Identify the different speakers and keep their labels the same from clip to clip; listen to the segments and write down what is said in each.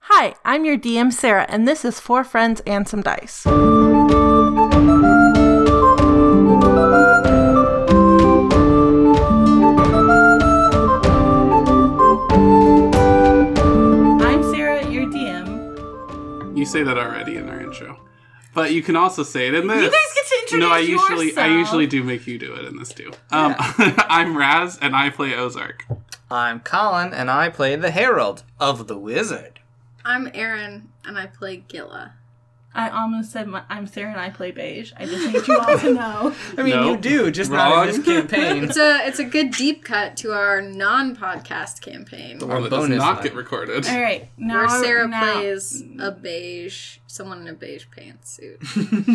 Speaker 1: Hi, I'm your DM, Sarah, and this is Four Friends and Some Dice. I'm Sarah, your DM.
Speaker 2: You say that already in our intro, but you can also say it in this.
Speaker 1: guys get to introduce
Speaker 2: No, I usually I
Speaker 1: yourself.
Speaker 2: usually do make you do it in this too. Um, I'm Raz and I play Ozark.
Speaker 3: I'm Colin, and I play the Herald of the Wizard.
Speaker 4: I'm Erin, and I play Gilla.
Speaker 1: I almost said my, I'm Sarah and I play beige. I just need you all to know.
Speaker 3: I mean,
Speaker 2: No.
Speaker 3: you do, just not in this
Speaker 2: Wrong.
Speaker 3: campaign.
Speaker 4: It's a it's a good deep cut to our non-podcast campaign
Speaker 2: Or that does
Speaker 3: bonus
Speaker 2: not
Speaker 3: line.
Speaker 2: get recorded.
Speaker 1: All right, now
Speaker 4: where Sarah
Speaker 1: now-
Speaker 4: plays a beige someone in a beige pantsuit.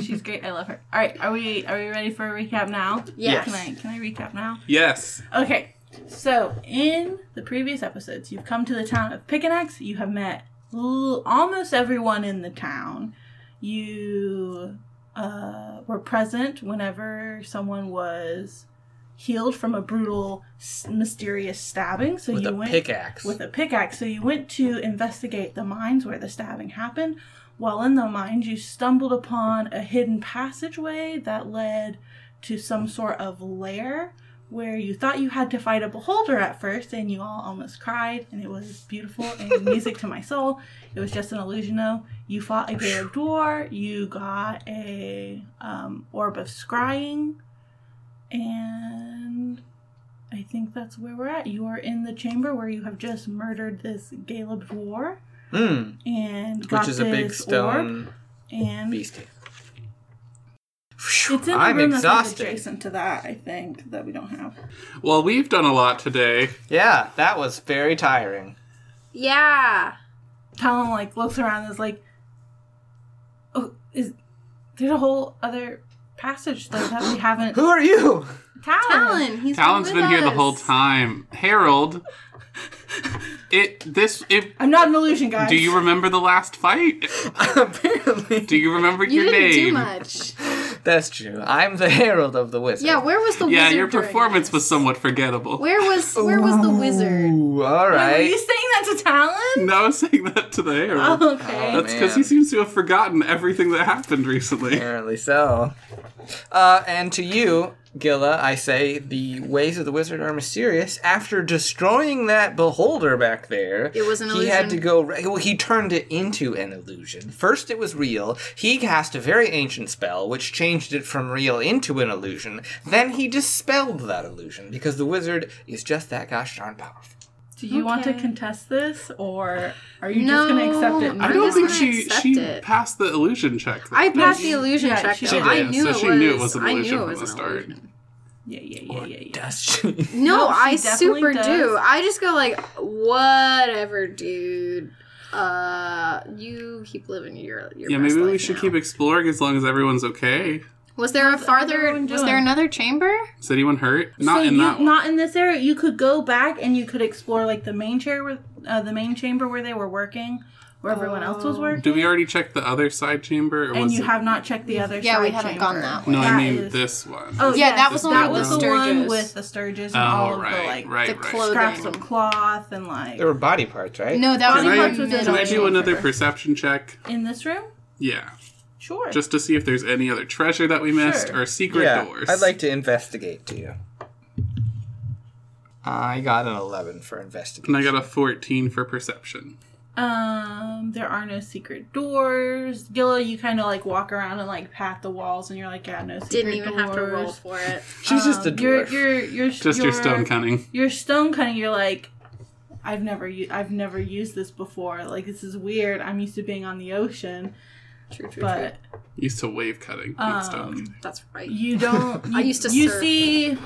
Speaker 1: She's great. I love her. All right, are we are we ready for a recap now?
Speaker 4: Yes.
Speaker 1: Can I can I recap now?
Speaker 2: Yes,
Speaker 1: Okay, so in the previous episodes, you've come to the town of Pickaxe. You have met l- almost everyone in the town. You uh, were present whenever someone was healed from a brutal, s- mysterious stabbing. So
Speaker 3: With
Speaker 1: you
Speaker 3: a
Speaker 1: went
Speaker 3: pickaxe.
Speaker 1: with a pickaxe. So you went to investigate the mines where the stabbing happened. While in the mines, you stumbled upon a hidden passageway that led to some sort of lair where you thought you had to fight a beholder at first and you all almost cried and it was beautiful and music to my soul. It was just an illusion though. You fought a Gaelic Dwar, you got a um, orb of scrying, and I think that's where we're at. You are in the chamber where you have just murdered this Galeb Dwar
Speaker 3: Hmm,
Speaker 1: and got
Speaker 3: which is a
Speaker 1: this
Speaker 3: big
Speaker 1: orb
Speaker 3: stone
Speaker 1: and
Speaker 3: beastie.
Speaker 1: it's in the
Speaker 3: I'm
Speaker 1: room that's
Speaker 3: exhausted.
Speaker 1: like adjacent to that. I think that we don't have.
Speaker 2: well, we've done a lot today.
Speaker 3: Yeah, that was very tiring.
Speaker 4: Yeah.
Speaker 1: Talon like looks around and is like, "Oh, is there's a whole other passage though that we haven't."
Speaker 3: Who are you?
Speaker 1: Talon,
Speaker 4: Talon, he's
Speaker 2: Talon's
Speaker 4: with
Speaker 2: been here the
Speaker 4: us.
Speaker 2: whole time. Harold, it this it.
Speaker 1: I'm not an illusion, guys.
Speaker 2: Do you remember the last fight?
Speaker 3: Apparently.
Speaker 2: Do you remember
Speaker 4: You
Speaker 2: your
Speaker 4: didn't
Speaker 2: name?
Speaker 4: do much.
Speaker 3: That's true. I'm the Herald of the Wizard.
Speaker 4: Yeah, where was the
Speaker 2: Yeah,
Speaker 4: wizard?
Speaker 2: your
Speaker 4: during
Speaker 2: performance
Speaker 4: this?
Speaker 2: was somewhat forgettable.
Speaker 4: Where was where was the wizard?
Speaker 3: Ooh, all
Speaker 1: Wait, were
Speaker 3: right.
Speaker 1: you saying that to Talon?
Speaker 2: No, I was saying that to the Harold.
Speaker 1: Oh, okay.
Speaker 2: That's because he
Speaker 3: man.
Speaker 2: seems to have forgotten everything that happened recently.
Speaker 3: Apparently so. Uh, and to you, Gilla, I say the ways of the wizard are mysterious. After destroying that beholder back there,
Speaker 4: It was an
Speaker 3: he had
Speaker 4: illusion.
Speaker 3: to go. Re- well, he turned it into an illusion. First, it was real. He cast a very ancient spell, which changed it from real into an illusion. Then he dispelled that illusion because the wizard is just that gosh darn powerful.
Speaker 1: Do you want to
Speaker 4: Okay.
Speaker 1: contest this, or are you just going to
Speaker 4: No,
Speaker 1: accept it? and
Speaker 4: I
Speaker 2: I
Speaker 1: move
Speaker 4: I'm
Speaker 2: don't
Speaker 1: on?
Speaker 4: just
Speaker 2: think
Speaker 4: gonna
Speaker 2: she
Speaker 4: accept
Speaker 2: she
Speaker 4: it.
Speaker 2: passed the illusion check. though.
Speaker 4: I passed the
Speaker 1: she-
Speaker 4: illusion
Speaker 1: yeah,
Speaker 4: check
Speaker 1: she
Speaker 4: though.
Speaker 1: did.
Speaker 4: I
Speaker 2: Yeah,
Speaker 4: knew
Speaker 2: so
Speaker 4: it
Speaker 2: she
Speaker 4: was.
Speaker 2: knew it was an
Speaker 4: I
Speaker 2: illusion
Speaker 4: knew it
Speaker 2: from
Speaker 4: was
Speaker 2: the
Speaker 4: an
Speaker 2: start.
Speaker 4: illusion.
Speaker 1: Yeah, yeah, yeah, yeah, yeah.
Speaker 3: Does she?
Speaker 4: no
Speaker 1: No, she
Speaker 4: I
Speaker 1: definitely
Speaker 4: super
Speaker 1: does.
Speaker 4: do. I just go like, whatever, dude. Uh, you keep living your your.
Speaker 2: yeah,
Speaker 4: best
Speaker 2: maybe we
Speaker 4: life
Speaker 2: should
Speaker 4: now.
Speaker 2: keep exploring as long as everyone's okay.
Speaker 4: Was there a
Speaker 1: How's
Speaker 4: farther?
Speaker 1: everyone
Speaker 4: Was
Speaker 1: doing?
Speaker 4: there another chamber?
Speaker 2: Is anyone hurt? Not
Speaker 1: so
Speaker 2: in
Speaker 1: you,
Speaker 2: that. one.
Speaker 1: not in this area. You could go back and you could explore like the main chair, where, uh, the main chamber where they were working, where everyone else was
Speaker 4: Oh.
Speaker 1: working.
Speaker 2: Did we already check the other side chamber? Or
Speaker 1: and
Speaker 2: was
Speaker 1: you
Speaker 2: it-
Speaker 1: have not checked the other.
Speaker 4: Yeah, we
Speaker 1: side
Speaker 4: haven't
Speaker 1: chamber.
Speaker 4: gone that way.
Speaker 2: No, I mean
Speaker 1: is-
Speaker 2: this one.
Speaker 1: Oh
Speaker 4: Yeah,
Speaker 1: yes,
Speaker 4: that was the
Speaker 1: that
Speaker 4: one
Speaker 1: was
Speaker 4: with
Speaker 1: the one
Speaker 4: Sturgis.
Speaker 1: with the Sturges
Speaker 2: Oh,
Speaker 1: and all
Speaker 2: right,
Speaker 1: of the like
Speaker 2: right,
Speaker 4: the
Speaker 2: right.
Speaker 4: clothes-
Speaker 1: scraps of
Speaker 4: Clothing.
Speaker 1: cloth and like
Speaker 3: There were body parts, right?
Speaker 4: No, that was
Speaker 2: Can
Speaker 4: in
Speaker 2: I,
Speaker 4: our
Speaker 1: Body parts
Speaker 4: middle.
Speaker 1: was
Speaker 2: can I do
Speaker 1: chamber.
Speaker 2: another perception check
Speaker 1: in this room.
Speaker 2: yeah,
Speaker 1: Sure.
Speaker 2: just to see if there's any other treasure that we missed
Speaker 1: Sure.
Speaker 2: or secret
Speaker 3: Yeah,
Speaker 2: doors.
Speaker 3: I'd like to investigate too. I got an 11 for investigation.
Speaker 2: And I got a 14 for perception.
Speaker 1: Um, there are no secret doors. Gilla, you kind of like walk around and like pat the walls, and you're like, yeah, no secret
Speaker 4: Didn't even have to roll
Speaker 1: doors.
Speaker 4: for it.
Speaker 3: She's just a
Speaker 1: Um, You're,
Speaker 3: dwarf.
Speaker 1: you're, you're,
Speaker 2: Just your stone cunning.
Speaker 1: Your stone cutting. You're like, I've never, u- I've never used this before. Like this is weird. I'm used to being on the ocean,
Speaker 4: True, true,
Speaker 1: but
Speaker 2: Used to wave cutting, not stone.
Speaker 1: Um,
Speaker 2: cutting.
Speaker 4: true. That's right.
Speaker 1: you don't. You,
Speaker 4: I used to
Speaker 1: You
Speaker 4: surf.
Speaker 1: see,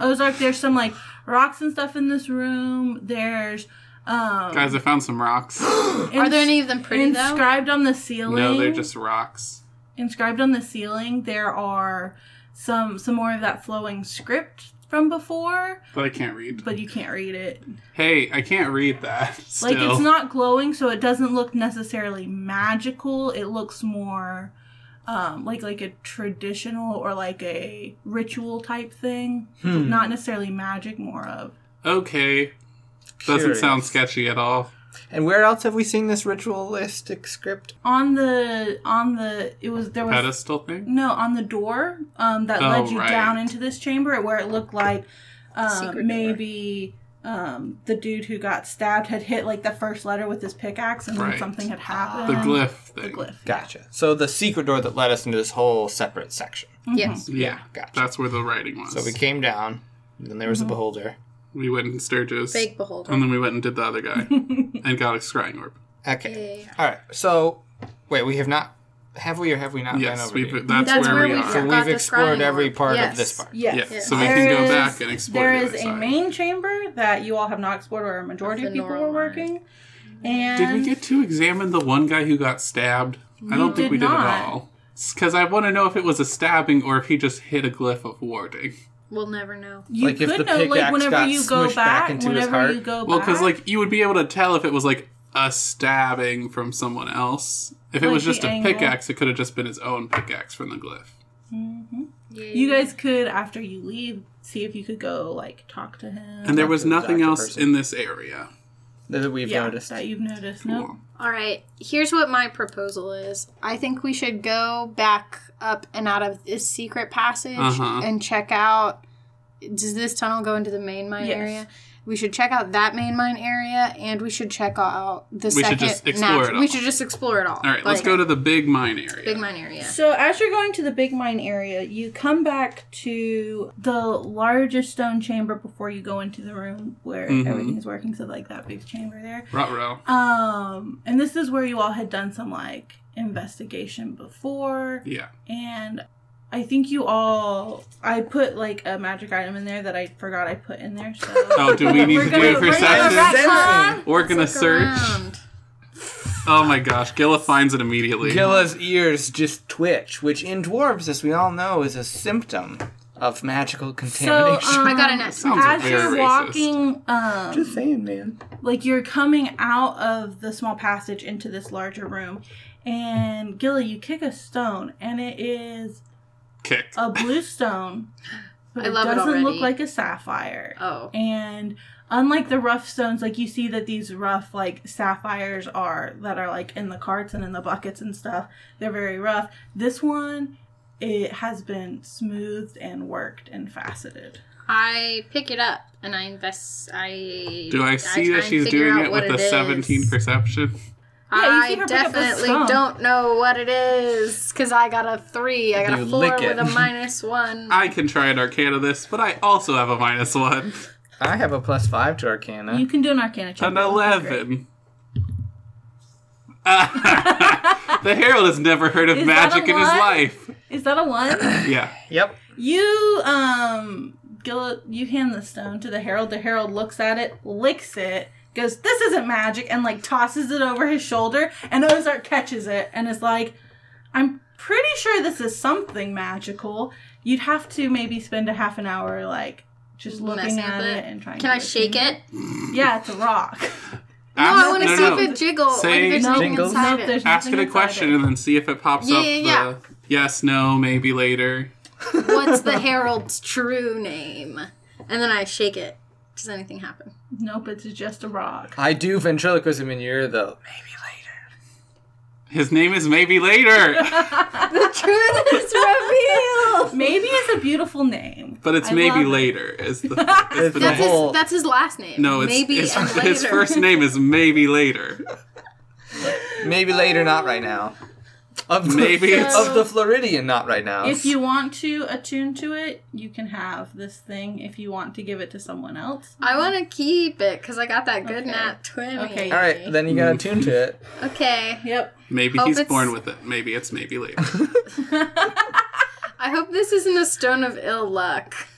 Speaker 1: Ozark. There's some like rocks and stuff in this room. There's, um,
Speaker 2: Guys, I found some rocks.
Speaker 4: Are there any of them pretty though?
Speaker 1: inscribed on the ceiling?
Speaker 2: no, they're just rocks.
Speaker 1: inscribed on the ceiling there are some some more of that flowing script from before
Speaker 2: But I can't read.
Speaker 1: but you can't read it
Speaker 2: Hey, I can't read that. Still.
Speaker 1: like it's not glowing so it doesn't look necessarily magical it looks more um, like like a traditional or like a ritual type thing
Speaker 2: Hmm.
Speaker 1: not necessarily magic more of
Speaker 2: okay. Doesn't
Speaker 3: Curious.
Speaker 2: sound sketchy at all.
Speaker 3: And where else have we seen this ritualistic script?
Speaker 1: On the on the it was there was
Speaker 2: Pedestal thing?
Speaker 1: no on the door um, that
Speaker 2: Oh,
Speaker 1: led you
Speaker 2: right.
Speaker 1: down into this chamber where it looked like
Speaker 4: Secret
Speaker 1: um,
Speaker 4: door.
Speaker 1: maybe um, the dude who got stabbed had hit like the first letter with his pickaxe and then
Speaker 2: Right.
Speaker 1: something had
Speaker 4: Ah.
Speaker 2: The
Speaker 1: happened.
Speaker 2: glyph
Speaker 1: The
Speaker 2: thing.
Speaker 1: glyph.
Speaker 3: Gotcha. So the secret door that led us into this whole separate section.
Speaker 1: Mhm.
Speaker 4: Yes.
Speaker 2: Yeah.
Speaker 3: Gotcha.
Speaker 2: That's where the writing was.
Speaker 3: So we came down, and then there was
Speaker 1: Mhm.
Speaker 3: a beholder.
Speaker 2: We went in Sturgis.
Speaker 4: Fake beholder.
Speaker 2: And then we went and did the other guy and got a scrying orb.
Speaker 3: Okay.
Speaker 4: Yay.
Speaker 3: All right. So, wait, we have not. Have we or have we not been
Speaker 2: yes,
Speaker 3: over
Speaker 2: we've,
Speaker 3: here?
Speaker 2: that's, where, we, are.
Speaker 3: So
Speaker 4: got
Speaker 3: we've
Speaker 4: the
Speaker 3: explored
Speaker 4: scrying
Speaker 3: every
Speaker 4: orb.
Speaker 3: part of
Speaker 4: Yes.
Speaker 3: this part.
Speaker 1: Yes.
Speaker 2: Yeah,
Speaker 4: Yes.
Speaker 2: so we can go
Speaker 1: There
Speaker 2: back
Speaker 1: is-
Speaker 2: and explore.
Speaker 1: There
Speaker 2: the
Speaker 1: is
Speaker 2: other
Speaker 1: a
Speaker 2: side.
Speaker 1: main chamber that you all have not explored where a majority
Speaker 4: That's
Speaker 1: of
Speaker 4: the
Speaker 1: people were
Speaker 4: normal one.
Speaker 1: working. And
Speaker 2: Did we get to examine the one guy who got stabbed? I don't think
Speaker 1: did
Speaker 2: we did
Speaker 1: not.
Speaker 2: at all. Because I want to know if it was a stabbing or if he just hit a glyph of warding.
Speaker 4: We'll never know.
Speaker 1: you
Speaker 3: Like, if
Speaker 1: could
Speaker 3: the
Speaker 1: know like
Speaker 3: pickaxe
Speaker 1: whenever
Speaker 3: got
Speaker 1: you go
Speaker 3: smushed
Speaker 1: back,
Speaker 3: back into his
Speaker 1: whenever
Speaker 3: heart?
Speaker 1: you go
Speaker 2: Well,
Speaker 1: back.
Speaker 2: because like you would be able to tell if it was like a stabbing from someone else. If it
Speaker 1: Like
Speaker 2: was just
Speaker 1: the
Speaker 2: a
Speaker 1: angle.
Speaker 2: pickaxe, it could have just been his own pickaxe from the glyph.
Speaker 1: Mhm.
Speaker 4: Yay.
Speaker 1: you guys could after you leave see if you could go like talk to him.
Speaker 2: And there
Speaker 3: Talk
Speaker 2: was
Speaker 3: to the
Speaker 2: nothing
Speaker 3: doctor
Speaker 2: else
Speaker 3: person.
Speaker 2: in this area.
Speaker 3: That we've
Speaker 1: yeah,
Speaker 3: noticed.
Speaker 1: that you've noticed. No,
Speaker 2: Cool.
Speaker 4: All right, here's what my proposal is. I think we should go back up and out of this secret passage
Speaker 2: Uh-huh.
Speaker 4: and check out. Does this tunnel go into the main mine
Speaker 1: Yes.
Speaker 4: area? We should check out that main mine area, and we should check out the
Speaker 2: should
Speaker 4: second.
Speaker 2: just explore
Speaker 4: nat-
Speaker 2: it all.
Speaker 4: We should just explore it all.
Speaker 2: All right, let's
Speaker 4: Like,
Speaker 2: go to the big mine area.
Speaker 4: big mine area.
Speaker 1: So as you're going to the big mine area, you come back to the largest stone chamber before you go into the room where
Speaker 2: Mhm.
Speaker 1: everything is working. So like that big chamber there.
Speaker 2: Ruh-roh.
Speaker 1: Um, and this is where you all had done some like investigation before,
Speaker 2: Yeah.
Speaker 1: and I think you all I put like a magic item in there that I forgot I put in there. So
Speaker 2: Oh, do we need
Speaker 1: We're
Speaker 2: to
Speaker 1: gonna-
Speaker 2: do
Speaker 1: we're gonna
Speaker 2: perception?
Speaker 1: wrap-
Speaker 2: We're gonna
Speaker 4: Let's look
Speaker 2: search.
Speaker 4: around.
Speaker 2: Oh my gosh, Gilla finds it immediately.
Speaker 3: Gilla's ears just twitch, which in dwarves, as we all know, is a symptom of magical
Speaker 1: So,
Speaker 3: contamination.
Speaker 1: um,
Speaker 4: Oh, I got a net.
Speaker 2: Sounds
Speaker 1: as
Speaker 2: very
Speaker 1: you're
Speaker 2: racist.
Speaker 1: walking, um,
Speaker 3: just saying, man.
Speaker 1: like you're coming out of the small passage into this larger room and gilly you kick a stone and it is
Speaker 2: Kicked.
Speaker 1: a blue stone but
Speaker 4: I
Speaker 1: it
Speaker 4: love it
Speaker 1: doesn't
Speaker 4: already.
Speaker 1: look like a sapphire
Speaker 4: Oh,
Speaker 1: and unlike the rough stones like you see that these rough like sapphires are that are like in the carts and in the buckets and stuff they're very rough this one it has been smoothed and worked and faceted
Speaker 4: I pick it up and I invest. I
Speaker 2: Do I see
Speaker 4: try
Speaker 2: that
Speaker 4: and
Speaker 2: she's
Speaker 4: figure
Speaker 2: doing
Speaker 4: out
Speaker 2: it
Speaker 4: what
Speaker 2: with a
Speaker 4: is.
Speaker 2: 17 perception?
Speaker 1: Yeah, you see
Speaker 4: I
Speaker 1: her pick up the
Speaker 4: definitely
Speaker 1: scum.
Speaker 4: don't know what it is because I got a three. I got
Speaker 3: You
Speaker 4: a four
Speaker 3: lick it.
Speaker 4: with a minus one.
Speaker 2: I can try an arcana this, but I also have a minus one.
Speaker 3: I have a plus five to Arcana.
Speaker 1: you can do an arcana check
Speaker 2: An
Speaker 4: Oh,
Speaker 1: that would be great.
Speaker 2: 11. Ah, the Herald has never heard of
Speaker 1: Is that
Speaker 2: magic
Speaker 1: a
Speaker 2: in his
Speaker 1: one?
Speaker 2: life.
Speaker 1: is that a one
Speaker 2: Yeah.
Speaker 3: Yep.
Speaker 1: You um go you hand the stone to the herald. The herald looks at it, licks it, goes, "This isn't magic," and like tosses it over his shoulder. And Ozark catches it and is like, "I'm pretty sure this is something magical. You'd have to maybe spend a half an hour like just looking
Speaker 4: Messing with
Speaker 1: at it.
Speaker 4: it?
Speaker 1: and trying."
Speaker 4: Can
Speaker 1: to
Speaker 4: I shake it?
Speaker 1: Yeah, it's a rock.
Speaker 4: No, I want to
Speaker 1: no,
Speaker 4: see
Speaker 1: no.
Speaker 4: if it jiggles. Like
Speaker 2: Say-
Speaker 4: if there's anything
Speaker 3: Jingles?
Speaker 4: inside
Speaker 1: Nope,
Speaker 4: it.
Speaker 1: there's
Speaker 2: Ask it
Speaker 1: nothing
Speaker 2: a
Speaker 1: inside
Speaker 2: question
Speaker 1: it.
Speaker 2: and then see if it pops
Speaker 4: Yeah,
Speaker 2: up.
Speaker 4: yeah, yeah.
Speaker 2: the yes, no, maybe later.
Speaker 4: What's the herald's true name? And then I shake it. Does anything happen?
Speaker 1: Nope, it's just a rock.
Speaker 3: I do ventriloquism in your ear, though. Maybe later.
Speaker 2: His name is maybe later,
Speaker 4: The truth is revealed.
Speaker 1: Maybe it's a beautiful name,
Speaker 2: but it's
Speaker 1: I
Speaker 2: maybe
Speaker 1: love it.
Speaker 2: later. Is the, is the
Speaker 4: That's
Speaker 2: name.
Speaker 3: Well-
Speaker 4: his. That's his last name.
Speaker 2: no? It's,
Speaker 4: maybe
Speaker 2: it's-
Speaker 4: and later.
Speaker 2: his first name is maybe later.
Speaker 3: Maybe later, not right now. Of the,
Speaker 2: Maybe it's-
Speaker 3: of the Floridian, not right now.
Speaker 1: If you want to attune to it, you can have this thing. If you want to give it to someone else,
Speaker 4: I want to keep it because I got that good
Speaker 1: Okay.
Speaker 4: nat twenty.
Speaker 1: Okay.
Speaker 3: all right, then you gotta tune to it.
Speaker 4: Okay.
Speaker 1: yep.
Speaker 2: Maybe
Speaker 4: Hope
Speaker 2: he's
Speaker 4: it's-
Speaker 2: born with it. Maybe it's maybe later.
Speaker 4: I hope this isn't a stone of ill luck.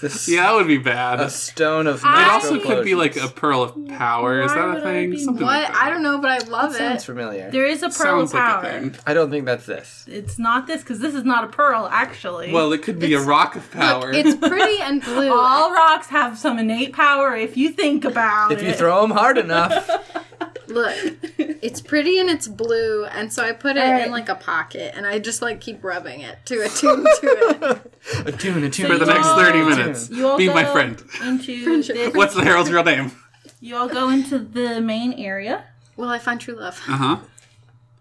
Speaker 3: This-
Speaker 2: yeah, that would be bad.
Speaker 3: a stone of.
Speaker 4: I-
Speaker 2: It
Speaker 3: magical
Speaker 2: also could be like a
Speaker 3: potions.
Speaker 2: pearl of power. Is
Speaker 1: Why
Speaker 2: that a
Speaker 1: would I
Speaker 2: thing?
Speaker 1: be-
Speaker 2: Something
Speaker 4: What?
Speaker 2: like that.
Speaker 4: I don't know, but I love
Speaker 3: Sounds
Speaker 4: it.
Speaker 3: familiar.
Speaker 1: There is a pearl
Speaker 2: Sounds
Speaker 1: of
Speaker 2: like
Speaker 1: power.
Speaker 2: a thing.
Speaker 3: I don't think that's this.
Speaker 1: It's not this because this is not a pearl, actually.
Speaker 2: Well, it could be a
Speaker 4: It's-
Speaker 2: rock of power.
Speaker 4: Look, it's pretty and blue.
Speaker 1: all rocks have some innate power if you think about
Speaker 3: If
Speaker 1: it.
Speaker 3: you throw them hard enough.
Speaker 4: Look, it's pretty and it's blue, and so I put it
Speaker 1: All right.
Speaker 4: in like a pocket, and I just like keep rubbing it to attune to it.
Speaker 3: a tune, a tune.
Speaker 1: For
Speaker 2: for the next
Speaker 1: Oh.
Speaker 2: thirty minutes.
Speaker 1: you all
Speaker 2: Be my
Speaker 1: go
Speaker 2: friend.
Speaker 1: into
Speaker 4: Friendship.
Speaker 1: this-
Speaker 2: What's the herald's real name?
Speaker 1: You all go into the main area,
Speaker 4: Will I find true love?
Speaker 2: Uh huh.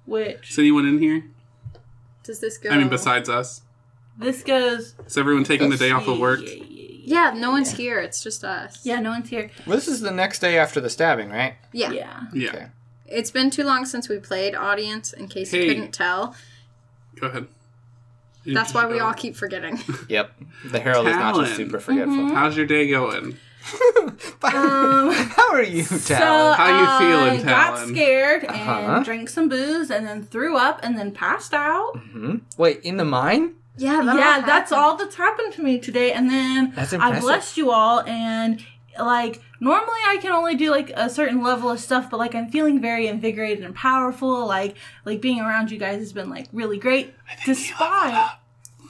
Speaker 1: which
Speaker 2: Is anyone in here?
Speaker 4: Does this go?
Speaker 2: I mean, besides us.
Speaker 1: this goes.
Speaker 2: Is everyone taking the day off of work?
Speaker 1: Yeah, yeah, yeah.
Speaker 4: Yeah, no one's here. It's just us.
Speaker 1: Yeah, no one's here.
Speaker 3: Well, this is the next day after the stabbing, right?
Speaker 4: Yeah.
Speaker 1: Yeah.
Speaker 2: Yeah.
Speaker 3: Okay.
Speaker 4: It's been too long since we played, audience, in case
Speaker 2: Hey.
Speaker 4: you couldn't tell.
Speaker 2: Go ahead.
Speaker 4: That's why we all keep forgetting.
Speaker 3: Yep. The Herald is not just
Speaker 2: Talon.
Speaker 3: super forgetful.
Speaker 2: How's your day going?
Speaker 3: How are you, Talon?
Speaker 1: Mm-hmm. So
Speaker 2: How you feeling,
Speaker 1: I got
Speaker 2: Talon?
Speaker 1: scared and
Speaker 3: Uh-huh.
Speaker 1: drank some booze and then threw up and then passed out.
Speaker 3: hmm Wait, in the mine?
Speaker 4: yeah,
Speaker 1: yeah, that's all that's happened to me today. And then
Speaker 3: That's
Speaker 1: I
Speaker 3: impressive.
Speaker 1: blessed you all and like normally I can only do like a certain level of stuff, but like I'm feeling very invigorated and powerful. Like like being around you guys has been like really great. Despite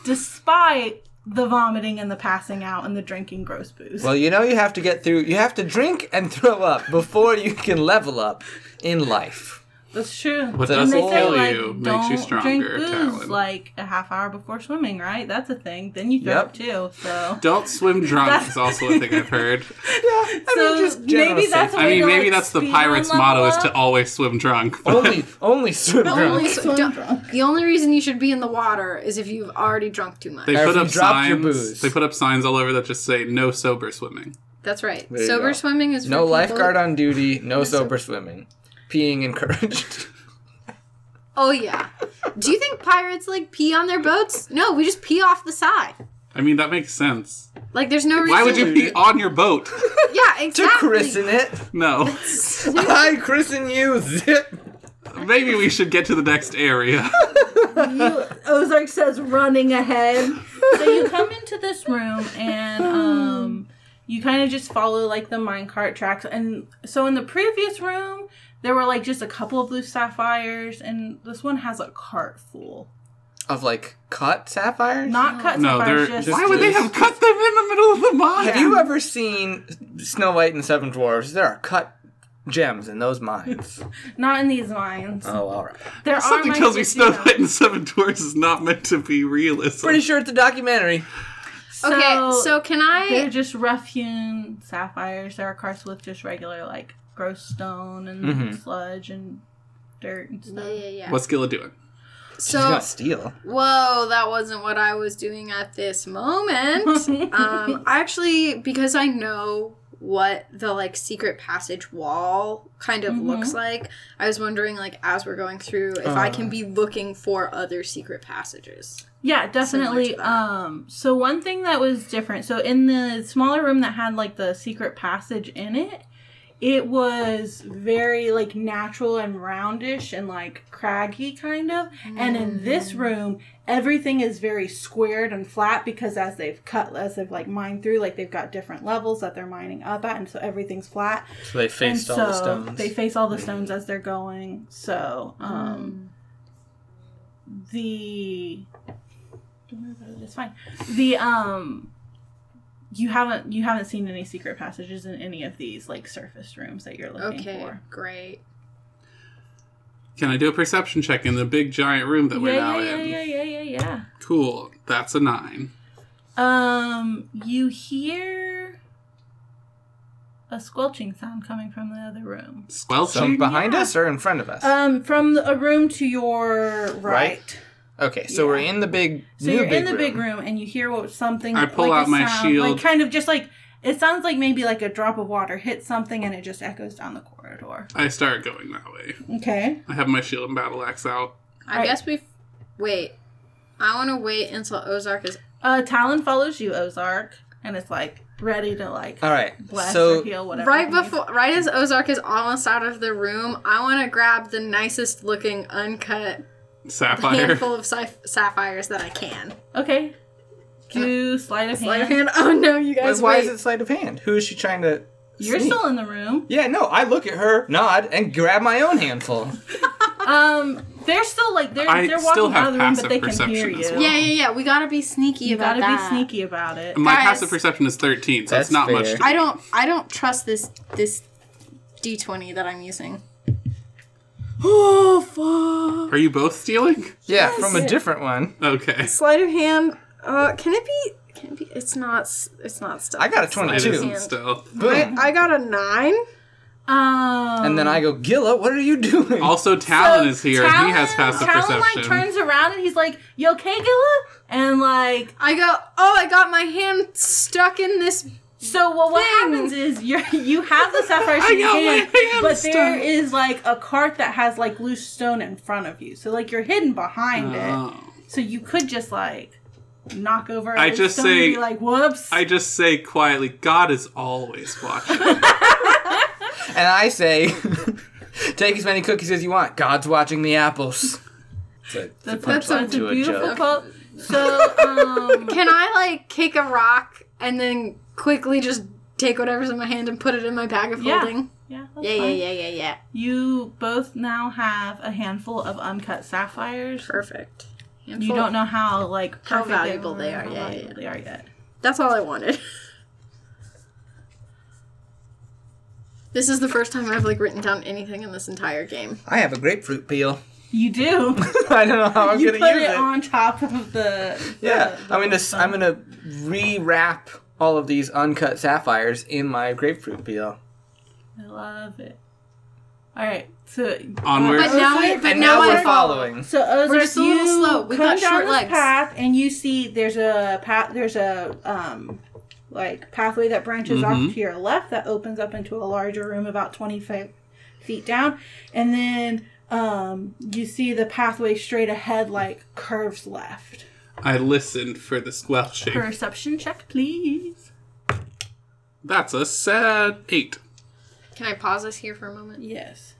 Speaker 1: despite the vomiting and the passing out and the drinking gross booze.
Speaker 3: Well, you know you have to get through. You have to drink and throw up before you can level up in life.
Speaker 1: That's true.
Speaker 2: What
Speaker 1: and they
Speaker 3: doesn't
Speaker 1: say
Speaker 3: kill
Speaker 1: like
Speaker 2: you makes you
Speaker 1: don't drink
Speaker 2: stronger,
Speaker 1: booze
Speaker 2: Talon.
Speaker 1: like a half hour before swimming, right? That's a thing. Then you throw
Speaker 3: Yep.
Speaker 1: up too. So,
Speaker 2: Don't swim drunk is also a thing I've heard.
Speaker 3: Yeah, I
Speaker 1: so
Speaker 3: general
Speaker 1: maybe that's
Speaker 3: safety.
Speaker 1: a
Speaker 2: I
Speaker 1: way
Speaker 2: mean,
Speaker 1: to,
Speaker 2: maybe
Speaker 1: like,
Speaker 2: that's the
Speaker 1: speed
Speaker 2: pirate's
Speaker 1: on
Speaker 2: motto
Speaker 1: level
Speaker 2: is to
Speaker 1: up.
Speaker 2: always swim drunk. but-
Speaker 3: only only swim drunk.
Speaker 4: only
Speaker 1: Don't
Speaker 4: so-
Speaker 1: swim
Speaker 4: don't-
Speaker 1: drunk.
Speaker 4: The only reason you should be in the water is if you've already drunk too much.
Speaker 2: They
Speaker 3: Or if
Speaker 2: put
Speaker 3: you
Speaker 2: up
Speaker 3: dropped your
Speaker 2: signs.
Speaker 3: booze.
Speaker 2: They put up signs all over that just say no sober swimming.
Speaker 4: that's right.
Speaker 3: you
Speaker 4: Sober
Speaker 3: go.
Speaker 4: swimming is for
Speaker 3: No
Speaker 4: people-
Speaker 3: lifeguard on duty. No sober swimming. Peeing encouraged.
Speaker 4: Oh yeah. Do you think pirates like pee on their boats? No, we just pee off the side.
Speaker 2: I mean, that makes sense.
Speaker 4: Like there's no reason.
Speaker 2: Why would you pee on your boat?
Speaker 4: Yeah,
Speaker 3: to
Speaker 4: exactly.
Speaker 3: christen it,
Speaker 2: No.
Speaker 3: I christen you. Zip.
Speaker 2: Maybe we should get to the next area.
Speaker 1: You, Ozark says running ahead. So you come into this room and um, you kind of just follow like the minecart tracks. And so in the previous room, there were like just a couple of blue sapphires, and this one has a cart full.
Speaker 3: Of like cut sapphires.
Speaker 1: Not cut
Speaker 2: No,
Speaker 1: sapphires,
Speaker 2: they're.
Speaker 1: just.
Speaker 2: why would they have cut them in the middle of the mine?
Speaker 3: Have you ever seen Snow White and the Seven Dwarfs? There are cut gems in those mines.
Speaker 1: Not in these mines.
Speaker 3: oh, all right.
Speaker 1: There
Speaker 2: Something
Speaker 1: are
Speaker 2: tells me
Speaker 1: mines
Speaker 2: Snow
Speaker 1: that do that.
Speaker 2: White and the Seven Dwarfs is not meant to be realistic.
Speaker 3: Pretty sure it's a documentary.
Speaker 4: Okay, so can
Speaker 1: they're
Speaker 4: I?
Speaker 1: just rough hewn sapphires. There are carts with just regular like gross stone and
Speaker 2: Mm-hmm.
Speaker 3: Mhm.
Speaker 1: sludge and dirt and
Speaker 4: Yeah,
Speaker 1: stuff.
Speaker 4: yeah, yeah.
Speaker 2: What's Gilla doing?
Speaker 3: She's
Speaker 4: so
Speaker 3: got steel.
Speaker 4: Whoa, that wasn't what I was doing at this moment. um, I actually, because I know what the like secret passage wall kind of
Speaker 1: Mhm.
Speaker 4: looks like, I was wondering like as we're going through if I
Speaker 2: Uh.
Speaker 4: can be looking for other secret passages.
Speaker 1: Yeah, definitely.
Speaker 4: to that.
Speaker 1: Um, so one thing that was different. So in the smaller room that had like the secret passage in it, it was very like natural and roundish and like craggy kind of. And in this
Speaker 3: Mm.
Speaker 1: room, everything is very squared and flat because as they've cut, as they've like mined through, like they've got different levels that they're mining up at, and so everything's flat.
Speaker 3: So they
Speaker 1: And
Speaker 3: faced
Speaker 1: so
Speaker 3: all the stones.
Speaker 1: They face all the stones as they're going. So, um, the don't worry about it, it's fine. The um, you haven't you haven't seen any secret passages in any of these like surface rooms that you're looking
Speaker 4: Okay,
Speaker 1: for.
Speaker 4: great.
Speaker 2: Can I do a perception check in the big giant room that we're
Speaker 1: yeah,
Speaker 2: now
Speaker 1: yeah,
Speaker 2: in?
Speaker 1: yeah, yeah, yeah, yeah,
Speaker 2: Cool. That's a nine.
Speaker 1: yeah. Um, you hear a squelching sound coming from the other room.
Speaker 3: Some
Speaker 2: Squelching.
Speaker 3: behind
Speaker 1: Yeah.
Speaker 3: us or in front of us?
Speaker 1: Um, from a room to your right.
Speaker 3: Right. okay, so we're in the big.
Speaker 1: So
Speaker 3: new
Speaker 1: you're
Speaker 3: big
Speaker 1: in the
Speaker 3: room.
Speaker 1: big room and you hear what something.
Speaker 2: I pull
Speaker 1: like a
Speaker 2: out my
Speaker 1: sound, like
Speaker 2: shield.
Speaker 1: kind of just like it sounds like maybe like a drop of water hits something and it just echoes down the corridor.
Speaker 2: I start going that way.
Speaker 1: Okay.
Speaker 2: I have my shield and battle axe out.
Speaker 4: I
Speaker 1: Alright.
Speaker 4: guess we wait. I want to wait until Ozark is.
Speaker 1: Uh, Talon follows you, Ozark, and it's like ready to like
Speaker 3: All right.
Speaker 1: bless or
Speaker 3: so
Speaker 1: heal whatever.
Speaker 4: Right
Speaker 1: it needs.
Speaker 4: before, right as Ozark is almost out of the room, I want to grab the nicest looking uncut
Speaker 2: Sapphire.
Speaker 4: handful of sci- sapphires that I can.
Speaker 1: Okay. Do sleight of
Speaker 4: Sleight of
Speaker 1: hand.
Speaker 4: hand. Oh no, you guys!
Speaker 3: But why
Speaker 4: wait.
Speaker 3: is it sleight of hand? Who is she trying to?
Speaker 1: You're
Speaker 3: sneak?
Speaker 1: still in the room.
Speaker 3: Yeah, no. I look at her, nod, and grab my own handful.
Speaker 1: Um, they're still like they're
Speaker 2: I
Speaker 1: they're walking
Speaker 2: still have
Speaker 1: out of the room, but
Speaker 2: passive
Speaker 1: they can hear
Speaker 2: perception
Speaker 1: you.
Speaker 2: as well.
Speaker 4: Yeah, yeah, yeah. We gotta be sneaky
Speaker 1: You
Speaker 4: about
Speaker 1: gotta
Speaker 4: that.
Speaker 1: be sneaky about it.
Speaker 2: My
Speaker 4: Guys.
Speaker 2: passive perception is 13, so
Speaker 3: That's
Speaker 2: it's not much.
Speaker 3: fair.
Speaker 2: To
Speaker 4: I don't. I don't trust this. This D twenty that I'm using.
Speaker 1: Oh fuck!
Speaker 2: Are you both stealing?
Speaker 3: Yeah, from a
Speaker 1: Yes.
Speaker 3: different one.
Speaker 2: Okay.
Speaker 4: Sleight of hand. Uh, can it be? Can it be? It's not. s- It's not stuff.
Speaker 3: I got a
Speaker 2: It is
Speaker 3: twenty-two.
Speaker 2: in stealth.
Speaker 3: Boom.
Speaker 4: I got a nine.
Speaker 1: Um,
Speaker 3: And then I go, Gilla, what are you doing?
Speaker 2: Also, Talon is here, and he has passive
Speaker 1: Talon,
Speaker 2: perception.
Speaker 1: like turns around and he's like, "You okay, Gilla?" And like,
Speaker 4: I go, oh, I got my hand stuck in this.
Speaker 1: so well, what
Speaker 4: Thing.
Speaker 1: happens is you you have the sapphire
Speaker 2: I
Speaker 1: in your
Speaker 2: got my
Speaker 1: hand,
Speaker 2: hand
Speaker 1: but
Speaker 2: stuck.
Speaker 1: there is like a cart that has like loose stone in front of you, so like you're hidden behind it.
Speaker 2: Oh.
Speaker 1: So you could just like knock over. a
Speaker 2: I
Speaker 1: loose
Speaker 2: just
Speaker 1: stone and
Speaker 2: say-
Speaker 1: be like, "Whoops!"
Speaker 2: I just say quietly, God is always watching.
Speaker 3: And I say, take as many cookies as you want. God's watching the apples. It's a- it's a
Speaker 1: That's,
Speaker 3: punchline
Speaker 1: that's, that's a
Speaker 3: to a
Speaker 1: beautiful
Speaker 3: joke.
Speaker 1: quote. So, um,
Speaker 4: Can I like kick a rock and then quickly just take whatever's in my hand and put it in my bag of
Speaker 1: Yeah.
Speaker 4: holding?
Speaker 1: yeah, that's
Speaker 4: Yeah, yeah,
Speaker 1: fine.
Speaker 4: yeah, yeah, yeah.
Speaker 1: You both now have a handful of uncut sapphires.
Speaker 4: Perfect.
Speaker 1: You don't know how like
Speaker 4: How
Speaker 1: perfect
Speaker 4: valuable
Speaker 1: were,
Speaker 4: they are,
Speaker 1: how
Speaker 4: yeah,
Speaker 1: valuable
Speaker 4: yeah.
Speaker 1: they are yet.
Speaker 4: That's all I wanted. This is the first time I've like written down anything in this entire game.
Speaker 3: I have a grapefruit peel.
Speaker 1: You do.
Speaker 3: I don't know how I'm
Speaker 1: you
Speaker 3: going
Speaker 1: put
Speaker 3: to use
Speaker 1: it,
Speaker 3: it.
Speaker 1: on top of the.
Speaker 3: Yeah,
Speaker 1: the-
Speaker 3: I'm gonna s- I'm gonna rewrap all of these uncut sapphires in my grapefruit peel.
Speaker 1: I love it. All right, so
Speaker 2: Onward.
Speaker 4: But now, we, but
Speaker 3: And
Speaker 4: now,
Speaker 3: now
Speaker 4: I
Speaker 3: we're
Speaker 4: follow.
Speaker 3: following.
Speaker 1: So uh, Ozark,
Speaker 4: We're just a little
Speaker 1: you
Speaker 4: slow. We've
Speaker 1: come
Speaker 4: got
Speaker 1: down
Speaker 4: short
Speaker 1: this
Speaker 4: legs.
Speaker 1: path, and you see there's a path. There's a um, like pathway that branches off
Speaker 4: Mm-hmm.
Speaker 2: Mhm.
Speaker 1: to your left that opens up into a larger room about twenty five feet down, and then um, you see the pathway straight ahead like curves left.
Speaker 2: I listened for the squelching.
Speaker 1: Perception check, please.
Speaker 2: That's a sad eight.
Speaker 4: Can I pause this here for a moment?
Speaker 1: Yes.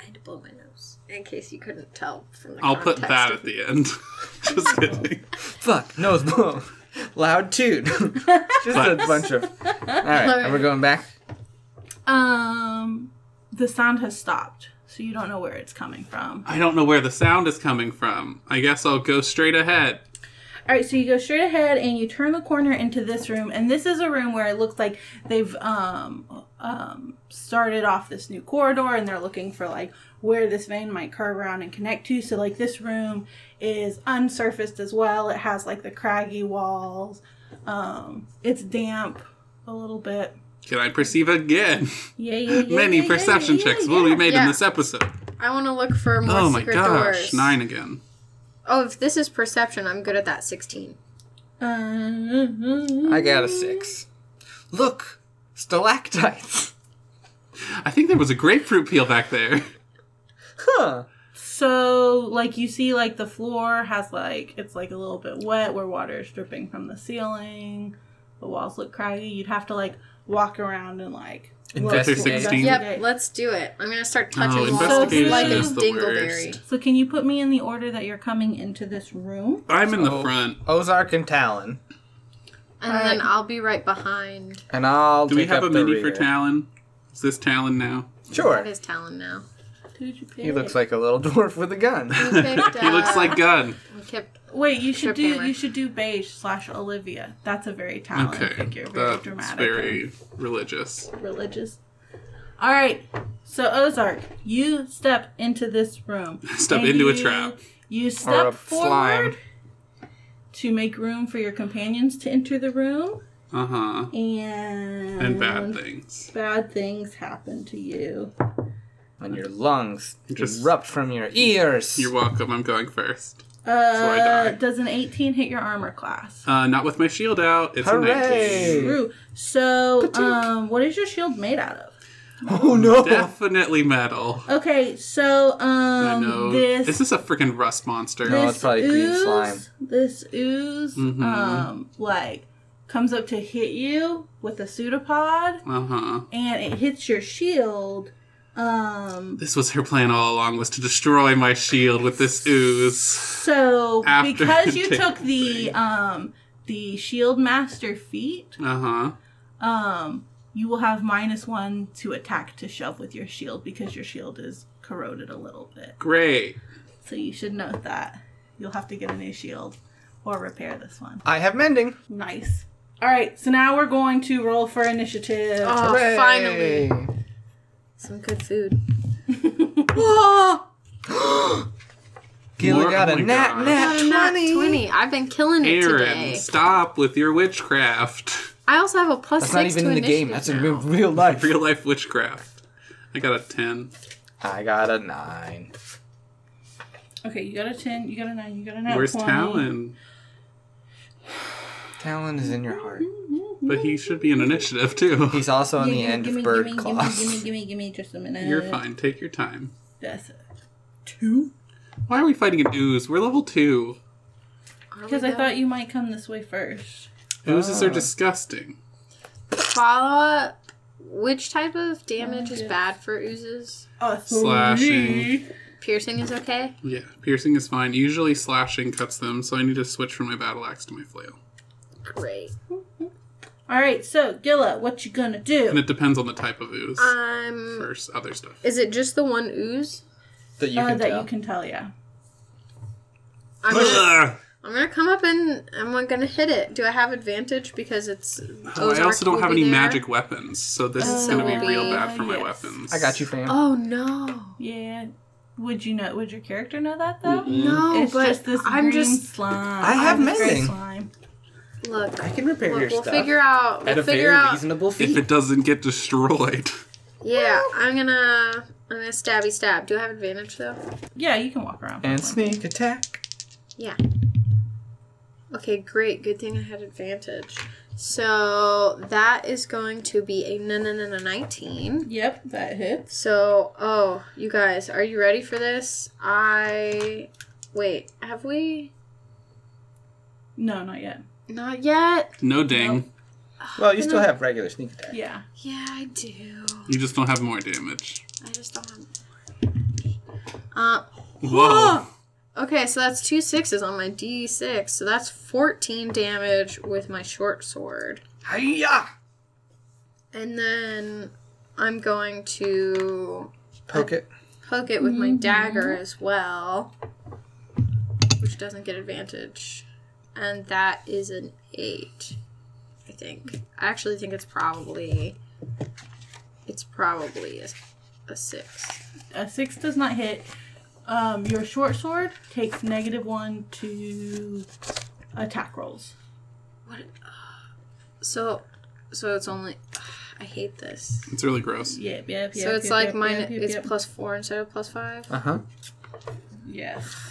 Speaker 4: I had to blow my nose in case you couldn't tell from the
Speaker 2: I'll put
Speaker 4: context
Speaker 2: that
Speaker 4: of-
Speaker 2: at the end. Just kidding.
Speaker 3: Fuck nose blow, loud tune. Just a bunch of. All right, and we're going back.
Speaker 1: Um, the sound has stopped, so you don't know where it's coming from.
Speaker 2: I don't know where the sound is coming from. I guess I'll go straight ahead.
Speaker 1: All right, so you go straight ahead and you turn the corner into this room, and this is a room where it looks like they've um, um, started off this new corridor, and they're looking for like where this vein might curve around and connect to. So like this room is unsurfaced as well. It has like the craggy walls. Um, it's damp a little bit.
Speaker 2: Can I perceive again?
Speaker 1: Yeah, yeah, yeah.
Speaker 2: Many
Speaker 1: yeah, yeah,
Speaker 2: perception
Speaker 1: yeah,
Speaker 2: checks
Speaker 1: yeah,
Speaker 2: will be made
Speaker 4: Yeah.
Speaker 2: in this episode.
Speaker 4: I want to look for more
Speaker 2: oh my
Speaker 4: secret
Speaker 2: gosh,
Speaker 4: doors.
Speaker 2: nine again.
Speaker 4: Oh, if this is perception, I'm good at that. Sixteen.
Speaker 1: Uh,
Speaker 3: I got a six. Look, stalactites.
Speaker 2: I think there was a grapefruit peel back there.
Speaker 3: Huh.
Speaker 1: So, like, you see, like, the floor has, like, it's, like, a little bit wet where water is dripping from the ceiling. The walls look craggy. You'd have to, like, walk around and, like, look for-
Speaker 3: Investigate.
Speaker 2: 16.
Speaker 4: Yep,
Speaker 1: investigate.
Speaker 4: let's do it. I'm gonna start touching
Speaker 2: Oh,
Speaker 4: walls
Speaker 1: investigation
Speaker 4: like a
Speaker 1: is
Speaker 2: the
Speaker 4: dingleberry.
Speaker 2: worst.
Speaker 1: So, can you put me in the order that you're coming into this room?
Speaker 2: I'm in the
Speaker 3: So-
Speaker 2: front.
Speaker 3: Ozark and Talon,
Speaker 4: And
Speaker 1: All
Speaker 4: then
Speaker 1: right.
Speaker 4: I'll be right behind.
Speaker 3: and I'll.
Speaker 2: Do we
Speaker 3: take
Speaker 2: have
Speaker 3: up
Speaker 2: a
Speaker 3: the
Speaker 2: mini for
Speaker 3: rear.
Speaker 2: Talon? Is this Talon now?
Speaker 4: That
Speaker 3: Sure.
Speaker 4: is Talon now.
Speaker 1: Who'd you pick?
Speaker 3: He looks like a little dwarf with a gun.
Speaker 4: We picked,
Speaker 2: He looks
Speaker 4: uh,
Speaker 2: like gun.
Speaker 4: we kept-
Speaker 1: Wait, you should
Speaker 4: Trip
Speaker 1: do
Speaker 4: hammer.
Speaker 1: you should do beige slash Olivia. That's a very
Speaker 3: Oh,
Speaker 1: talented
Speaker 2: Okay,
Speaker 1: figure, very
Speaker 2: that's
Speaker 1: dramatic,
Speaker 2: very religious.
Speaker 1: and religious. All right, so Ozark, you step into this room.
Speaker 2: Step
Speaker 1: and
Speaker 2: into a
Speaker 1: you-
Speaker 2: trap.
Speaker 1: You
Speaker 3: Or a
Speaker 1: step forward.
Speaker 3: slime.
Speaker 1: to make room for your companions to enter the room,
Speaker 2: Uh huh.
Speaker 1: and
Speaker 2: And bad things.
Speaker 1: bad things happen to you.
Speaker 3: And your lungs
Speaker 2: Just-
Speaker 3: erupt from your ears.
Speaker 2: You're welcome. I'm going first. I
Speaker 1: Uh,
Speaker 2: die.
Speaker 1: does an eighteen hit your armor class?
Speaker 2: Uh, not with my shield out. It's
Speaker 3: Hooray!
Speaker 2: a 19.
Speaker 1: True. So, um, what is your shield made out of?
Speaker 3: oh no!
Speaker 2: Definitely metal.
Speaker 1: Okay, so
Speaker 2: I
Speaker 1: um,
Speaker 2: know.
Speaker 1: this
Speaker 2: Is this a freaking rust monster?
Speaker 1: this
Speaker 3: it's probably green
Speaker 1: ooze,
Speaker 3: slime.
Speaker 1: This ooze,
Speaker 2: Mhm.
Speaker 1: um, like comes up to hit you with a pseudopod,
Speaker 2: Uh huh.
Speaker 1: and it hits your shield. Um,
Speaker 2: This was her plan all along: was to destroy my shield with this ooze.
Speaker 1: So
Speaker 2: After
Speaker 1: because
Speaker 2: the
Speaker 1: you
Speaker 2: day
Speaker 1: took the
Speaker 2: thing.
Speaker 1: um the shield master feat,
Speaker 2: Uh huh.
Speaker 1: um you will have minus one to attack to shove with your shield because your shield is corroded a little bit.
Speaker 2: Great.
Speaker 1: So you should note that. You'll have to get a new shield or repair this one.
Speaker 3: I have mending.
Speaker 1: Nice. All right, so now we're going to roll for initiative.
Speaker 4: Oh,
Speaker 3: Hooray.
Speaker 4: finally. Some good food. Whoa!
Speaker 3: Gila
Speaker 2: More-
Speaker 3: got
Speaker 2: oh
Speaker 3: a
Speaker 2: my
Speaker 3: nat
Speaker 2: God.
Speaker 3: nat
Speaker 4: I'm not
Speaker 3: 20.
Speaker 4: 20. I've been killing it
Speaker 2: Aaron,
Speaker 4: today.
Speaker 2: stop with your witchcraft.
Speaker 4: I also have a plus
Speaker 3: That's
Speaker 4: six
Speaker 3: not even
Speaker 4: to
Speaker 3: in the
Speaker 4: initiative
Speaker 3: game. That's in
Speaker 4: now.
Speaker 3: real, real life.
Speaker 2: Real life witchcraft. I got a 10.
Speaker 3: I got a nine.
Speaker 1: Okay, you got a 10, you got a 9, you got a 9.
Speaker 2: Where's Talon?
Speaker 3: Talon is in your heart.
Speaker 4: Mm-hmm.
Speaker 2: But he should be an initiative too.
Speaker 3: He's also on the
Speaker 1: Gimme,
Speaker 3: end
Speaker 1: gimme,
Speaker 3: of bird
Speaker 1: gimme,
Speaker 3: claws.
Speaker 1: Gimme, gimme, gimme, gimme, just a minute.
Speaker 2: You're fine. Take your time.
Speaker 1: That's a 2.
Speaker 2: Why are we fighting an ooze? We're level two.
Speaker 4: Are we
Speaker 1: Because I
Speaker 4: done?
Speaker 1: thought you might come this way first.
Speaker 2: Oozes are
Speaker 3: Ah.
Speaker 2: disgusting.
Speaker 4: follow up. Which type of damage is
Speaker 1: good.
Speaker 4: bad for oozes?
Speaker 1: A
Speaker 2: Slashing.
Speaker 4: Piercing is okay.
Speaker 2: Yeah, piercing is fine. Usually slashing cuts them, so I need to switch from my battle axe to my flail.
Speaker 4: Great.
Speaker 1: All right, so Gilla, what you gonna
Speaker 2: And
Speaker 1: do?
Speaker 2: it depends on the type of ooze
Speaker 1: Uh.
Speaker 4: Um,
Speaker 2: versus other stuff.
Speaker 4: is it just the one ooze?
Speaker 3: That you
Speaker 1: uh,
Speaker 3: can
Speaker 1: that
Speaker 3: tell.
Speaker 1: you can tell, yeah.
Speaker 4: I'm
Speaker 1: Uh.
Speaker 4: gonna,
Speaker 2: Ugh.
Speaker 4: I'm gonna come up and I'm gonna hit it. Do I have advantage because it's?
Speaker 2: Oh, I
Speaker 4: Ozark
Speaker 2: also don't
Speaker 4: will
Speaker 2: have
Speaker 4: be
Speaker 2: any
Speaker 4: there?
Speaker 2: magic weapons, so this is
Speaker 4: Oh,
Speaker 2: going to be real bad for my
Speaker 1: yes.
Speaker 2: weapons.
Speaker 3: I got you, fam.
Speaker 4: Oh
Speaker 1: Mm,
Speaker 4: no.
Speaker 1: Yeah. Would you know? Would your character know that though?
Speaker 4: No,
Speaker 1: it's
Speaker 4: but
Speaker 1: just this
Speaker 4: I'm
Speaker 1: green
Speaker 4: just
Speaker 1: slime.
Speaker 3: I have
Speaker 1: This green
Speaker 3: mending.
Speaker 1: slime.
Speaker 4: look.
Speaker 3: I can repair your
Speaker 4: Look, we'll
Speaker 3: stuff
Speaker 4: figure out.
Speaker 3: at
Speaker 4: We'll
Speaker 3: a
Speaker 4: figure
Speaker 3: very
Speaker 4: out.
Speaker 3: reasonable
Speaker 2: If
Speaker 3: fee.
Speaker 2: it doesn't get destroyed.
Speaker 4: Yeah, I'm gonna. I'm gonna stabby stab. Do I have advantage though?
Speaker 1: Yeah, you can walk around. for
Speaker 3: and
Speaker 1: one.
Speaker 3: sneak attack.
Speaker 4: Yeah. Okay, great. Good thing I had advantage. So that is going to be a no no no no nineteen.
Speaker 1: Yep, that hits.
Speaker 4: So oh, you guys, are you ready for this? I wait. Have we
Speaker 1: No, not yet.
Speaker 4: not yet?
Speaker 2: No ding.
Speaker 3: Well, you still have regular sneak attack.
Speaker 1: Yeah.
Speaker 4: Yeah, I do.
Speaker 2: You just don't have more damage.
Speaker 4: I just don't. Have... Uh,
Speaker 2: Whoa.
Speaker 4: Okay, so that's two sixes on my D6. So that's 14 damage with my short sword.
Speaker 3: Hiya!
Speaker 4: And then I'm going to
Speaker 3: Poke it.
Speaker 4: poke it with my dagger as well, which doesn't get advantage. And that is an 8, I think. I actually think it's probably it's probably a, a 6.
Speaker 1: A six does not hit. Um, your short sword takes negative one to attack rolls.
Speaker 4: What So so it's only I hate this.
Speaker 2: It's really gross.
Speaker 1: Yep, yep, yep.
Speaker 4: So it's
Speaker 1: yep,
Speaker 4: like
Speaker 1: yep,
Speaker 4: mine.
Speaker 1: yep, yep,
Speaker 4: it's
Speaker 1: yep.
Speaker 4: plus four instead of plus five.
Speaker 3: Uh huh.
Speaker 1: Yes.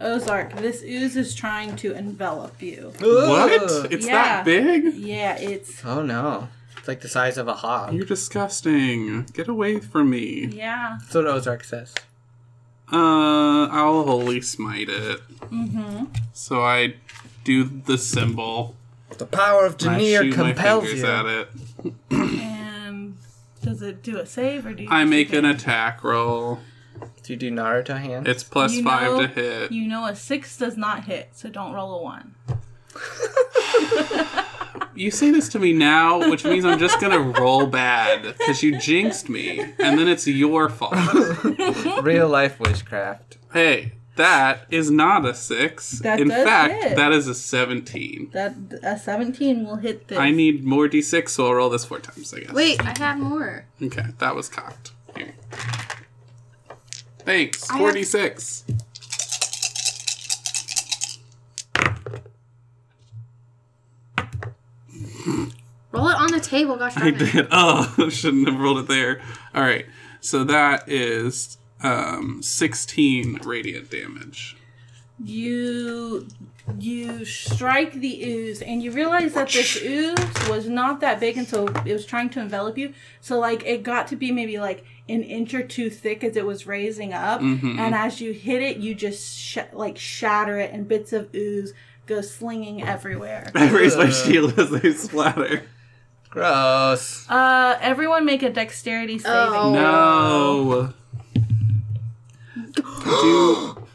Speaker 1: Ozark, this ooze is trying to envelop you.
Speaker 2: What? It's
Speaker 1: Yeah.
Speaker 2: that big?
Speaker 1: Yeah, it's
Speaker 3: Oh no. It's like the size of a hog.
Speaker 2: You're disgusting. Get away from me.
Speaker 1: yeah.
Speaker 3: That's what Ozark says.
Speaker 2: Uh, I'll holy smite it.
Speaker 1: Mm-hmm.
Speaker 2: So I do the symbol.
Speaker 3: The power of
Speaker 2: I
Speaker 3: Denir
Speaker 2: shoot my
Speaker 3: compels
Speaker 2: fingers
Speaker 3: you.
Speaker 2: at it.
Speaker 1: And does it do a save or do you?
Speaker 2: I
Speaker 1: just
Speaker 2: make
Speaker 1: hit
Speaker 2: an
Speaker 1: it?
Speaker 2: attack roll.
Speaker 3: Do you do Naruto hand?
Speaker 2: It's plus
Speaker 1: You
Speaker 2: five
Speaker 1: know-
Speaker 2: to hit.
Speaker 1: You know a six does not hit, so don't roll a one.
Speaker 2: You say this to me now, which means I'm just gonna roll bad because you jinxed me, and then it's your fault.
Speaker 3: Real life witchcraft.
Speaker 2: Hey, that is not a six.
Speaker 1: That
Speaker 2: In
Speaker 1: does
Speaker 2: fact,
Speaker 1: hit.
Speaker 2: that is a seventeen.
Speaker 1: That a seventeen will hit this.
Speaker 2: I need more d6, so I'll roll this four times. I guess.
Speaker 4: Wait, I have more.
Speaker 2: Okay, that was cocked. Here. Thanks.
Speaker 4: have-
Speaker 2: Forty-six.
Speaker 4: Roll it on the table. Gosh
Speaker 2: I
Speaker 4: darn it.
Speaker 2: did. Oh, I shouldn't have rolled it there. All right. So that is um, 16 radiant damage.
Speaker 1: you you strike the ooze and you realize that this ooze was not that big and so it was trying to envelop you so like it got to be maybe like an inch or two thick as it was raising up
Speaker 2: Mm-hmm.
Speaker 1: and as you hit it you just sh- like shatter it and bits of ooze go slinging everywhere
Speaker 2: I raise my
Speaker 3: Ugh.
Speaker 2: shield as they splatter.
Speaker 3: Gross.
Speaker 1: uh everyone make a dexterity saving
Speaker 4: Oh.
Speaker 2: No. Dude. What?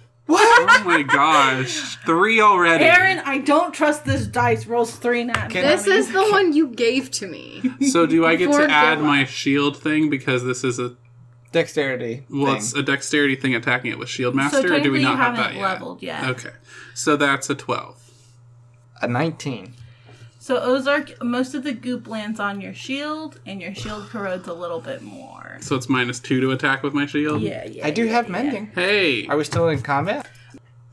Speaker 2: Oh my gosh. Three already.
Speaker 1: Aaron, I don't trust this dice. Rolls three nat.
Speaker 3: Can-
Speaker 4: This
Speaker 1: twenty.
Speaker 4: is the one you gave to me.
Speaker 2: So do I get
Speaker 4: Four
Speaker 2: to add
Speaker 4: Gilla.
Speaker 2: my shield thing because this is a
Speaker 3: Dexterity.
Speaker 2: well,
Speaker 3: thing.
Speaker 2: it's a dexterity thing attacking it with shield master,
Speaker 1: so
Speaker 2: or
Speaker 1: technically
Speaker 2: do we not
Speaker 1: you
Speaker 2: have
Speaker 1: haven't
Speaker 2: that yet?
Speaker 1: leveled yet.
Speaker 2: Okay. So that's a twelve.
Speaker 3: a 19.
Speaker 1: So Ozark, most of the goop lands on your shield, and your shield corrodes a little bit more.
Speaker 2: So it's minus two to attack with my shield?
Speaker 1: Yeah, yeah.
Speaker 3: I do
Speaker 1: yeah,
Speaker 3: have
Speaker 1: yeah.
Speaker 3: mending.
Speaker 2: Hey.
Speaker 3: Are we still in combat?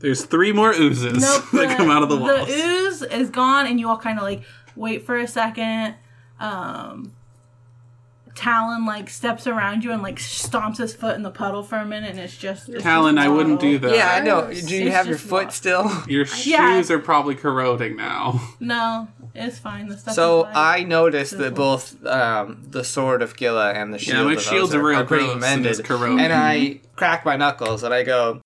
Speaker 2: There's three more oozes
Speaker 1: Nope,
Speaker 2: that come out of the walls.
Speaker 1: The ooze is gone, and you all kind of like wait for a second. Um, Talon like steps around you and like stomps his foot in the puddle for a minute, and it's just it's
Speaker 2: Talon,
Speaker 1: just
Speaker 2: I wouldn't
Speaker 1: puddle.
Speaker 2: do that.
Speaker 3: yeah, I know. Do
Speaker 4: It's
Speaker 3: you have your
Speaker 1: just
Speaker 3: foot
Speaker 1: not-
Speaker 3: still?
Speaker 2: Your
Speaker 1: Yeah.
Speaker 2: shoes are probably corroding now.
Speaker 1: No, it's fine. The stuff.
Speaker 3: So
Speaker 1: is fine.
Speaker 3: I noticed that both um, the sword of Gila and the shield
Speaker 2: my
Speaker 3: of Ozark
Speaker 2: shield's a real
Speaker 3: are pretty
Speaker 2: gross and
Speaker 3: mended,
Speaker 2: it's corroded.
Speaker 3: and I
Speaker 1: Mm-hmm.
Speaker 3: crack my knuckles and I go,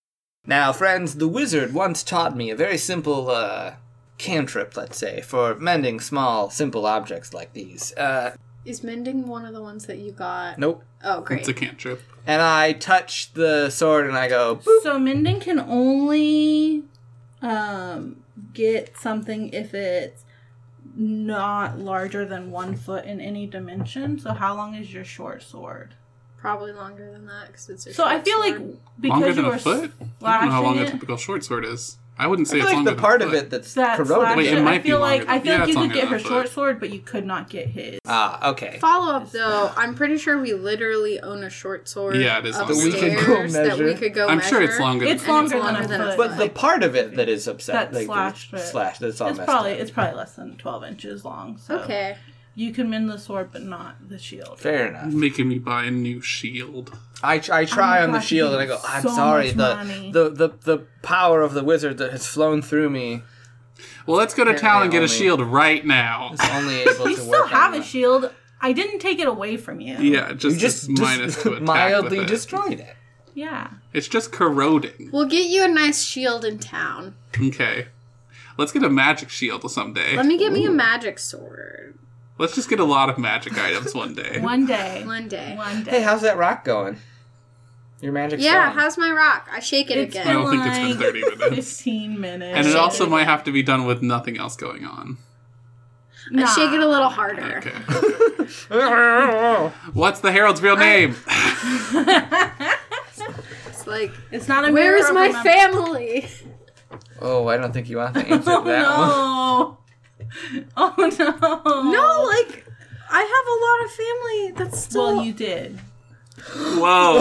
Speaker 3: "Now, friends, the wizard once taught me a very simple uh, cantrip, let's say, for mending small, simple objects like these. Uh,
Speaker 4: Is mending one of the ones that you got?
Speaker 3: nope."
Speaker 4: Oh, great.
Speaker 2: It's a cantrip.
Speaker 3: And I touch the sword and I go, "Boop."
Speaker 1: So Minden can only um, get something if it's not larger than one foot in any dimension. So how long is your short sword?
Speaker 4: Probably longer than that because it's. a
Speaker 1: So I
Speaker 4: short
Speaker 1: feel like
Speaker 4: sword.
Speaker 1: because
Speaker 2: Longer than
Speaker 1: you were
Speaker 2: a foot? I don't know how long
Speaker 1: slashing
Speaker 2: a
Speaker 1: it,
Speaker 2: typical short sword is. I wouldn't say
Speaker 3: I
Speaker 2: it's
Speaker 3: feel like
Speaker 2: longer
Speaker 3: the
Speaker 2: than
Speaker 3: part
Speaker 2: a
Speaker 3: of
Speaker 2: foot.
Speaker 3: it that's
Speaker 1: that
Speaker 3: corroded.
Speaker 1: slash
Speaker 2: Wait, it
Speaker 1: it, I
Speaker 2: might be
Speaker 1: feel
Speaker 2: longer
Speaker 1: like
Speaker 2: than-
Speaker 1: I feel
Speaker 2: yeah,
Speaker 1: like
Speaker 2: it's
Speaker 1: you could
Speaker 2: longer
Speaker 1: get
Speaker 2: than
Speaker 1: her
Speaker 2: a foot.
Speaker 1: short sword, but you could not get his.
Speaker 3: Ah, okay.
Speaker 4: Follow up though, I'm pretty sure we literally own a short sword.
Speaker 2: Yeah, it is longer
Speaker 4: upstairs
Speaker 2: than
Speaker 4: that
Speaker 2: a foot.
Speaker 4: we could go measure. That we could go
Speaker 2: I'm sure it's
Speaker 4: measure.
Speaker 2: longer.
Speaker 1: It's
Speaker 2: than
Speaker 4: And
Speaker 1: longer than a foot.
Speaker 3: But the part of it that is upset,
Speaker 1: That
Speaker 3: like
Speaker 1: slashed
Speaker 3: the
Speaker 1: it.
Speaker 3: slash, that's all
Speaker 1: it's
Speaker 3: messed
Speaker 1: probably
Speaker 3: up.
Speaker 1: it's probably less than twelve inches long. So
Speaker 4: Okay.
Speaker 1: you can mend the sword, but not the shield.
Speaker 3: Fair enough.
Speaker 2: Making me buy a new shield.
Speaker 3: I, tr- I try
Speaker 1: Oh my
Speaker 3: on the
Speaker 1: gosh,
Speaker 3: shield
Speaker 1: you
Speaker 3: and I go,
Speaker 1: did
Speaker 3: I'm
Speaker 1: so
Speaker 3: sorry,
Speaker 1: much
Speaker 3: the,
Speaker 1: money."
Speaker 3: the, the the power of the wizard that has flown through me
Speaker 2: Well, let's go to
Speaker 3: Apparently
Speaker 2: town and get a
Speaker 3: only-
Speaker 2: shield right now.
Speaker 3: is only able
Speaker 1: You
Speaker 3: to
Speaker 1: still
Speaker 3: work.
Speaker 1: have
Speaker 3: on
Speaker 1: a
Speaker 3: that.
Speaker 1: shield. I didn't take it away from you.
Speaker 2: Yeah, just,
Speaker 3: You
Speaker 2: this
Speaker 3: just, just
Speaker 2: minus to attack
Speaker 3: mildly
Speaker 2: with it.
Speaker 3: destroyed it.
Speaker 1: Yeah.
Speaker 2: It's just corroding.
Speaker 4: We'll get you a nice shield in town.
Speaker 2: Okay. Let's get a magic shield someday.
Speaker 4: Let me get me a magic sword
Speaker 2: Let's just get a lot of magic items one day.
Speaker 1: One day.
Speaker 4: one day.
Speaker 1: One day.
Speaker 3: Hey, how's that rock going? Your magic
Speaker 4: Yeah,
Speaker 3: stone.
Speaker 4: how's my rock? I shake it
Speaker 1: It's
Speaker 2: I
Speaker 4: again.
Speaker 2: don't think it's been 30 minutes.
Speaker 1: 15 minutes.
Speaker 2: And it also might have to be done with nothing else going on.
Speaker 1: Nah.
Speaker 4: I shake it a little harder.
Speaker 2: Okay.
Speaker 3: how's
Speaker 2: What's the Herald's real name?
Speaker 4: It's like,
Speaker 1: It's not a
Speaker 4: where
Speaker 1: mirror
Speaker 4: is
Speaker 1: of
Speaker 4: my
Speaker 1: remem-
Speaker 4: family?
Speaker 3: Oh, I don't think you want to answer
Speaker 1: Oh
Speaker 3: that one.
Speaker 1: no. Oh no.
Speaker 4: No, like, I have a lot of family that's still.
Speaker 1: Well, you did.
Speaker 2: Whoa.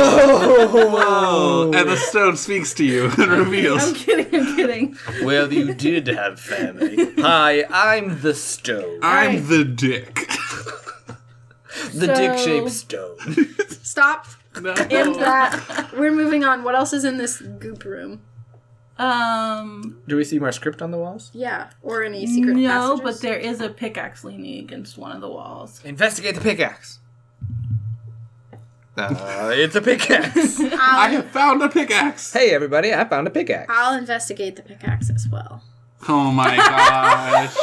Speaker 3: Oh,
Speaker 2: And the stone speaks to you and
Speaker 1: I'm
Speaker 2: reveals.
Speaker 1: kidding. I'm kidding.
Speaker 3: well, you did have family. Hi, I'm the stone.
Speaker 2: I'm the dick.
Speaker 3: the
Speaker 1: So-
Speaker 3: dick-shaped stone.
Speaker 4: Stop
Speaker 2: No.
Speaker 4: and that. We're moving on. What else is in this goop room?
Speaker 1: Um,
Speaker 3: Do we see more script on the walls?
Speaker 4: Yeah, or any secret
Speaker 1: no,
Speaker 4: passages?
Speaker 1: but there is a pickaxe leaning against one of the walls.
Speaker 3: Investigate the pickaxe. Uh, it's a pickaxe.
Speaker 2: I
Speaker 4: I'll,
Speaker 2: have found a pickaxe.
Speaker 3: hey, everybody! I found a pickaxe.
Speaker 4: I'll investigate the pickaxe as well.
Speaker 2: Oh my gosh.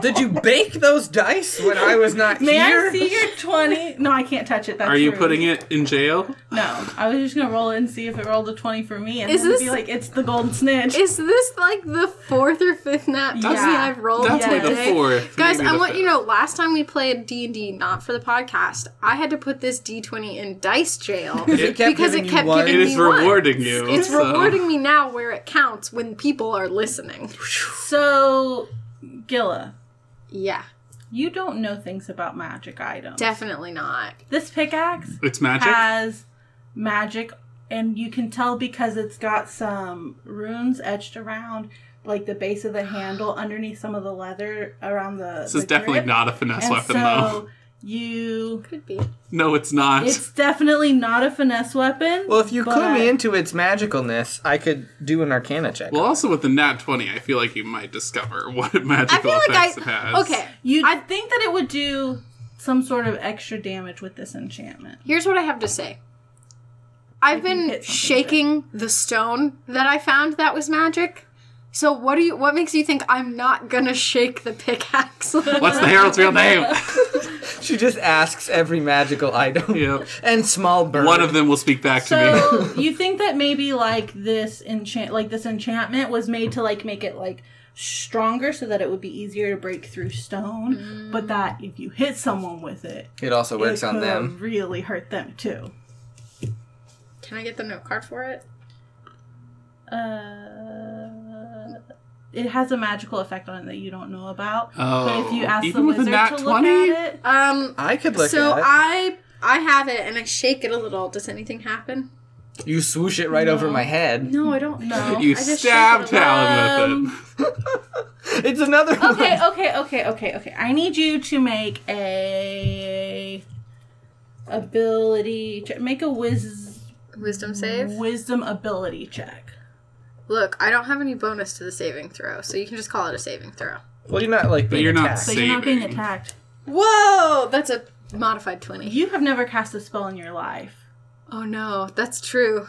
Speaker 3: Did you bake those dice when I was not
Speaker 1: May
Speaker 3: here?
Speaker 1: I see your 20? No, I can't touch it. That's
Speaker 2: Are you
Speaker 1: rude.
Speaker 2: putting it in jail?
Speaker 1: No, I was just gonna roll it and see if it rolled a 20 for me, and
Speaker 4: Is
Speaker 1: then
Speaker 4: this-
Speaker 1: be like, it's the golden snitch.
Speaker 4: Is this like the fourth or fifth nat
Speaker 1: Yeah.
Speaker 4: yeah. I've rolled
Speaker 2: That's like the
Speaker 4: today?
Speaker 2: fourth.
Speaker 4: Guys,
Speaker 2: maybe
Speaker 4: I
Speaker 2: the
Speaker 4: want you
Speaker 2: fifth.
Speaker 4: to know, last time we played D&D, not for the podcast, I had to put this D20 in dice jail
Speaker 3: It kept
Speaker 4: because
Speaker 3: giving
Speaker 4: it
Speaker 3: you
Speaker 4: kept
Speaker 3: one.
Speaker 4: giving
Speaker 2: It
Speaker 4: me
Speaker 2: is rewarding
Speaker 4: ones.
Speaker 2: you,
Speaker 4: It's
Speaker 2: so-
Speaker 4: rewarding me now where it counts when people are listening.
Speaker 1: So, Gilla,
Speaker 4: Yeah,
Speaker 1: you don't know things about magic items.
Speaker 4: definitely not.
Speaker 1: This pickaxe
Speaker 2: It's magic?
Speaker 1: has magic, and you can tell because it's got some runes etched around, like the base of the handle, underneath some of the leather around the.
Speaker 2: this is
Speaker 1: the
Speaker 2: definitely
Speaker 1: grip.
Speaker 2: not a finesse
Speaker 1: And
Speaker 2: weapon, though.
Speaker 1: so you.
Speaker 4: Could be.
Speaker 2: No, it's not.
Speaker 1: It's definitely not a finesse weapon.
Speaker 3: well, if you clue
Speaker 1: but-
Speaker 3: me into its magicalness, I could do an Arcana check.
Speaker 2: Well, also with the nat twenty, I feel like you might discover what magical
Speaker 4: I feel
Speaker 2: effects it
Speaker 4: like I...
Speaker 2: has.
Speaker 4: Okay,
Speaker 1: You'd think that it would do some sort of extra damage with this enchantment.
Speaker 4: here's what I have to say. I've
Speaker 1: can
Speaker 4: been
Speaker 1: hit something
Speaker 4: shaking the stone that I found that was magic. So what do you? What makes you think I'm not gonna shake the pickaxe?
Speaker 2: What's the herald's real name?
Speaker 3: she just asks every magical item
Speaker 2: yep.
Speaker 3: and small bird.
Speaker 2: One of them will speak back to me.
Speaker 1: So you think that maybe like this enchant, like this enchantment, was made to like make it like stronger so that it would be easier to break through stone, but that if you hit someone with it,
Speaker 3: It also works
Speaker 1: it
Speaker 3: on
Speaker 1: could
Speaker 3: them.
Speaker 1: really hurt them too.
Speaker 4: Can I get the note card for it?
Speaker 1: Uh, it has a magical effect on it that you don't know about. but
Speaker 2: Oh,
Speaker 1: if you ask
Speaker 2: even
Speaker 1: the
Speaker 2: with a
Speaker 1: wizard
Speaker 2: nat
Speaker 1: to look
Speaker 2: 20?
Speaker 1: at it,
Speaker 4: Um.
Speaker 3: I could look
Speaker 4: so
Speaker 3: at it.
Speaker 4: I I have it and I shake it a little. Does anything happen?
Speaker 3: You swoosh it right over my head.
Speaker 4: No, I don't know.
Speaker 2: You
Speaker 4: I just um,
Speaker 2: stabbed
Speaker 4: shake it
Speaker 2: Talon
Speaker 4: around.
Speaker 2: with it.
Speaker 3: It's another
Speaker 1: Okay, okay, okay, okay, okay. I need you to make a ability check. Make a wiz
Speaker 4: Wisdom save.
Speaker 1: wisdom ability check.
Speaker 4: Look, I don't have any bonus to the saving throw, so you can just call it a saving throw.
Speaker 3: Well, you're not like.
Speaker 2: But
Speaker 3: being
Speaker 2: you're not
Speaker 3: attacked.
Speaker 1: So you're not being
Speaker 2: Saving.
Speaker 1: attacked.
Speaker 4: Whoa, that's a modified twenty.
Speaker 1: You have never cast a spell in your life.
Speaker 4: Oh no, that's true.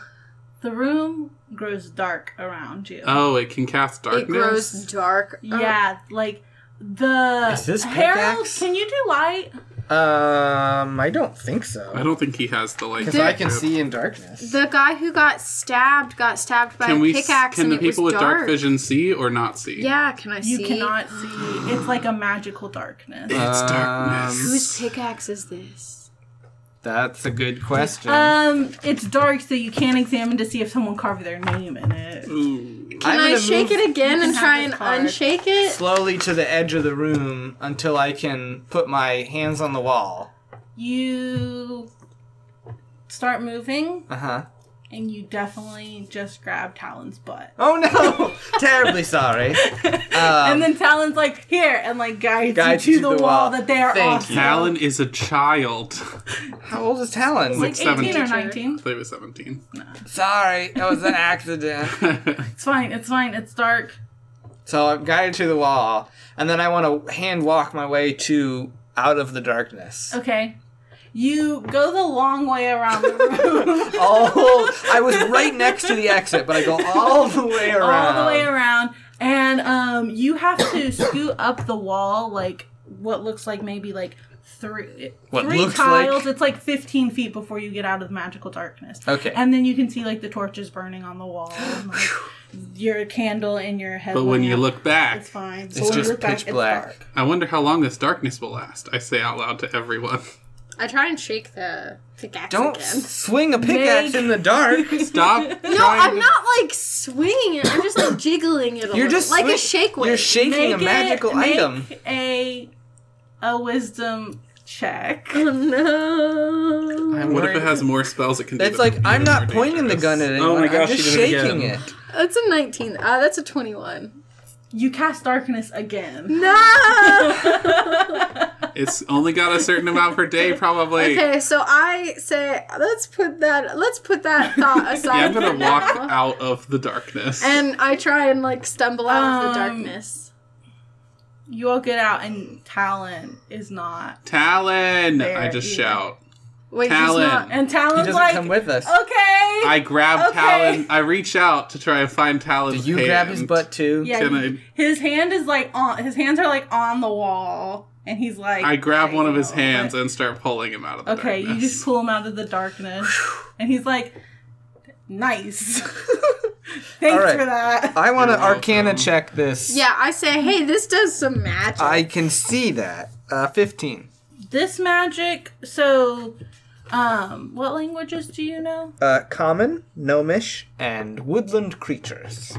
Speaker 1: The room grows dark around you.
Speaker 2: Oh, it can cast darkness.
Speaker 4: It grows dark. Oh,
Speaker 1: yeah, like the
Speaker 3: Is this
Speaker 1: Harold.
Speaker 3: pickaxe?
Speaker 1: Can you do light?
Speaker 3: Um, I don't think
Speaker 2: I
Speaker 3: so.
Speaker 2: don't think he has the light.
Speaker 3: Because I
Speaker 4: Dude.
Speaker 3: can see in darkness.
Speaker 4: The guy who got stabbed got stabbed by
Speaker 2: Can
Speaker 4: a
Speaker 2: we?
Speaker 4: pickaxe
Speaker 2: Can
Speaker 4: and
Speaker 2: the
Speaker 4: it
Speaker 2: people
Speaker 4: was
Speaker 2: with
Speaker 4: dark.
Speaker 2: dark vision see or not see?
Speaker 4: Yeah, can I
Speaker 1: You
Speaker 4: see?
Speaker 1: cannot see. It's like a magical darkness.
Speaker 2: It's
Speaker 3: Um,
Speaker 4: Whose
Speaker 2: darkness.
Speaker 4: pickaxe is this?
Speaker 3: That's a good question.
Speaker 1: Um, it's dark, so you can't examine to see if someone carved their name in it.
Speaker 2: Mm. Ooh.
Speaker 4: Can
Speaker 3: I'm
Speaker 4: I
Speaker 3: gonna
Speaker 4: shake
Speaker 3: move
Speaker 4: it again
Speaker 1: You
Speaker 4: and
Speaker 1: can
Speaker 4: try
Speaker 1: have
Speaker 4: and
Speaker 1: this card.
Speaker 4: unshake it?
Speaker 3: slowly to the edge of the room until I can put my hands on the wall.
Speaker 1: You start moving,
Speaker 3: Uh huh.
Speaker 1: and you definitely just grab Talon's butt.
Speaker 3: Oh no! Terribly sorry.
Speaker 1: and then Talon's like, "Here," and like guides,
Speaker 3: Um, Guides
Speaker 1: you
Speaker 3: you
Speaker 1: to the,
Speaker 3: to the
Speaker 1: wall
Speaker 3: wall.
Speaker 1: that they are
Speaker 3: Thank
Speaker 1: off.
Speaker 3: you.
Speaker 2: Talon is a child.
Speaker 3: How old is Talon?
Speaker 1: Like
Speaker 2: Seven.
Speaker 1: eighteen or nineteen.
Speaker 2: Play with seventeen.
Speaker 3: sorry, that was an accident.
Speaker 1: It's fine. It's fine. It's dark.
Speaker 3: so I'm guided to the wall, and then I want to hand walk my way to out of the darkness.
Speaker 1: Okay. You go the long way around the room.
Speaker 3: Oh, I was right next to the exit, but I go all the way around.
Speaker 1: all the way around and um you have to scoot up the wall like what looks like maybe like three
Speaker 3: What
Speaker 1: three
Speaker 3: looks
Speaker 1: tiles
Speaker 3: like-
Speaker 1: it's like 15 feet before you get out of the magical darkness
Speaker 3: Okay.
Speaker 1: and then you can see like the torches burning on the wall and, like, your candle in your head
Speaker 2: But when you look back,
Speaker 1: it's fine
Speaker 3: It's
Speaker 1: when you
Speaker 3: just
Speaker 1: look back,
Speaker 3: pitch black.
Speaker 1: dark.
Speaker 2: I wonder how long this darkness will last. I say out loud to everyone.
Speaker 4: I try and shake the pickaxe
Speaker 3: Don't
Speaker 4: again.
Speaker 3: s- swing a pickaxe
Speaker 1: Make-
Speaker 3: in the dark.
Speaker 2: Stop.
Speaker 4: No,
Speaker 2: trying
Speaker 4: I'm
Speaker 2: to-
Speaker 4: not like swinging it. I'm just like jiggling it a
Speaker 3: You're
Speaker 4: little,
Speaker 3: just
Speaker 4: like
Speaker 3: swing-
Speaker 4: a shake weight.
Speaker 3: You're shaking
Speaker 1: Make
Speaker 3: a magical
Speaker 1: it, make
Speaker 3: item.
Speaker 1: a a wisdom check
Speaker 4: oh no!
Speaker 3: I'm
Speaker 2: What if
Speaker 3: worried-
Speaker 2: it has more spells it can do?
Speaker 3: It's
Speaker 2: that
Speaker 3: like
Speaker 2: could be
Speaker 3: I'm
Speaker 2: even
Speaker 3: not
Speaker 2: more
Speaker 3: pointing the gun at
Speaker 2: dangerous?
Speaker 3: anyone.
Speaker 2: Oh my gosh,
Speaker 3: I'm just
Speaker 2: she did it
Speaker 3: shaking
Speaker 2: again.
Speaker 3: it.
Speaker 4: That's a 19. Uh, that's a 21.
Speaker 1: you cast darkness again
Speaker 4: No.
Speaker 2: It's only got a certain amount per day, probably.
Speaker 4: okay, so I say let's put that let's put that thought aside.
Speaker 2: Yeah, I'm gonna
Speaker 4: for
Speaker 2: walk
Speaker 4: now.
Speaker 2: out of the darkness.
Speaker 4: And I try and like stumble out of the
Speaker 1: Um,
Speaker 4: darkness.
Speaker 1: you all get out and talon is not
Speaker 2: Talon,
Speaker 1: There
Speaker 2: I just
Speaker 1: either.
Speaker 2: shout.
Speaker 4: Wait, he's
Speaker 2: Talon.
Speaker 4: not.
Speaker 1: and
Speaker 3: He
Speaker 1: talon's
Speaker 3: doesn't
Speaker 1: like
Speaker 3: come with us.
Speaker 1: okay
Speaker 2: I grab
Speaker 1: Okay.
Speaker 2: Talon. I reach out to try and find Talon.
Speaker 3: Do you grab his butt too?
Speaker 1: Yeah,
Speaker 2: Can
Speaker 1: you- his hand is like on. His hands are like on the wall, and he's like.
Speaker 2: I grab one of his
Speaker 1: "Hey, yo,"
Speaker 2: hands
Speaker 1: but-
Speaker 2: and start pulling him out of the
Speaker 1: okay,
Speaker 2: darkness.
Speaker 1: you just pull him out of the darkness, and he's like, "Nice,
Speaker 3: All
Speaker 1: thanks
Speaker 3: right.
Speaker 1: for that."
Speaker 3: I want to
Speaker 2: You're welcome.
Speaker 3: Arcana check this.
Speaker 4: Yeah, I say, hey, this does some magic.
Speaker 3: I can see that. Uh, Fifteen.
Speaker 1: This magic. So, um, what languages do you know?
Speaker 3: Uh, common, gnomish, and woodland creatures.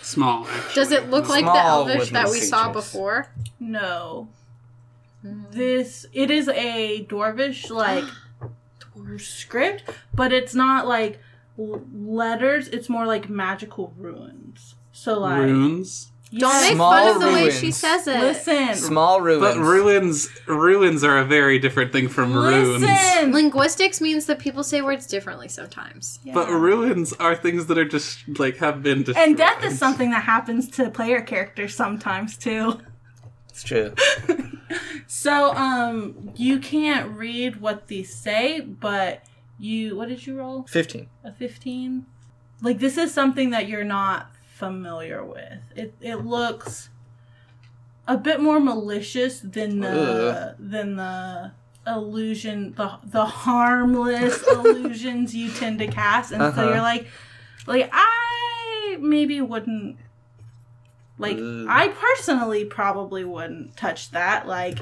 Speaker 2: Small. Actually.
Speaker 4: does it look like the
Speaker 3: Small
Speaker 4: elvish
Speaker 3: wooden
Speaker 4: that we saw
Speaker 3: creatures.
Speaker 4: before?
Speaker 1: No. This it is a dwarvish like script, but it's not like l- letters. It's more like magical runes. So like.
Speaker 2: runes?
Speaker 4: Don't make
Speaker 3: Small
Speaker 4: fun of the way she
Speaker 3: ruins.
Speaker 4: says it.
Speaker 1: Listen.
Speaker 3: Small ruins.
Speaker 2: But ruins, ruins are a very different thing from runes.
Speaker 1: Listen.
Speaker 4: Linguistics means that people say words differently sometimes.
Speaker 1: Yeah.
Speaker 2: But ruins are things that are just like have been destroyed.
Speaker 1: and death is something that happens to player characters sometimes too.
Speaker 3: It's true.
Speaker 1: So um, you can't read what these say, but you what did you roll?
Speaker 3: Fifteen.
Speaker 1: A fifteen. Like this is something that you're not familiar with. It it looks a bit more malicious than the than the illusion the the harmless illusions you tend to cast and
Speaker 3: Uh-huh.
Speaker 1: so you're like like I maybe wouldn't like
Speaker 3: Ugh.
Speaker 1: I personally probably wouldn't touch that like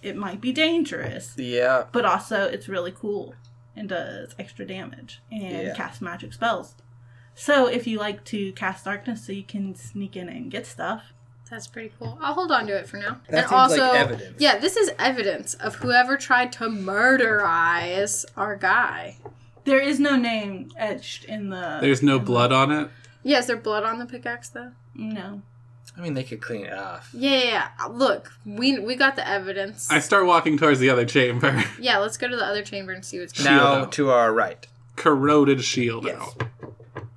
Speaker 1: it might be dangerous
Speaker 3: Yeah.
Speaker 1: but also it's really cool and does extra damage and
Speaker 3: Yeah.
Speaker 1: casts magic spells so if you like to cast darkness so you can sneak in and get stuff
Speaker 4: That's pretty cool. I'll hold on to it for now.
Speaker 3: That
Speaker 4: and
Speaker 3: seems like
Speaker 4: also,
Speaker 3: evidence.
Speaker 4: yeah, this is evidence of whoever tried to murderize our guy.
Speaker 1: There is no name etched in the.
Speaker 2: There's no blood on it.
Speaker 4: Yeah, is there blood on the pickaxe though?
Speaker 1: no.
Speaker 3: I mean, they could clean it off.
Speaker 4: Yeah, yeah, yeah. Uh, Look, we we got the evidence.
Speaker 2: I start walking towards the other chamber.
Speaker 4: yeah, let's go to the other chamber and see what's going on.
Speaker 3: Now
Speaker 2: out.
Speaker 3: to our right.
Speaker 2: Corroded shield
Speaker 1: Yes.
Speaker 2: out.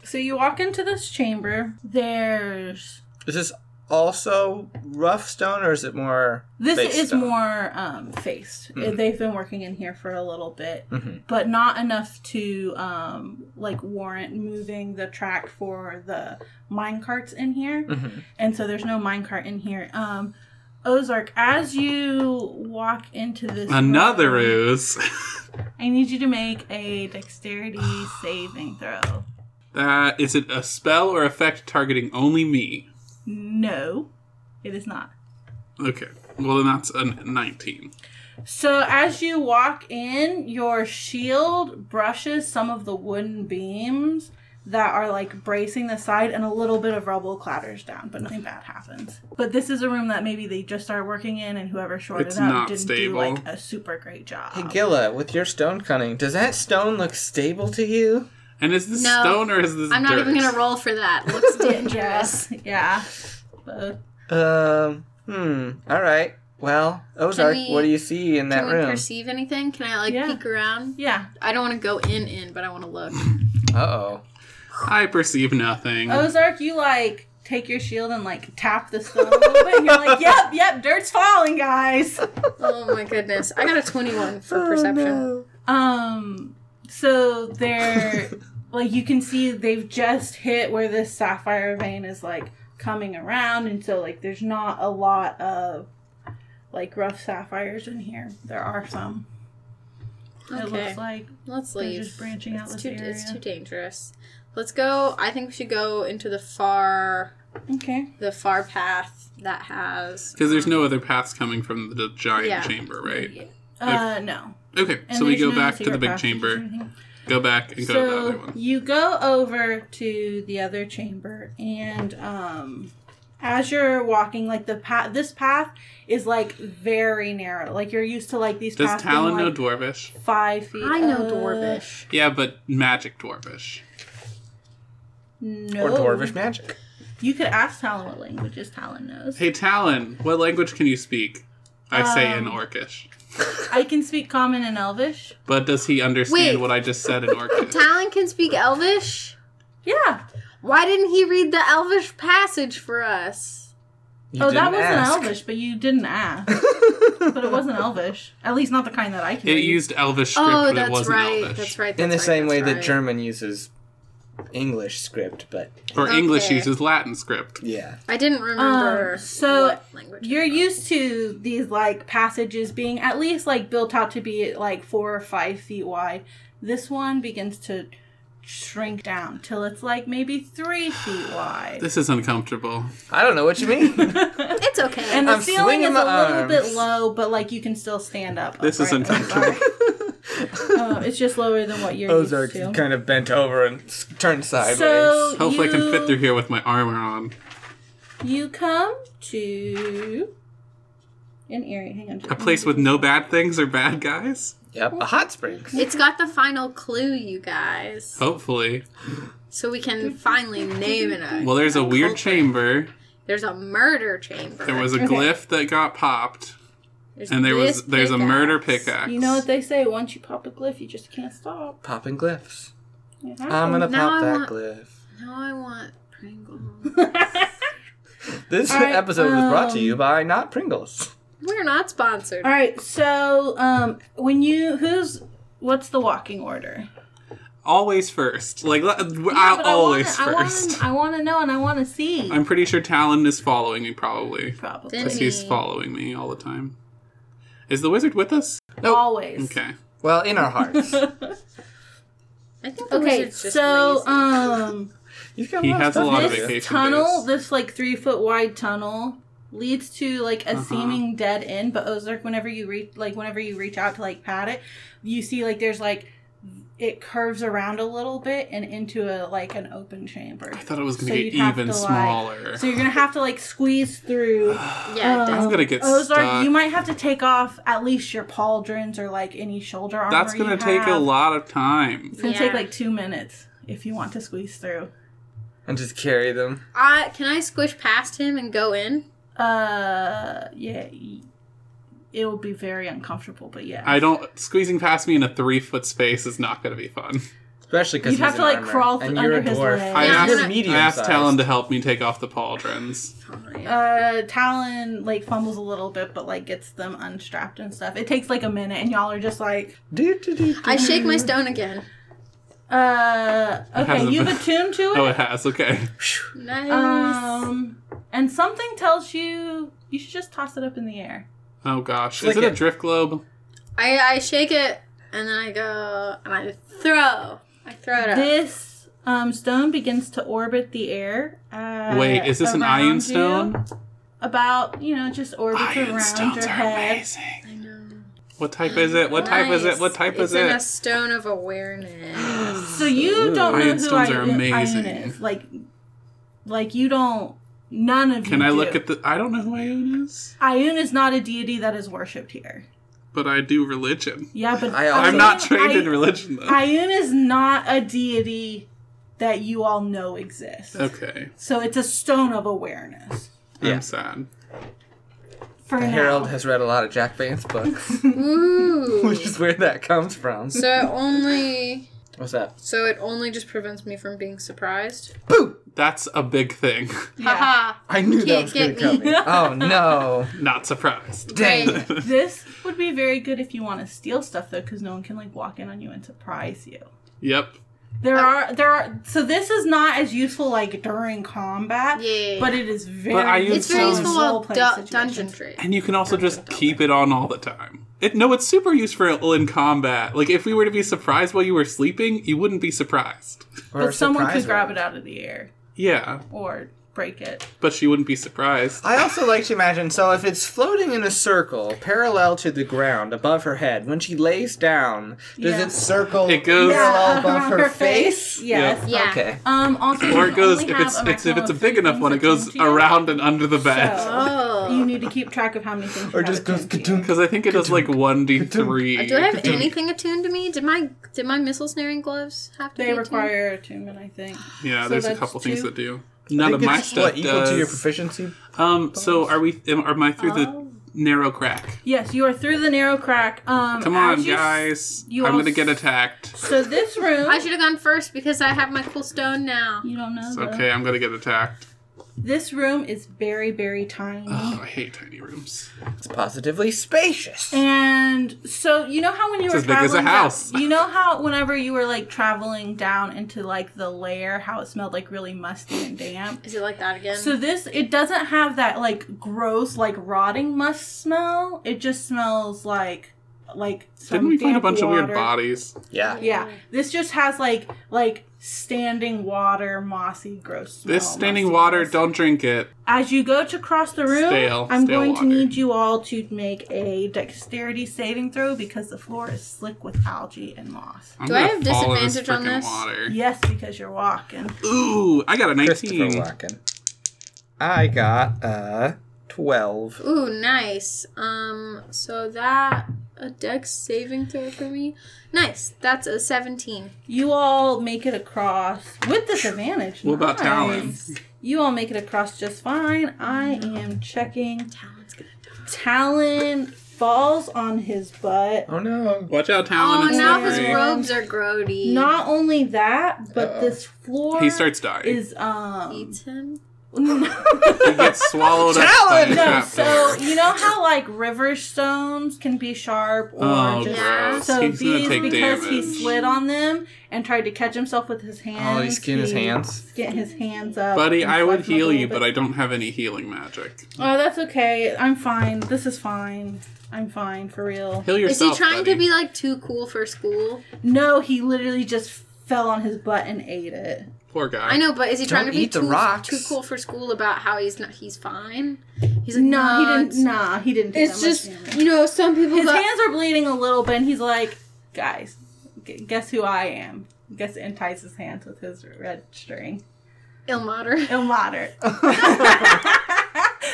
Speaker 1: So you walk into this chamber. There's
Speaker 3: Is this also rough stone, or is it more?
Speaker 1: this
Speaker 3: face Hmm.
Speaker 1: is
Speaker 3: stone?
Speaker 1: more um, faced. They've been working in here for a little bit,
Speaker 3: Mhm.
Speaker 1: but not enough to um, like warrant moving the track for the mine carts in here.
Speaker 3: Mhm.
Speaker 1: and so there's no minecart in here. Um, Ozark, as you walk into this,
Speaker 2: Another
Speaker 1: room,
Speaker 2: ooze.
Speaker 1: I need you to make a dexterity saving throw.
Speaker 2: that is it a spell or effect targeting only me?
Speaker 1: No, it is not.
Speaker 2: Okay. Well then that's a nineteen.
Speaker 1: So as you walk in, your shield brushes some of the wooden beams that are like bracing the side and a little bit of rubble clatters down, but nothing bad happens. But this is a room that maybe they just started working in and whoever shorted
Speaker 2: It's
Speaker 1: it up
Speaker 2: not
Speaker 1: didn't
Speaker 2: stable.
Speaker 1: do like a super great job.
Speaker 3: Hey, Gilla, with your stone cunning, does that stone look stable to you?
Speaker 2: And is this
Speaker 4: No.
Speaker 2: stone or is this
Speaker 4: I'm not
Speaker 2: dirt?
Speaker 4: even gonna roll for that. Looks dangerous.
Speaker 1: Yeah. Uh, Both.
Speaker 3: Um. Hmm. All right. Well, Ozark,
Speaker 4: we-
Speaker 3: what do you see in that
Speaker 4: Can we
Speaker 3: room?
Speaker 4: perceive anything? Can I like
Speaker 1: Yeah.
Speaker 4: peek around?
Speaker 1: Yeah.
Speaker 4: I don't want to go in in, but I want to look.
Speaker 3: uh oh.
Speaker 2: I perceive nothing.
Speaker 1: Ozark, you like take your shield and like tap the stone a little bit and you're like, Yep, yep, dirt's falling, guys.
Speaker 4: oh my goodness! I got a 21
Speaker 1: Oh,
Speaker 4: for perception.
Speaker 1: Um so they're like you can see they've just hit where this sapphire vein is like coming around and so like there's not a lot of like rough sapphires in here. There are some. It
Speaker 4: Okay.
Speaker 1: looks like
Speaker 4: Let's
Speaker 1: they're
Speaker 4: leave.
Speaker 1: just branching out
Speaker 4: It's
Speaker 1: this
Speaker 4: too,
Speaker 1: area.
Speaker 4: it's too dangerous. Let's go. I think we should go into the far
Speaker 1: okay.
Speaker 4: the far path that has
Speaker 2: Because there's no other paths coming from the giant
Speaker 4: Yeah.
Speaker 2: chamber, right?
Speaker 1: Uh no.
Speaker 2: Okay,
Speaker 1: And
Speaker 2: so we go
Speaker 1: there's no
Speaker 2: back to the
Speaker 1: secret
Speaker 2: big
Speaker 1: passages or
Speaker 2: chamber,
Speaker 1: anything.
Speaker 2: go back and go to the other
Speaker 1: So
Speaker 2: one.
Speaker 1: you go over to the other chamber, and um, as you're walking, like the path, this path is like very narrow. Like you're used to like these
Speaker 2: Does
Speaker 1: paths being,
Speaker 2: Talon know
Speaker 1: like,
Speaker 2: Dwarvish?
Speaker 1: five feet.
Speaker 4: I know
Speaker 1: up.
Speaker 4: dwarvish.
Speaker 2: Yeah, but magic Dwarvish.
Speaker 1: No,
Speaker 3: Or dwarvish magic.
Speaker 1: You could ask Talon what languages Talon knows.
Speaker 2: Hey Talon, what language can you speak? I say in
Speaker 1: Um,
Speaker 2: Orcish.
Speaker 1: I can speak Common and Elvish.
Speaker 2: But does he understand
Speaker 4: Wait.
Speaker 2: what I just said in Orcish?
Speaker 4: Talon can speak Elvish.
Speaker 1: Yeah.
Speaker 4: Why didn't he read the Elvish passage for us?
Speaker 3: You
Speaker 1: oh, that
Speaker 3: didn't
Speaker 1: wasn't
Speaker 3: ask.
Speaker 1: Elvish, but you didn't ask. but it wasn't Elvish. At least not the kind that I can.
Speaker 2: it
Speaker 1: read.
Speaker 2: used Elvish script,
Speaker 4: oh,
Speaker 2: but it
Speaker 4: that's
Speaker 2: wasn't
Speaker 4: right.
Speaker 2: Elvish.
Speaker 4: That's right. That's
Speaker 3: In the
Speaker 4: right,
Speaker 3: same
Speaker 4: that's
Speaker 3: way that
Speaker 4: right.
Speaker 3: German uses English script, but
Speaker 2: Or English
Speaker 4: Okay.
Speaker 2: uses Latin script.
Speaker 3: yeah.
Speaker 4: I didn't remember.
Speaker 1: Um, so
Speaker 4: what language
Speaker 1: you're used to these like passages being at least like built out to be like four or five feet wide this one begins to shrink down till it's like maybe three feet wide
Speaker 2: This is uncomfortable.
Speaker 3: I don't know what you mean.
Speaker 4: It's okay.
Speaker 1: and the
Speaker 3: I'm
Speaker 1: ceiling
Speaker 3: swinging
Speaker 1: is a
Speaker 3: my
Speaker 1: little bit
Speaker 3: arms.
Speaker 1: low but like you can still stand up
Speaker 2: This is
Speaker 1: upright.
Speaker 2: uncomfortable.
Speaker 1: Uh, it's just lower than what you're
Speaker 3: Ozark
Speaker 1: used to
Speaker 3: kind of bent over and s- turned sideways.
Speaker 1: so
Speaker 2: Hopefully
Speaker 1: you,
Speaker 2: I can fit through here with my armor on.
Speaker 1: you come to an area hang on
Speaker 2: A place with no bad things or bad guys?
Speaker 3: yep, a hot springs.
Speaker 4: it's got the final clue, you guys.
Speaker 2: Hopefully.
Speaker 4: So we can finally name it. a-
Speaker 2: Well, there's a weird
Speaker 4: culprit.
Speaker 2: chamber.
Speaker 4: There's a murder chamber.
Speaker 2: There was a
Speaker 1: Okay.
Speaker 2: glyph that got popped,
Speaker 4: There's
Speaker 2: and there was
Speaker 4: this
Speaker 2: there's a murder
Speaker 4: pickaxe.
Speaker 2: pickaxe.
Speaker 1: you know what they say once you pop a glyph you just can't stop
Speaker 3: Popping glyphs.
Speaker 1: It
Speaker 3: I'm gonna
Speaker 4: Now
Speaker 3: pop
Speaker 4: I
Speaker 3: that
Speaker 4: want-
Speaker 3: glyph.
Speaker 4: Now I want Pringle.
Speaker 3: This
Speaker 1: All right,
Speaker 3: episode was brought to
Speaker 1: um,
Speaker 3: you by Not Pringles.
Speaker 4: We're not sponsored.
Speaker 1: All right, so um, when you who's what's the walking order?
Speaker 2: Always first. Like le- I'll always first.
Speaker 1: I want to know and I want to see.
Speaker 2: I'm pretty sure Talon is following me probably.
Speaker 1: Probably
Speaker 4: Didn't
Speaker 2: Because he's
Speaker 4: he?
Speaker 2: following me all the time. Is the wizard with us?
Speaker 1: always.
Speaker 2: Okay.
Speaker 3: Well, in our hearts.
Speaker 4: I think the
Speaker 1: Okay,
Speaker 4: wizard's just
Speaker 1: so
Speaker 4: lazy.
Speaker 1: um,
Speaker 3: You've got
Speaker 2: He has a
Speaker 3: stuff
Speaker 2: lot
Speaker 3: to
Speaker 2: of
Speaker 3: do.
Speaker 2: vacation.
Speaker 1: this tunnel,
Speaker 2: days.
Speaker 1: this like three foot wide tunnel, leads to like a
Speaker 2: Uh-huh.
Speaker 1: seeming dead end. But Ozark, whenever you reach, like whenever you reach out to like pat it, you see like there's like it curves around a little bit and into a like an open chamber.
Speaker 2: I thought it was going
Speaker 1: So
Speaker 2: to get
Speaker 1: you'd have
Speaker 2: even
Speaker 1: to, like-
Speaker 2: smaller.
Speaker 1: So you're gonna have to like squeeze through.
Speaker 4: Yeah, it
Speaker 1: um,
Speaker 4: does.
Speaker 2: I'm gonna get
Speaker 1: Ozark.
Speaker 2: stuck.
Speaker 1: You might have to take off at least your pauldrons or like any shoulder armor.
Speaker 2: That's going
Speaker 1: you
Speaker 2: to take a
Speaker 1: have.
Speaker 2: lot of time.
Speaker 1: It's gonna take
Speaker 4: Yeah.
Speaker 1: like two minutes if you want to squeeze through.
Speaker 3: and just carry them.
Speaker 4: I, can I squish past him and go in?
Speaker 1: Uh, yeah, y- it will be very uncomfortable, but yeah,
Speaker 2: I don't squeezing past me in a three foot space is not going to be fun.
Speaker 3: Especially because
Speaker 1: You'd have to, like, crawl
Speaker 3: and
Speaker 1: th-
Speaker 3: you're
Speaker 1: under
Speaker 3: a
Speaker 1: his
Speaker 3: dwarf.
Speaker 1: leg.
Speaker 2: I
Speaker 4: Yeah, I'm
Speaker 2: asked,
Speaker 4: gonna-
Speaker 3: medium
Speaker 2: I asked Talon to help me take off the pauldrons.
Speaker 1: uh, Talon like fumbles a little bit, but like gets them unstrapped and stuff. It takes like a minute, and y'all are just like,
Speaker 4: I shake my stone again.
Speaker 1: uh, okay,
Speaker 2: hasn't
Speaker 1: you've
Speaker 2: been-
Speaker 1: attuned to
Speaker 2: Oh,
Speaker 1: it.
Speaker 2: it has. Okay.
Speaker 4: Nice.
Speaker 1: Um, and something tells you you should just toss it up in the air.
Speaker 2: Oh gosh,
Speaker 3: Flick
Speaker 2: is it a
Speaker 3: it.
Speaker 2: drift globe?
Speaker 4: I, I shake it and then I go and I throw. I throw it up.
Speaker 1: This um stone begins to orbit the air. Uh,
Speaker 2: Wait, is this an
Speaker 1: around
Speaker 2: iron
Speaker 1: you.
Speaker 2: stone?
Speaker 1: About you know, just orbits around your head.
Speaker 2: amazing.
Speaker 4: I know.
Speaker 2: What type is it? What type is it? What type is
Speaker 4: Nice. It's in a
Speaker 2: it?
Speaker 4: stone of awareness.
Speaker 1: So you
Speaker 3: Ooh.
Speaker 1: don't know
Speaker 2: Iron
Speaker 1: who
Speaker 2: stones
Speaker 1: I,
Speaker 2: are
Speaker 1: amazing.
Speaker 2: amazing.
Speaker 1: is. Like, like you don't. None of you.
Speaker 2: Can I look
Speaker 1: do.
Speaker 2: at the? I don't know who Ion is,
Speaker 1: Ayun is not a deity that is worshipped here.
Speaker 2: but I do religion.
Speaker 1: Yeah, but
Speaker 3: I-
Speaker 2: I'm
Speaker 3: Ayun-
Speaker 2: not trained in
Speaker 1: I-
Speaker 2: religion though.
Speaker 1: Ayun is not a deity that you all know exists.
Speaker 2: okay,
Speaker 1: So it's a stone of awareness.
Speaker 3: Yeah.
Speaker 2: I'm sad.
Speaker 1: For now.
Speaker 3: Harold has read a lot of Jack Vance books,
Speaker 4: Ooh.
Speaker 3: which is where that comes from.
Speaker 4: so it only
Speaker 3: What's that?
Speaker 4: so it only just prevents me from being surprised.
Speaker 3: Boo!
Speaker 2: That's a big thing.
Speaker 1: Yeah.
Speaker 3: I knew that
Speaker 4: Can't
Speaker 3: was going
Speaker 4: get
Speaker 3: to come.
Speaker 4: me.
Speaker 3: in. Oh no!
Speaker 2: Not surprised.
Speaker 3: Dang.
Speaker 4: Great.
Speaker 1: this would be very good if you want to steal stuff though, because no one can like walk in on you and surprise you.
Speaker 2: Yep.
Speaker 1: There are there are so this is not as useful like during combat,
Speaker 4: Yeah.
Speaker 1: but it is very.
Speaker 2: But I use
Speaker 4: It's very
Speaker 2: Sounds-
Speaker 4: useful
Speaker 1: role
Speaker 4: while
Speaker 1: play
Speaker 4: du-
Speaker 1: situations.
Speaker 4: dungeon trade.
Speaker 2: And you can also just keep it on all the time. It, no, it's super useful in combat. Like if we were to be surprised while you were sleeping, you wouldn't be surprised.
Speaker 3: Or
Speaker 1: But
Speaker 3: a
Speaker 1: someone could
Speaker 3: surprise
Speaker 1: grab
Speaker 3: round.
Speaker 1: it out of the air
Speaker 2: Yeah,
Speaker 1: or break it.
Speaker 2: but she wouldn't be surprised.
Speaker 3: I also like to imagine so if it's floating in a circle parallel to the ground above her head, when she lays down, does
Speaker 1: Yeah.
Speaker 3: it circle
Speaker 2: It goes-
Speaker 3: parallel above
Speaker 1: around
Speaker 3: her, face?
Speaker 1: Yes.
Speaker 4: Yeah.
Speaker 3: Okay.
Speaker 1: Um. Also, you
Speaker 2: or it goes
Speaker 1: only
Speaker 2: if
Speaker 1: have
Speaker 2: it's, it's
Speaker 1: a
Speaker 2: if
Speaker 1: maximum
Speaker 2: it's a
Speaker 1: of
Speaker 2: big
Speaker 1: three
Speaker 2: enough one, it
Speaker 1: things
Speaker 2: goes
Speaker 1: attuned to you.
Speaker 2: around and under the bed.
Speaker 1: You
Speaker 4: Oh.
Speaker 1: need to keep track of how many things.
Speaker 3: Or
Speaker 1: you have
Speaker 3: just goes
Speaker 1: attuned to you.
Speaker 3: ka-dunk.
Speaker 2: Because I think it does like one d
Speaker 1: Uh,
Speaker 2: three.
Speaker 4: Do I have anything attuned to me? Did my did my missile snaring gloves have to be
Speaker 1: They
Speaker 4: attuned?
Speaker 1: require attunement, I think.
Speaker 2: Yeah,
Speaker 1: So
Speaker 2: there's a
Speaker 1: that's
Speaker 2: couple things
Speaker 1: two.
Speaker 2: that do. None of my
Speaker 3: It's,
Speaker 2: stuff
Speaker 3: what, equal to your
Speaker 2: does.
Speaker 3: proficiency?
Speaker 2: um, so are we? Am, am I through
Speaker 1: Oh.
Speaker 2: the narrow crack?
Speaker 1: Yes, you are through the narrow crack. Um.
Speaker 2: Come on,
Speaker 1: as you s-
Speaker 2: guys!
Speaker 1: you
Speaker 2: I'm
Speaker 1: all
Speaker 2: gonna get
Speaker 1: s-
Speaker 2: attacked.
Speaker 1: So this room.
Speaker 4: I should have gone first because I have my cool stone now.
Speaker 1: you don't know.
Speaker 2: It's
Speaker 1: though.
Speaker 2: okay, I'm gonna get attacked.
Speaker 1: This room is very, very tiny.
Speaker 2: Oh, I hate tiny rooms.
Speaker 3: It's positively spacious.
Speaker 1: And so you know how when you
Speaker 2: It's
Speaker 1: were
Speaker 2: as big as a
Speaker 1: traveling
Speaker 2: house.
Speaker 1: down- you know how whenever you were like traveling down into like the lair, how it smelled like really musty and damp.
Speaker 4: Is it like that again?
Speaker 1: So this it doesn't have that like gross like rotting must smell. It just smells like like some
Speaker 2: Didn't we find a
Speaker 1: damp
Speaker 2: bunch of weird
Speaker 1: water.
Speaker 2: bodies?
Speaker 3: Yeah.
Speaker 1: Yeah, this just has like like standing water, mossy, gross. Smell,
Speaker 2: This standing
Speaker 1: musty
Speaker 2: water,
Speaker 1: gross.
Speaker 2: don't drink it.
Speaker 1: As you go to cross the room,
Speaker 2: Stale-
Speaker 1: I'm
Speaker 2: stale
Speaker 1: going
Speaker 2: water.
Speaker 1: to need you all to make a dexterity saving throw because the floor is slick with algae and moss.
Speaker 2: I'm
Speaker 4: Do I
Speaker 2: gonna
Speaker 4: have
Speaker 2: fall in
Speaker 4: disadvantage on
Speaker 2: frickin'
Speaker 4: this?
Speaker 2: Water.
Speaker 1: Yes, because you're walking.
Speaker 2: Ooh, I got a
Speaker 3: Christopher
Speaker 2: 19.
Speaker 3: Walken. I got uh, 12.
Speaker 4: Ooh, nice. Um, so that a dex saving throw for me. Nice. That's a seventeen.
Speaker 1: You all make it across with disadvantage.
Speaker 2: What about Talon?
Speaker 1: You all make it across just fine. I am checking.
Speaker 4: Talon's gonna die.
Speaker 1: Talon falls on his butt.
Speaker 3: Oh no.
Speaker 2: Watch out, Talon.
Speaker 4: Oh,
Speaker 2: it's
Speaker 4: now his
Speaker 1: his
Speaker 2: slippery.
Speaker 1: rope-
Speaker 4: robes are grody.
Speaker 1: Not only that, but
Speaker 3: Uh-oh.
Speaker 1: this floor
Speaker 2: Uh, He starts dying.
Speaker 1: is um.
Speaker 4: eats him.
Speaker 2: he gets swallowed up. by
Speaker 3: Talon!
Speaker 2: the
Speaker 3: No,
Speaker 1: No,
Speaker 2: crap
Speaker 1: so you know how like river stones can be sharp or
Speaker 2: Oh,
Speaker 1: just
Speaker 2: gross.
Speaker 1: so
Speaker 2: He's gonna
Speaker 1: these
Speaker 2: take
Speaker 1: because he
Speaker 2: damage.
Speaker 1: slid on them and tried to catch himself with his hands.
Speaker 3: Oh, he skinned his hands.
Speaker 1: Get his hands up,
Speaker 2: Buddy,
Speaker 1: and
Speaker 2: I would
Speaker 1: slapped him a
Speaker 2: heal
Speaker 1: little
Speaker 2: you,
Speaker 1: bit.
Speaker 2: but I don't have any healing magic.
Speaker 1: Oh, that's okay. I'm fine. This is fine. I'm fine for real.
Speaker 2: Heal
Speaker 4: Is he
Speaker 2: yourself.
Speaker 4: trying
Speaker 2: buddy.
Speaker 4: to be like too cool for school?
Speaker 1: No, he literally just fell on his butt and ate it.
Speaker 2: Poor guy.
Speaker 4: I know, but is he trying
Speaker 3: Don't
Speaker 4: to be
Speaker 3: eat the
Speaker 4: too,
Speaker 3: rocks.
Speaker 4: too cool for school about how he's not he's fine? He's like,
Speaker 1: No,
Speaker 4: nah,
Speaker 1: he
Speaker 4: it's-
Speaker 1: didn't. Nah, he didn't. do
Speaker 4: It's
Speaker 1: that much
Speaker 4: just
Speaker 1: damage.
Speaker 4: you know some people
Speaker 1: his
Speaker 4: got
Speaker 1: hands are bleeding a little bit, and he's like, "Guys, G- guess who I am? Guess it entices hands with his red string.
Speaker 4: Illmater.
Speaker 1: Illmater.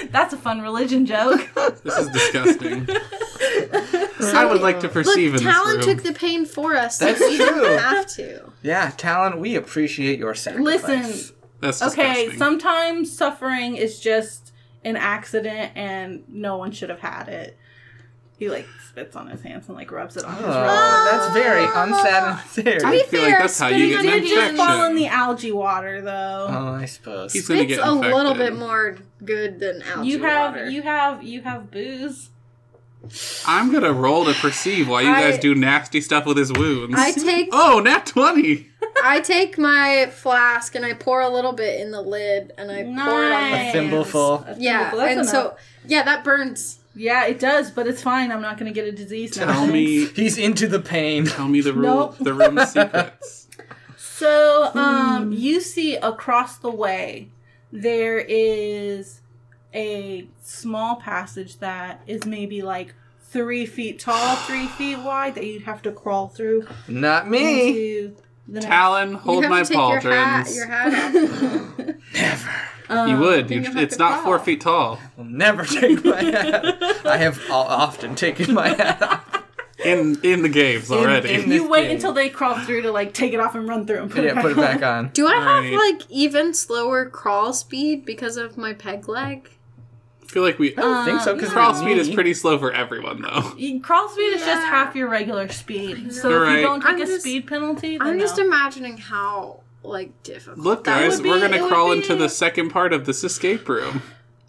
Speaker 1: That's a fun religion joke.
Speaker 2: This is disgusting.
Speaker 4: So,
Speaker 2: I would like to
Speaker 4: Look,
Speaker 2: perceive in this room.
Speaker 4: Talon took the pain for us, so
Speaker 3: That's
Speaker 4: we
Speaker 3: true.
Speaker 4: don't have to.
Speaker 3: Yeah, Talon, we appreciate your sacrifice.
Speaker 1: Listen,
Speaker 2: That's disgusting.
Speaker 1: okay, sometimes suffering is just an accident and no one should have had it. He like spits on his hands and like rubs it on his robe.
Speaker 3: Oh, that's very
Speaker 1: Ah.
Speaker 3: unsatisfactory.
Speaker 4: To be
Speaker 2: feel like
Speaker 4: fair,
Speaker 2: that's how you
Speaker 4: spitting
Speaker 2: get an
Speaker 4: on
Speaker 1: Did Oh, just
Speaker 4: Infection.
Speaker 1: fall in the algae water though.
Speaker 3: Oh, I suppose.
Speaker 2: He's gonna
Speaker 4: It's
Speaker 2: get
Speaker 4: a little
Speaker 2: infected.
Speaker 4: bit more good than algae
Speaker 1: you have
Speaker 4: water.
Speaker 1: you have you have booze.
Speaker 2: I'm gonna roll to perceive while you
Speaker 4: I-
Speaker 2: guys do nasty stuff with his wounds.
Speaker 4: I take
Speaker 2: oh, nat twenty.
Speaker 4: I take my flask and I pour a little bit in the lid and I pour it on
Speaker 1: Nice.
Speaker 3: A thimbleful.
Speaker 1: A
Speaker 4: the yeah,
Speaker 1: thimbleful, that's
Speaker 4: and
Speaker 1: enough.
Speaker 4: so yeah, that burns.
Speaker 1: yeah, it does, but it's fine. I'm not going to get a disease. now.
Speaker 2: Tell me,
Speaker 3: He's into the pain.
Speaker 2: tell me the room,
Speaker 1: Nope.
Speaker 2: the room's secrets.
Speaker 1: So,
Speaker 4: Hmm.
Speaker 1: um, you see across the way there is a small passage that is maybe like three feet tall, three feet wide that you'd have to crawl through
Speaker 3: Not me.
Speaker 1: into the next-
Speaker 2: Talon, hold
Speaker 4: you have
Speaker 2: my
Speaker 4: to take your hat,
Speaker 2: pauldrons.
Speaker 4: your hat off.
Speaker 1: Um,
Speaker 2: you would.
Speaker 4: then
Speaker 2: You,
Speaker 4: you'll have
Speaker 2: it's
Speaker 4: to
Speaker 2: not four
Speaker 4: crawl.
Speaker 2: feet tall.
Speaker 3: I'll never take my hat. I have o- often taken my hat off.
Speaker 2: In in the games already.
Speaker 3: in
Speaker 1: You
Speaker 3: this
Speaker 1: wait
Speaker 3: thing.
Speaker 1: until they crawl through to like take it off and run through and put it
Speaker 3: Yeah,
Speaker 1: back
Speaker 3: put it
Speaker 1: on.
Speaker 3: back on.
Speaker 4: Do I have
Speaker 2: Right.
Speaker 4: like even slower crawl speed because of my peg leg?
Speaker 2: I feel like we
Speaker 3: I
Speaker 4: Um,
Speaker 1: Uh,
Speaker 3: don't think so, because
Speaker 2: crawl speed is pretty slow for everyone though.
Speaker 1: You- Crawl speed is just
Speaker 4: Yeah.
Speaker 1: half your regular speed. So if
Speaker 2: Right.
Speaker 1: you don't take
Speaker 4: I'm
Speaker 1: a
Speaker 4: just-
Speaker 1: speed penalty, then
Speaker 4: I'm just
Speaker 1: no.
Speaker 4: imagining how like difficult.
Speaker 2: Look,
Speaker 4: that
Speaker 2: guys,
Speaker 4: would be.
Speaker 2: we're
Speaker 4: It
Speaker 2: gonna
Speaker 4: would
Speaker 2: crawl
Speaker 4: be-
Speaker 2: into the second part of this escape room.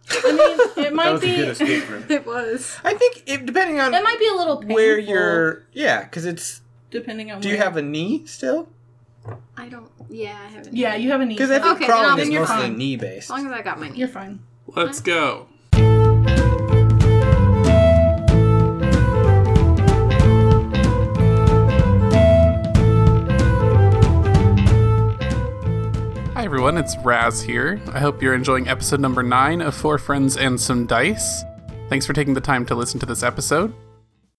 Speaker 1: I mean, it might be it
Speaker 3: escape room.
Speaker 4: It was.
Speaker 3: I think if, depending on
Speaker 1: might be a little painful
Speaker 3: where you're, yeah, because it's.
Speaker 1: depending on
Speaker 3: Do you
Speaker 1: where-
Speaker 3: have a knee still?
Speaker 4: I don't. Yeah, I haven't.
Speaker 1: Yeah, you have a knee.
Speaker 3: Because I
Speaker 1: so-
Speaker 3: think
Speaker 4: Okay, then I'll-
Speaker 3: crawling is
Speaker 1: then you're
Speaker 3: mostly
Speaker 1: fine.
Speaker 3: knee based.
Speaker 4: As long as I got my knee.
Speaker 1: You're fine.
Speaker 2: Let's go. Hi everyone, it's Raz here. I hope you're enjoying episode number 9 of Four Friends and Some Dice. Thanks for taking the time to listen to this episode.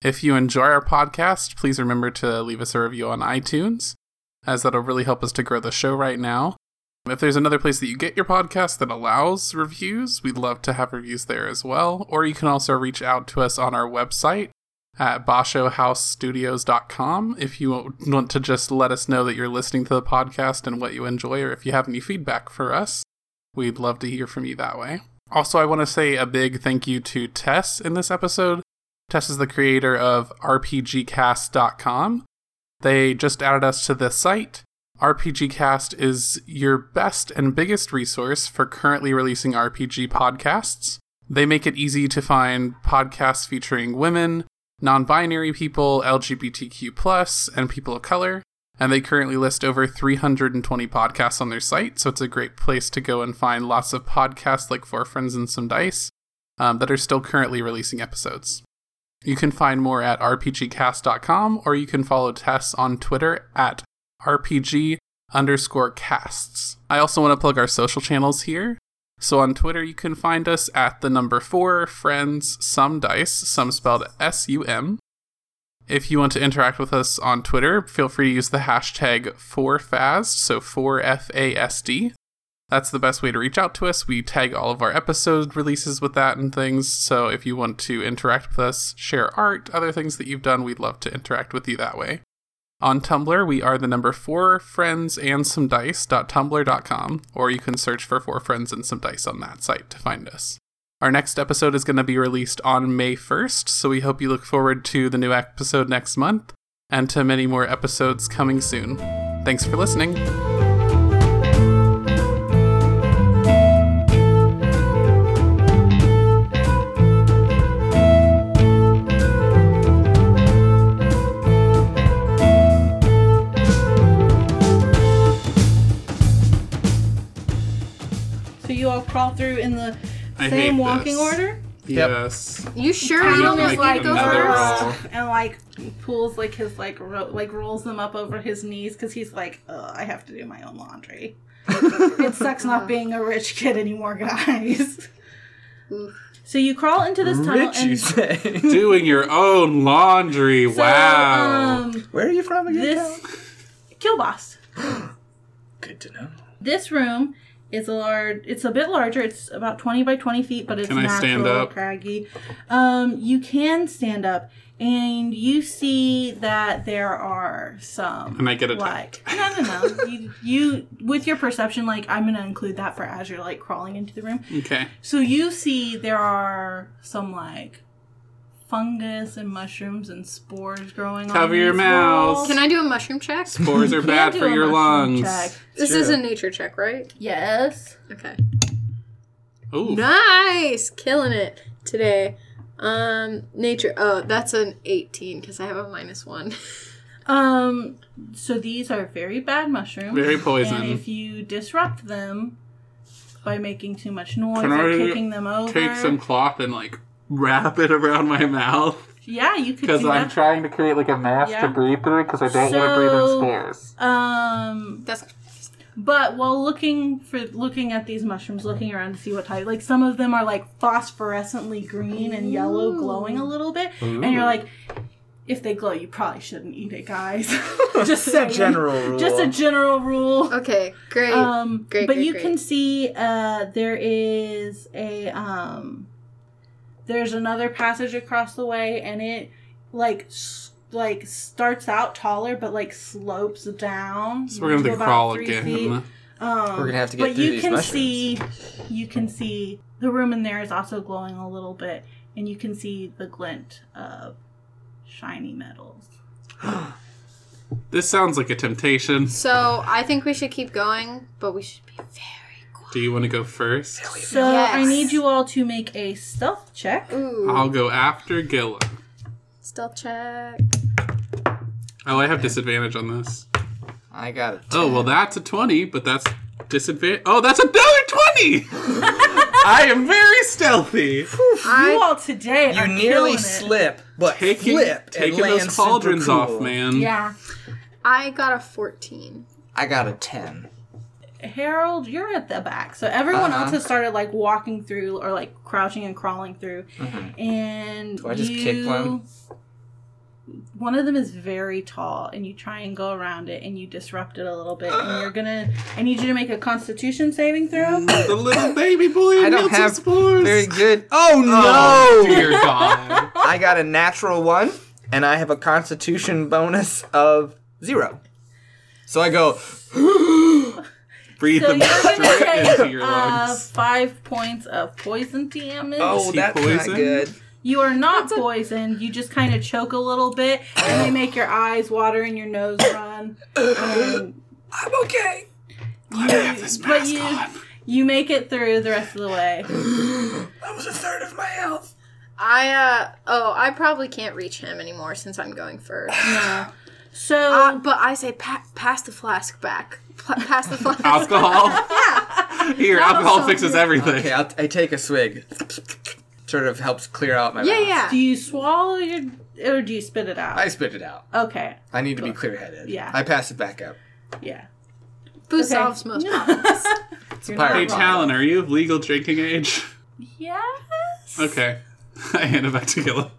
Speaker 2: If you enjoy our podcast, please remember to leave us a review on iTunes, as that'll really help us to grow the show right now. If there's another place that you get your podcast that allows reviews, we'd love to have reviews there as well. Or you can also reach out to us on our website at bashohousestudios.com if you want to just let us know that you're listening to the podcast and what you enjoy, or if you have any feedback for us. We'd love to hear from you that way. Also, I want to say a big thank you to Tess in this episode. Tess is the creator of RPGcast.com. They just added us to the site. RPG Cast is your best and biggest resource for currently releasing RPG podcasts. They make it easy to find podcasts featuring women, non-binary people, LGBTQ+, and people of color, and they currently list over 320 podcasts on their site, so it's a great place to go and find lots of podcasts like Four Friends and Some Dice um, that are still currently releasing episodes. You can find more at rpgcast.com or you can follow Tess on Twitter at RPG underscore casts. I also want to plug our social channels here. So on Twitter, you can find us at the number four friends, some dice, some spelled S U M. If you want to interact with us on Twitter, feel free to use the hashtag 4FASD, so 4FASD. That's the best way to reach out to us. We tag all of our episode releases with that and things. So if you want to interact with us, share art, other things that you've done, we'd love to interact with you that way. On Tumblr, we are the number four friends and some dice.tumblr.com, or you can search for four friends and some dice on that site to find us. Our next episode is going to be released on May 1st, so we hope you look forward to the new episode next month and to many more episodes coming soon. Thanks for listening.
Speaker 1: So you all crawl through in the
Speaker 2: I hate
Speaker 1: same
Speaker 2: this.
Speaker 1: walking order,
Speaker 3: Yep.
Speaker 2: Yes.
Speaker 4: You sure you
Speaker 1: Talon
Speaker 4: don't
Speaker 1: is
Speaker 4: just like
Speaker 1: like
Speaker 4: go
Speaker 2: another
Speaker 4: first?
Speaker 2: roll.
Speaker 1: and like pulls like his like ro- like rolls them up over his knees because he's like, Ugh, I have to do my own laundry. it sucks
Speaker 4: Uh-huh.
Speaker 1: not being a rich kid anymore, guys. so you crawl into this tunnel
Speaker 3: Rich, you
Speaker 1: and.
Speaker 3: say?
Speaker 2: Doing your own laundry.
Speaker 1: So,
Speaker 2: wow.
Speaker 1: um,
Speaker 3: Where are you from having a good
Speaker 1: This
Speaker 3: time.
Speaker 1: kill boss.
Speaker 3: Good to know.
Speaker 1: This room is a large. It's a bit larger. It's about twenty by twenty feet, but it's
Speaker 2: Can I
Speaker 1: natural,
Speaker 2: stand up?
Speaker 1: craggy. Um, you can stand up, and you see that there are some.
Speaker 2: And I get attacked.
Speaker 1: like no no no you, you with your perception like i'm gonna include that for as you're like crawling into the room
Speaker 2: Okay.
Speaker 1: So you see there are some like fungus and mushrooms and spores growing on
Speaker 2: Cover your
Speaker 1: these
Speaker 2: mouths.
Speaker 1: walls.
Speaker 4: Can I do a mushroom check?
Speaker 2: Spores are
Speaker 1: Can
Speaker 2: bad
Speaker 1: do
Speaker 2: for
Speaker 1: a
Speaker 2: your lungs.
Speaker 1: mushroom check?
Speaker 4: This
Speaker 3: Sure.
Speaker 4: is a nature check, right?
Speaker 1: Yes.
Speaker 4: Okay.
Speaker 2: Ooh.
Speaker 4: Nice, killing it today. Um, nature. Oh, that's an eighteen because I have a minus one.
Speaker 1: Um so these are very bad mushrooms.
Speaker 2: Very
Speaker 1: and
Speaker 2: poison.
Speaker 1: if you disrupt them by making too much noise
Speaker 2: Can
Speaker 1: or
Speaker 2: I
Speaker 1: kicking them over.
Speaker 2: Take some cloth and like wrap it around my mouth
Speaker 1: yeah, you could
Speaker 2: because
Speaker 1: do
Speaker 2: I'm
Speaker 1: that.
Speaker 2: trying to create like a mask
Speaker 1: Yeah.
Speaker 2: to breathe through because I don't want to breathe in
Speaker 1: So-
Speaker 2: spores.
Speaker 1: um
Speaker 4: That's
Speaker 1: But while looking for looking at these mushrooms, looking around to see what type, like some of them are like phosphorescently green and yellow,
Speaker 4: Ooh.
Speaker 1: glowing a little bit,
Speaker 2: Ooh.
Speaker 1: and you're like, if they glow, you probably shouldn't eat it, guys. just saying.
Speaker 3: rule.
Speaker 1: just a general rule.
Speaker 4: okay. Great.
Speaker 1: Um,
Speaker 4: Great,
Speaker 1: but
Speaker 4: great,
Speaker 1: you
Speaker 4: great.
Speaker 1: can see uh, there is a um, there's another passage across the way, and it like s- like starts out taller, but like slopes down.
Speaker 2: So we're gonna
Speaker 1: to
Speaker 2: have to
Speaker 1: about
Speaker 2: crawl
Speaker 1: three
Speaker 2: again.
Speaker 1: feet. Um,
Speaker 3: We're gonna have to get
Speaker 1: but
Speaker 3: through
Speaker 1: you
Speaker 3: these
Speaker 1: can
Speaker 3: mushrooms.
Speaker 1: see, you can see the room in there is also glowing a little bit, and you can see the glint of shiny metals.
Speaker 2: This sounds like a temptation.
Speaker 4: so I think we should keep going, but we should be very quiet.
Speaker 2: Do you want to go first?
Speaker 1: So I
Speaker 4: Yes.
Speaker 1: need you all to make a stealth check.
Speaker 4: Ooh.
Speaker 2: I'll go after Gillen.
Speaker 4: Stealth check.
Speaker 2: Oh, I have disadvantage on this.
Speaker 3: I got it.
Speaker 2: Oh, well, that's a 20, but that's disadvantage. Oh, that's another 20! I am very stealthy.
Speaker 1: you
Speaker 4: I
Speaker 1: all today.
Speaker 3: You
Speaker 1: are killing
Speaker 3: nearly
Speaker 1: it.
Speaker 3: slip, but
Speaker 2: Taking,
Speaker 3: flipped
Speaker 2: taking
Speaker 3: and land
Speaker 2: those pauldrons
Speaker 3: super cool.
Speaker 2: off, man.
Speaker 1: Yeah,
Speaker 4: I got a fourteen.
Speaker 3: I got a ten.
Speaker 1: Harold, you're at the back. So everyone
Speaker 3: Uh-huh.
Speaker 1: else has started like walking through or like crouching and crawling through.
Speaker 3: Mm-hmm.
Speaker 1: And
Speaker 3: Do I just kick
Speaker 1: you-
Speaker 3: one?
Speaker 1: One of them is very tall, and you try and go around it, and you disrupt it a little bit. And you're gonna. I need you to make a Constitution saving throw.
Speaker 3: Mm,
Speaker 2: The little baby boy
Speaker 3: I
Speaker 2: I
Speaker 3: don't have
Speaker 2: spores.
Speaker 3: very good. Oh no!
Speaker 2: Oh, dear God.
Speaker 3: I got a natural one, and I have a Constitution bonus of zero. So I go.
Speaker 2: Breathe
Speaker 1: So
Speaker 2: them
Speaker 1: you're gonna
Speaker 2: straight into
Speaker 1: take
Speaker 2: your
Speaker 1: uh,
Speaker 2: lungs.
Speaker 1: five points of poison damage.
Speaker 3: Oh,
Speaker 2: Is he
Speaker 3: that's
Speaker 2: poisoned?
Speaker 3: not good.
Speaker 1: You are not poisoned. You just kind of choke a little bit, and they make your eyes water and your nose run. And
Speaker 3: I'm okay.
Speaker 2: I have this
Speaker 1: but
Speaker 2: mask
Speaker 1: you
Speaker 2: on.
Speaker 1: you make it through the rest of the way.
Speaker 3: That was a third of my health.
Speaker 4: I uh oh, I probably can't reach him anymore since I'm going first.
Speaker 1: No. So
Speaker 4: Uh, but I say pa- pass the flask back. Pla pass the flask.
Speaker 2: Alcohol. Here, alcohol fixes everything.
Speaker 3: Okay, I'll, I take a swig. Sort of helps clear out my
Speaker 4: yeah,
Speaker 3: mouth.
Speaker 4: yeah.
Speaker 1: do you swallow your or do you spit it out?
Speaker 3: I spit it out.
Speaker 1: okay.
Speaker 3: I need to be clear headed.
Speaker 1: Yeah.
Speaker 3: I pass it back up.
Speaker 1: Yeah.
Speaker 4: Food
Speaker 1: Okay.
Speaker 4: solves most problems.
Speaker 1: It's You're
Speaker 3: pirate.
Speaker 2: Hey,
Speaker 1: not wrong.
Speaker 2: Talon, are you of legal drinking age?
Speaker 1: Yes.
Speaker 2: Okay. I hand it back to Gillen.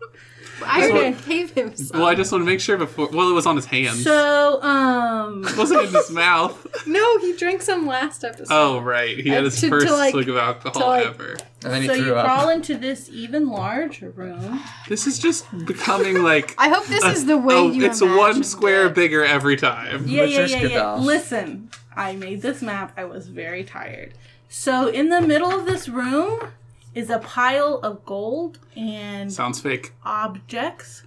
Speaker 4: I already
Speaker 1: Okay.
Speaker 4: gave him some.
Speaker 2: Well, I just want to make sure before. Well, it was on his hands.
Speaker 1: So um
Speaker 2: it wasn't in his mouth.
Speaker 4: No, he drank some last episode.
Speaker 2: Oh, right. He had his
Speaker 4: Uh, To- to,
Speaker 2: first
Speaker 4: like-
Speaker 2: swig of alcohol
Speaker 4: to, like-
Speaker 2: ever.
Speaker 3: And then
Speaker 1: so
Speaker 3: he
Speaker 1: you
Speaker 3: threw up.
Speaker 1: crawl into this even larger room.
Speaker 2: This is just becoming like.
Speaker 4: I hope this is the way
Speaker 2: oh,
Speaker 4: you.
Speaker 2: it's one
Speaker 4: imagined
Speaker 2: square
Speaker 4: it.
Speaker 2: bigger every time.
Speaker 1: Yeah, yeah, yeah,
Speaker 3: Matryoshka
Speaker 1: yeah.
Speaker 3: doll.
Speaker 1: Listen, I made this map. I was very tired. So in the middle of this room is a pile of gold and
Speaker 2: Sounds fake.
Speaker 1: objects.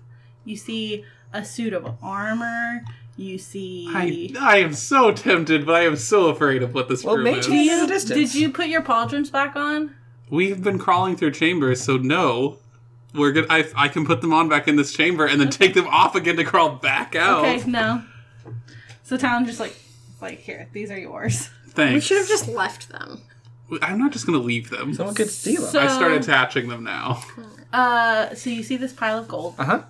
Speaker 1: You see a suit of armor. You see.
Speaker 2: I, I am so tempted, but I am so afraid of what this
Speaker 3: Well,
Speaker 2: room
Speaker 3: maybe-
Speaker 2: is.
Speaker 1: Do you-
Speaker 3: In the distance.
Speaker 1: did you put your pauldrons back on?
Speaker 2: We've been crawling through chambers, so no. We're good. I, I can put them on back in this chamber and then take them off again to crawl back out.
Speaker 1: Okay, no. So Talon just like, like here, these are yours.
Speaker 2: Thanks.
Speaker 4: We should have just left them.
Speaker 2: I'm not just gonna leave them.
Speaker 3: Someone could steal him.
Speaker 1: So-
Speaker 2: I start attaching them now.
Speaker 1: Uh, so you see this pile of gold.
Speaker 3: Uh huh.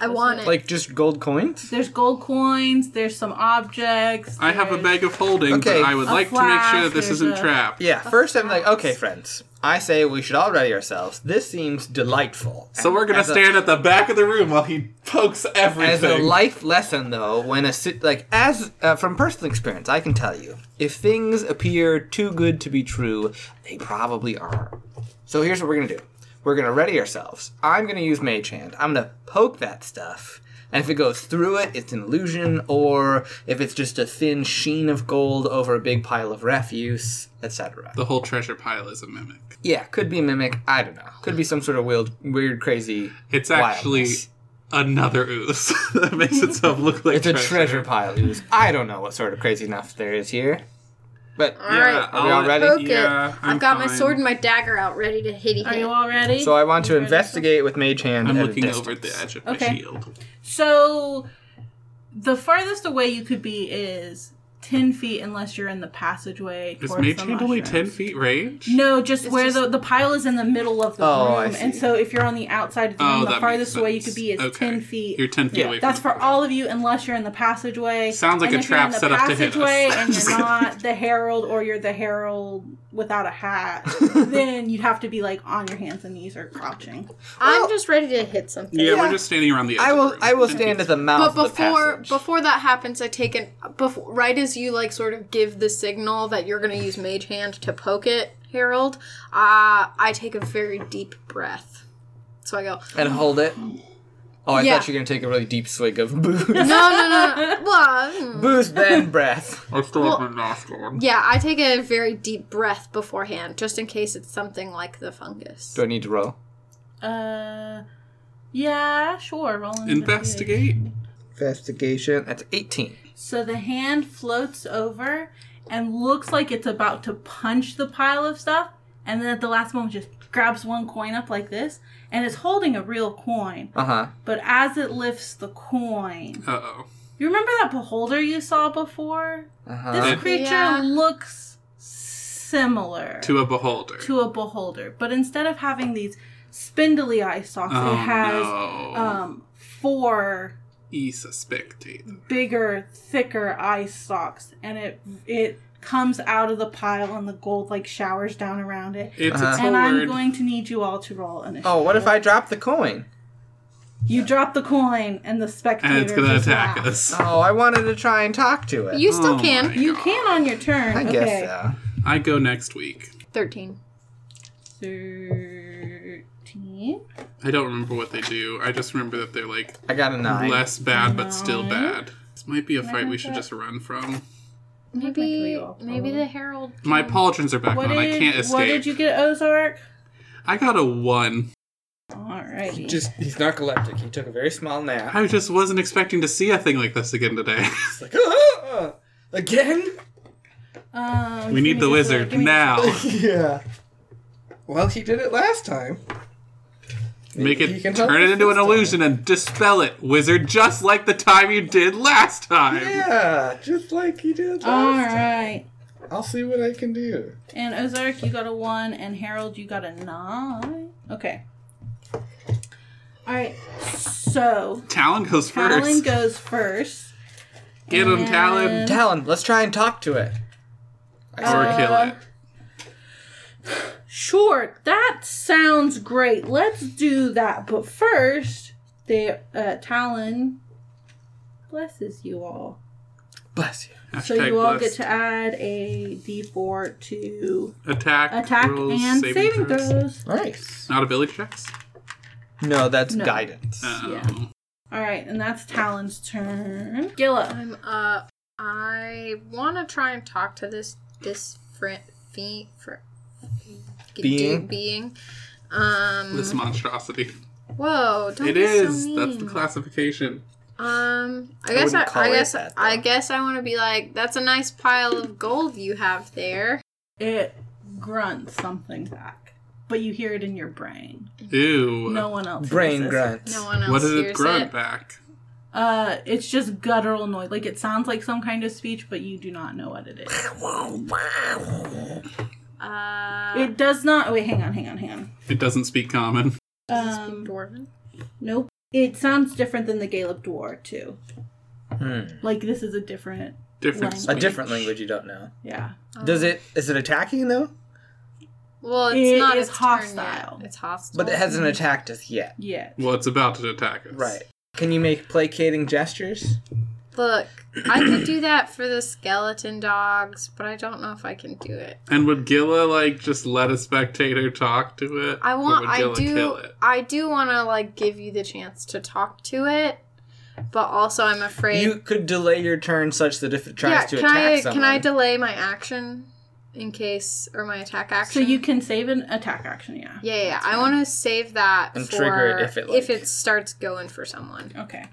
Speaker 4: I want it.
Speaker 3: Like just gold coins?
Speaker 1: There's gold coins. There's some objects.
Speaker 2: I have a
Speaker 1: there's-
Speaker 2: bag of holding,
Speaker 3: Okay.
Speaker 2: but I would
Speaker 1: A
Speaker 2: like to make
Speaker 1: flask,
Speaker 2: sure that this
Speaker 1: there's
Speaker 2: isn't
Speaker 1: a-
Speaker 2: trapped.
Speaker 3: Yeah, first I'm like, okay, friends, I say we should all ready ourselves. This seems delightful.
Speaker 2: So we're gonna
Speaker 3: As a-
Speaker 2: stand at the back of the room while he pokes everything.
Speaker 3: As a life lesson, though, when a sit like as uh, from personal experience, I can tell you if things appear too good to be true, they probably are. So here's what we're gonna do: we're gonna ready ourselves. I'm gonna use Mage Hand. I'm gonna poke that stuff, and if it goes through it, it's an illusion, or if it's just a thin sheen of gold over a big pile of refuse, etc.
Speaker 2: the whole treasure pile is a mimic.
Speaker 3: Yeah, could be a mimic. I don't know. Could be some sort of weird, weird, crazy.
Speaker 2: It's actually
Speaker 3: wildness.
Speaker 2: another ooze that makes itself look like
Speaker 3: It's a treasure pile. ooze. I don't know what sort of crazy enough there is here. But
Speaker 4: All right,
Speaker 2: Yeah,
Speaker 3: Are we all
Speaker 2: I'll-
Speaker 3: ready?
Speaker 4: poke
Speaker 2: Yeah,
Speaker 4: it.
Speaker 2: I'm
Speaker 4: I've got my
Speaker 2: fine.
Speaker 4: sword and my dagger out, ready to hitty
Speaker 1: Are
Speaker 4: hit.
Speaker 1: you all ready?
Speaker 3: so I want to
Speaker 1: You ready?
Speaker 3: investigate with mage hand.
Speaker 2: I'm
Speaker 3: at a
Speaker 2: looking over at the
Speaker 3: distance.
Speaker 2: edge of my
Speaker 1: Okay.
Speaker 2: shield.
Speaker 1: So the farthest away you could be is ten feet, unless you're in the passageway.
Speaker 2: Is
Speaker 1: towards
Speaker 2: mage
Speaker 1: the
Speaker 2: hand only
Speaker 1: mushrooms.
Speaker 2: ten feet range?
Speaker 1: No, just
Speaker 4: It's
Speaker 1: where
Speaker 4: just-
Speaker 1: the the pile is in the middle of the
Speaker 3: Oh, I
Speaker 1: room, and
Speaker 3: see.
Speaker 1: so if you're on the outside of the
Speaker 2: Oh,
Speaker 1: room,
Speaker 2: that
Speaker 1: the
Speaker 2: makes
Speaker 1: farthest away you
Speaker 2: sense.
Speaker 1: could be is
Speaker 2: Okay.
Speaker 1: ten feet.
Speaker 2: You're ten feet
Speaker 3: Yeah.
Speaker 2: away.
Speaker 1: That's
Speaker 2: from
Speaker 1: for all of you, unless you're in the passageway.
Speaker 2: Sounds like
Speaker 1: And
Speaker 2: a
Speaker 1: if you're in
Speaker 2: trap
Speaker 1: the
Speaker 2: set up to hit us.
Speaker 1: passageway And
Speaker 2: Just
Speaker 1: you're
Speaker 2: kidding.
Speaker 1: not the herald, or you're the herald without a hat. then you'd have to be like on your hands and knees or crouching.
Speaker 4: I'm just ready to hit something.
Speaker 2: Oh. Yeah,
Speaker 3: Yeah.
Speaker 2: we're just standing around the edge.
Speaker 3: I
Speaker 2: of the
Speaker 3: will.
Speaker 2: room.
Speaker 3: I will
Speaker 2: 10
Speaker 3: stand
Speaker 2: feet.
Speaker 3: at the mouth.
Speaker 4: But
Speaker 3: of the
Speaker 4: before
Speaker 3: passage.
Speaker 4: before that happens, I take an before, right as you like sort of give the signal that you're going to use mage hand to poke it, Harold. Uh, I take a very deep breath. So I go,
Speaker 3: and hold it. Oh, I
Speaker 4: Yeah.
Speaker 3: thought you were gonna take a really deep swig of booze.
Speaker 4: no, no, no, no. Well, mm.
Speaker 3: booze then breath.
Speaker 2: I still
Speaker 4: Well-
Speaker 2: have my mask on.
Speaker 4: yeah, I take a very deep breath beforehand, just in case it's something like the fungus.
Speaker 3: Do I need to roll?
Speaker 1: Uh, yeah, sure. Roll an
Speaker 2: Investigate.
Speaker 3: Investigation. That's eighteen.
Speaker 1: So the hand floats over and looks like it's about to punch the pile of stuff, and then at the last moment just grabs one coin up like this, and it's holding a real coin.
Speaker 3: Uh huh.
Speaker 1: But as it lifts the coin,
Speaker 2: Uh oh.
Speaker 1: you remember that beholder you saw before?
Speaker 3: Uh
Speaker 2: Uh-huh.
Speaker 1: This
Speaker 3: huh.
Speaker 1: creature
Speaker 4: Yeah.
Speaker 1: looks similar
Speaker 2: To a beholder.
Speaker 1: to a beholder, but instead of having these spindly eye stalks,
Speaker 2: oh
Speaker 1: it has
Speaker 2: no.
Speaker 1: um, four
Speaker 2: e suspectate.
Speaker 1: bigger, thicker eye stalks, and it it comes out of the pile, and the gold like showers down around it.
Speaker 2: It's
Speaker 3: Uh-huh.
Speaker 2: a
Speaker 1: And I'm
Speaker 2: sword.
Speaker 1: going to need you all to roll initiative.
Speaker 3: Oh, what if I drop the coin?
Speaker 1: You drop the coin, and the spectator.
Speaker 2: and it's gonna
Speaker 1: just
Speaker 2: attack
Speaker 1: laughs.
Speaker 2: us.
Speaker 3: Oh, I wanted to try and talk to it.
Speaker 4: You still
Speaker 2: Oh
Speaker 4: can.
Speaker 2: my-
Speaker 1: You can on your turn.
Speaker 3: I
Speaker 1: okay.
Speaker 3: guess so.
Speaker 2: I go next week.
Speaker 4: Thirteen.
Speaker 1: Thirteen.
Speaker 2: I don't remember what they do. I just remember that they're like
Speaker 3: I got a nine.
Speaker 2: less bad but still
Speaker 1: Nine.
Speaker 2: bad. This might be a fight we should
Speaker 1: that-
Speaker 2: just run from.
Speaker 4: Maybe maybe the herald.
Speaker 2: My pauldrons are back
Speaker 1: What
Speaker 2: on.
Speaker 1: did,
Speaker 2: I can't escape.
Speaker 1: what did you get, Ozark?
Speaker 2: I got a one.
Speaker 1: All righty.
Speaker 3: Just he's narcoleptic. He took a very small nap.
Speaker 2: I just wasn't expecting to see a thing like this again today.
Speaker 3: It's like, "Ah, ah, again?
Speaker 1: um,
Speaker 2: we
Speaker 1: give
Speaker 2: need
Speaker 1: me
Speaker 2: the
Speaker 1: just a-
Speaker 2: wizard
Speaker 1: give me-
Speaker 2: now.
Speaker 3: yeah. Well, he did it last time.
Speaker 2: Make
Speaker 3: He
Speaker 2: it
Speaker 3: can help
Speaker 2: turn it
Speaker 3: us
Speaker 2: into
Speaker 3: this
Speaker 2: an
Speaker 3: time.
Speaker 2: illusion and dispel it, wizard, just like the time you did last time.
Speaker 3: Yeah, just like he did
Speaker 1: All
Speaker 3: last
Speaker 1: right.
Speaker 3: time. I'll see what I can do.
Speaker 1: And Ozark, you got a one, and Harold, you got a nine. Okay. All right. So
Speaker 2: Talon goes first.
Speaker 1: Talon goes first.
Speaker 2: Get him, Talon.
Speaker 1: And-
Speaker 3: Talon, let's try and talk to it.
Speaker 2: or
Speaker 1: Uh,
Speaker 2: kill it.
Speaker 1: Sure, that sounds great. Let's do that. But first, the uh, Talon blesses you all.
Speaker 3: Bless you.
Speaker 1: So
Speaker 2: Hashtag
Speaker 1: you all
Speaker 2: blessed.
Speaker 1: get to add a D4 to
Speaker 2: attack,
Speaker 1: attack
Speaker 2: rolls,
Speaker 1: and
Speaker 2: saving,
Speaker 1: saving
Speaker 2: throws.
Speaker 1: throws.
Speaker 3: Nice.
Speaker 2: Not ability checks.
Speaker 3: No, that's
Speaker 1: No.
Speaker 3: guidance.
Speaker 2: Oh.
Speaker 1: Yeah. All right, and that's Talon's turn. Gilla.
Speaker 4: I'm uh I want to try and talk to this this friend fee for
Speaker 3: Being?
Speaker 4: being um
Speaker 2: This monstrosity.
Speaker 4: whoa don't
Speaker 2: It
Speaker 4: be
Speaker 2: is.
Speaker 4: so mean.
Speaker 2: That's the classification.
Speaker 4: um I
Speaker 3: I
Speaker 4: guess
Speaker 3: wouldn't
Speaker 4: I,
Speaker 3: call
Speaker 4: I
Speaker 3: it
Speaker 4: guess
Speaker 3: that,
Speaker 4: I
Speaker 3: though.
Speaker 4: guess I want to be like that's a nice pile of gold you have there
Speaker 1: It grunts something back, but you hear it in your brain.
Speaker 2: Ew.
Speaker 1: No one else. hears
Speaker 3: Brain
Speaker 1: this.
Speaker 3: grunts.
Speaker 4: no one else
Speaker 2: what did
Speaker 4: hears
Speaker 2: it grunt
Speaker 4: it
Speaker 2: back?
Speaker 1: Uh, it's just guttural noise. Like it sounds like some kind of speech, but you do not know what it is.
Speaker 4: uh
Speaker 1: It does not. Wait, hang on, hang on, hang on.
Speaker 2: It doesn't speak common.
Speaker 4: does it speak
Speaker 1: Um,
Speaker 4: dwarven
Speaker 1: nope. It sounds different than the Gaelic dwarf too.
Speaker 3: Hmm.
Speaker 1: Like this is a different.
Speaker 2: Different
Speaker 1: Language.
Speaker 3: A
Speaker 2: speech.
Speaker 3: different language you don't know.
Speaker 1: Yeah.
Speaker 4: Oh.
Speaker 3: Does it? Is it attacking though?
Speaker 4: Well, it's
Speaker 1: It
Speaker 4: not
Speaker 1: is
Speaker 4: its hostile.
Speaker 1: hostile.
Speaker 4: It's hostile.
Speaker 3: But it hasn't attacked us yet.
Speaker 1: Yeah.
Speaker 2: Well, it's about to attack us.
Speaker 3: Right. Can you make placating gestures?
Speaker 4: Look, I could do that for the skeleton dogs, but I don't know if I can do it.
Speaker 2: And would Gilla like just let a spectator talk to it?
Speaker 4: I
Speaker 2: Or
Speaker 4: want.
Speaker 2: Would
Speaker 4: I
Speaker 2: Gilla kill
Speaker 4: do.
Speaker 2: it?
Speaker 4: I do want to like give you the chance to talk to it, but also I'm afraid.
Speaker 3: You could delay your turn such that if it tries
Speaker 4: yeah.
Speaker 3: to
Speaker 4: can
Speaker 3: attack
Speaker 4: I?
Speaker 3: someone,
Speaker 4: Can I delay my action in case or my attack
Speaker 1: So
Speaker 4: action?
Speaker 1: you can save an attack action. Yeah.
Speaker 4: Yeah, yeah. yeah. I want to save that
Speaker 3: And
Speaker 4: for
Speaker 3: trigger it if it, like-
Speaker 4: if it starts going for someone.
Speaker 1: Okay.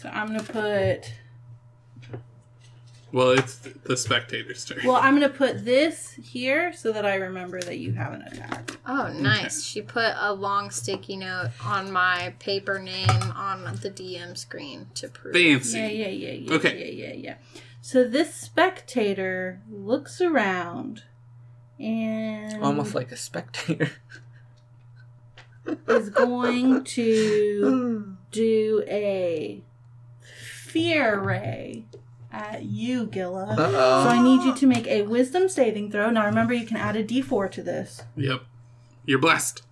Speaker 1: So I'm gonna put.
Speaker 2: Well, it's the spectator's turn.
Speaker 1: Well, I'm gonna put this here so that I remember that you have an attack.
Speaker 4: Oh, nice. She put a long sticky note on my paper name on the DM screen to prove.
Speaker 2: Fancy.
Speaker 1: Yeah, yeah, yeah, yeah.
Speaker 2: Okay.
Speaker 1: Yeah, yeah, yeah. So this spectator looks around and
Speaker 3: Almost like a spectator.
Speaker 1: is going to do a fear ray at you, Gilla.
Speaker 3: Uh-oh.
Speaker 1: So I need
Speaker 3: Uh-huh.
Speaker 1: you to make a wisdom saving throw. Now remember you can add a d4 to this.
Speaker 2: Yep. You're blessed.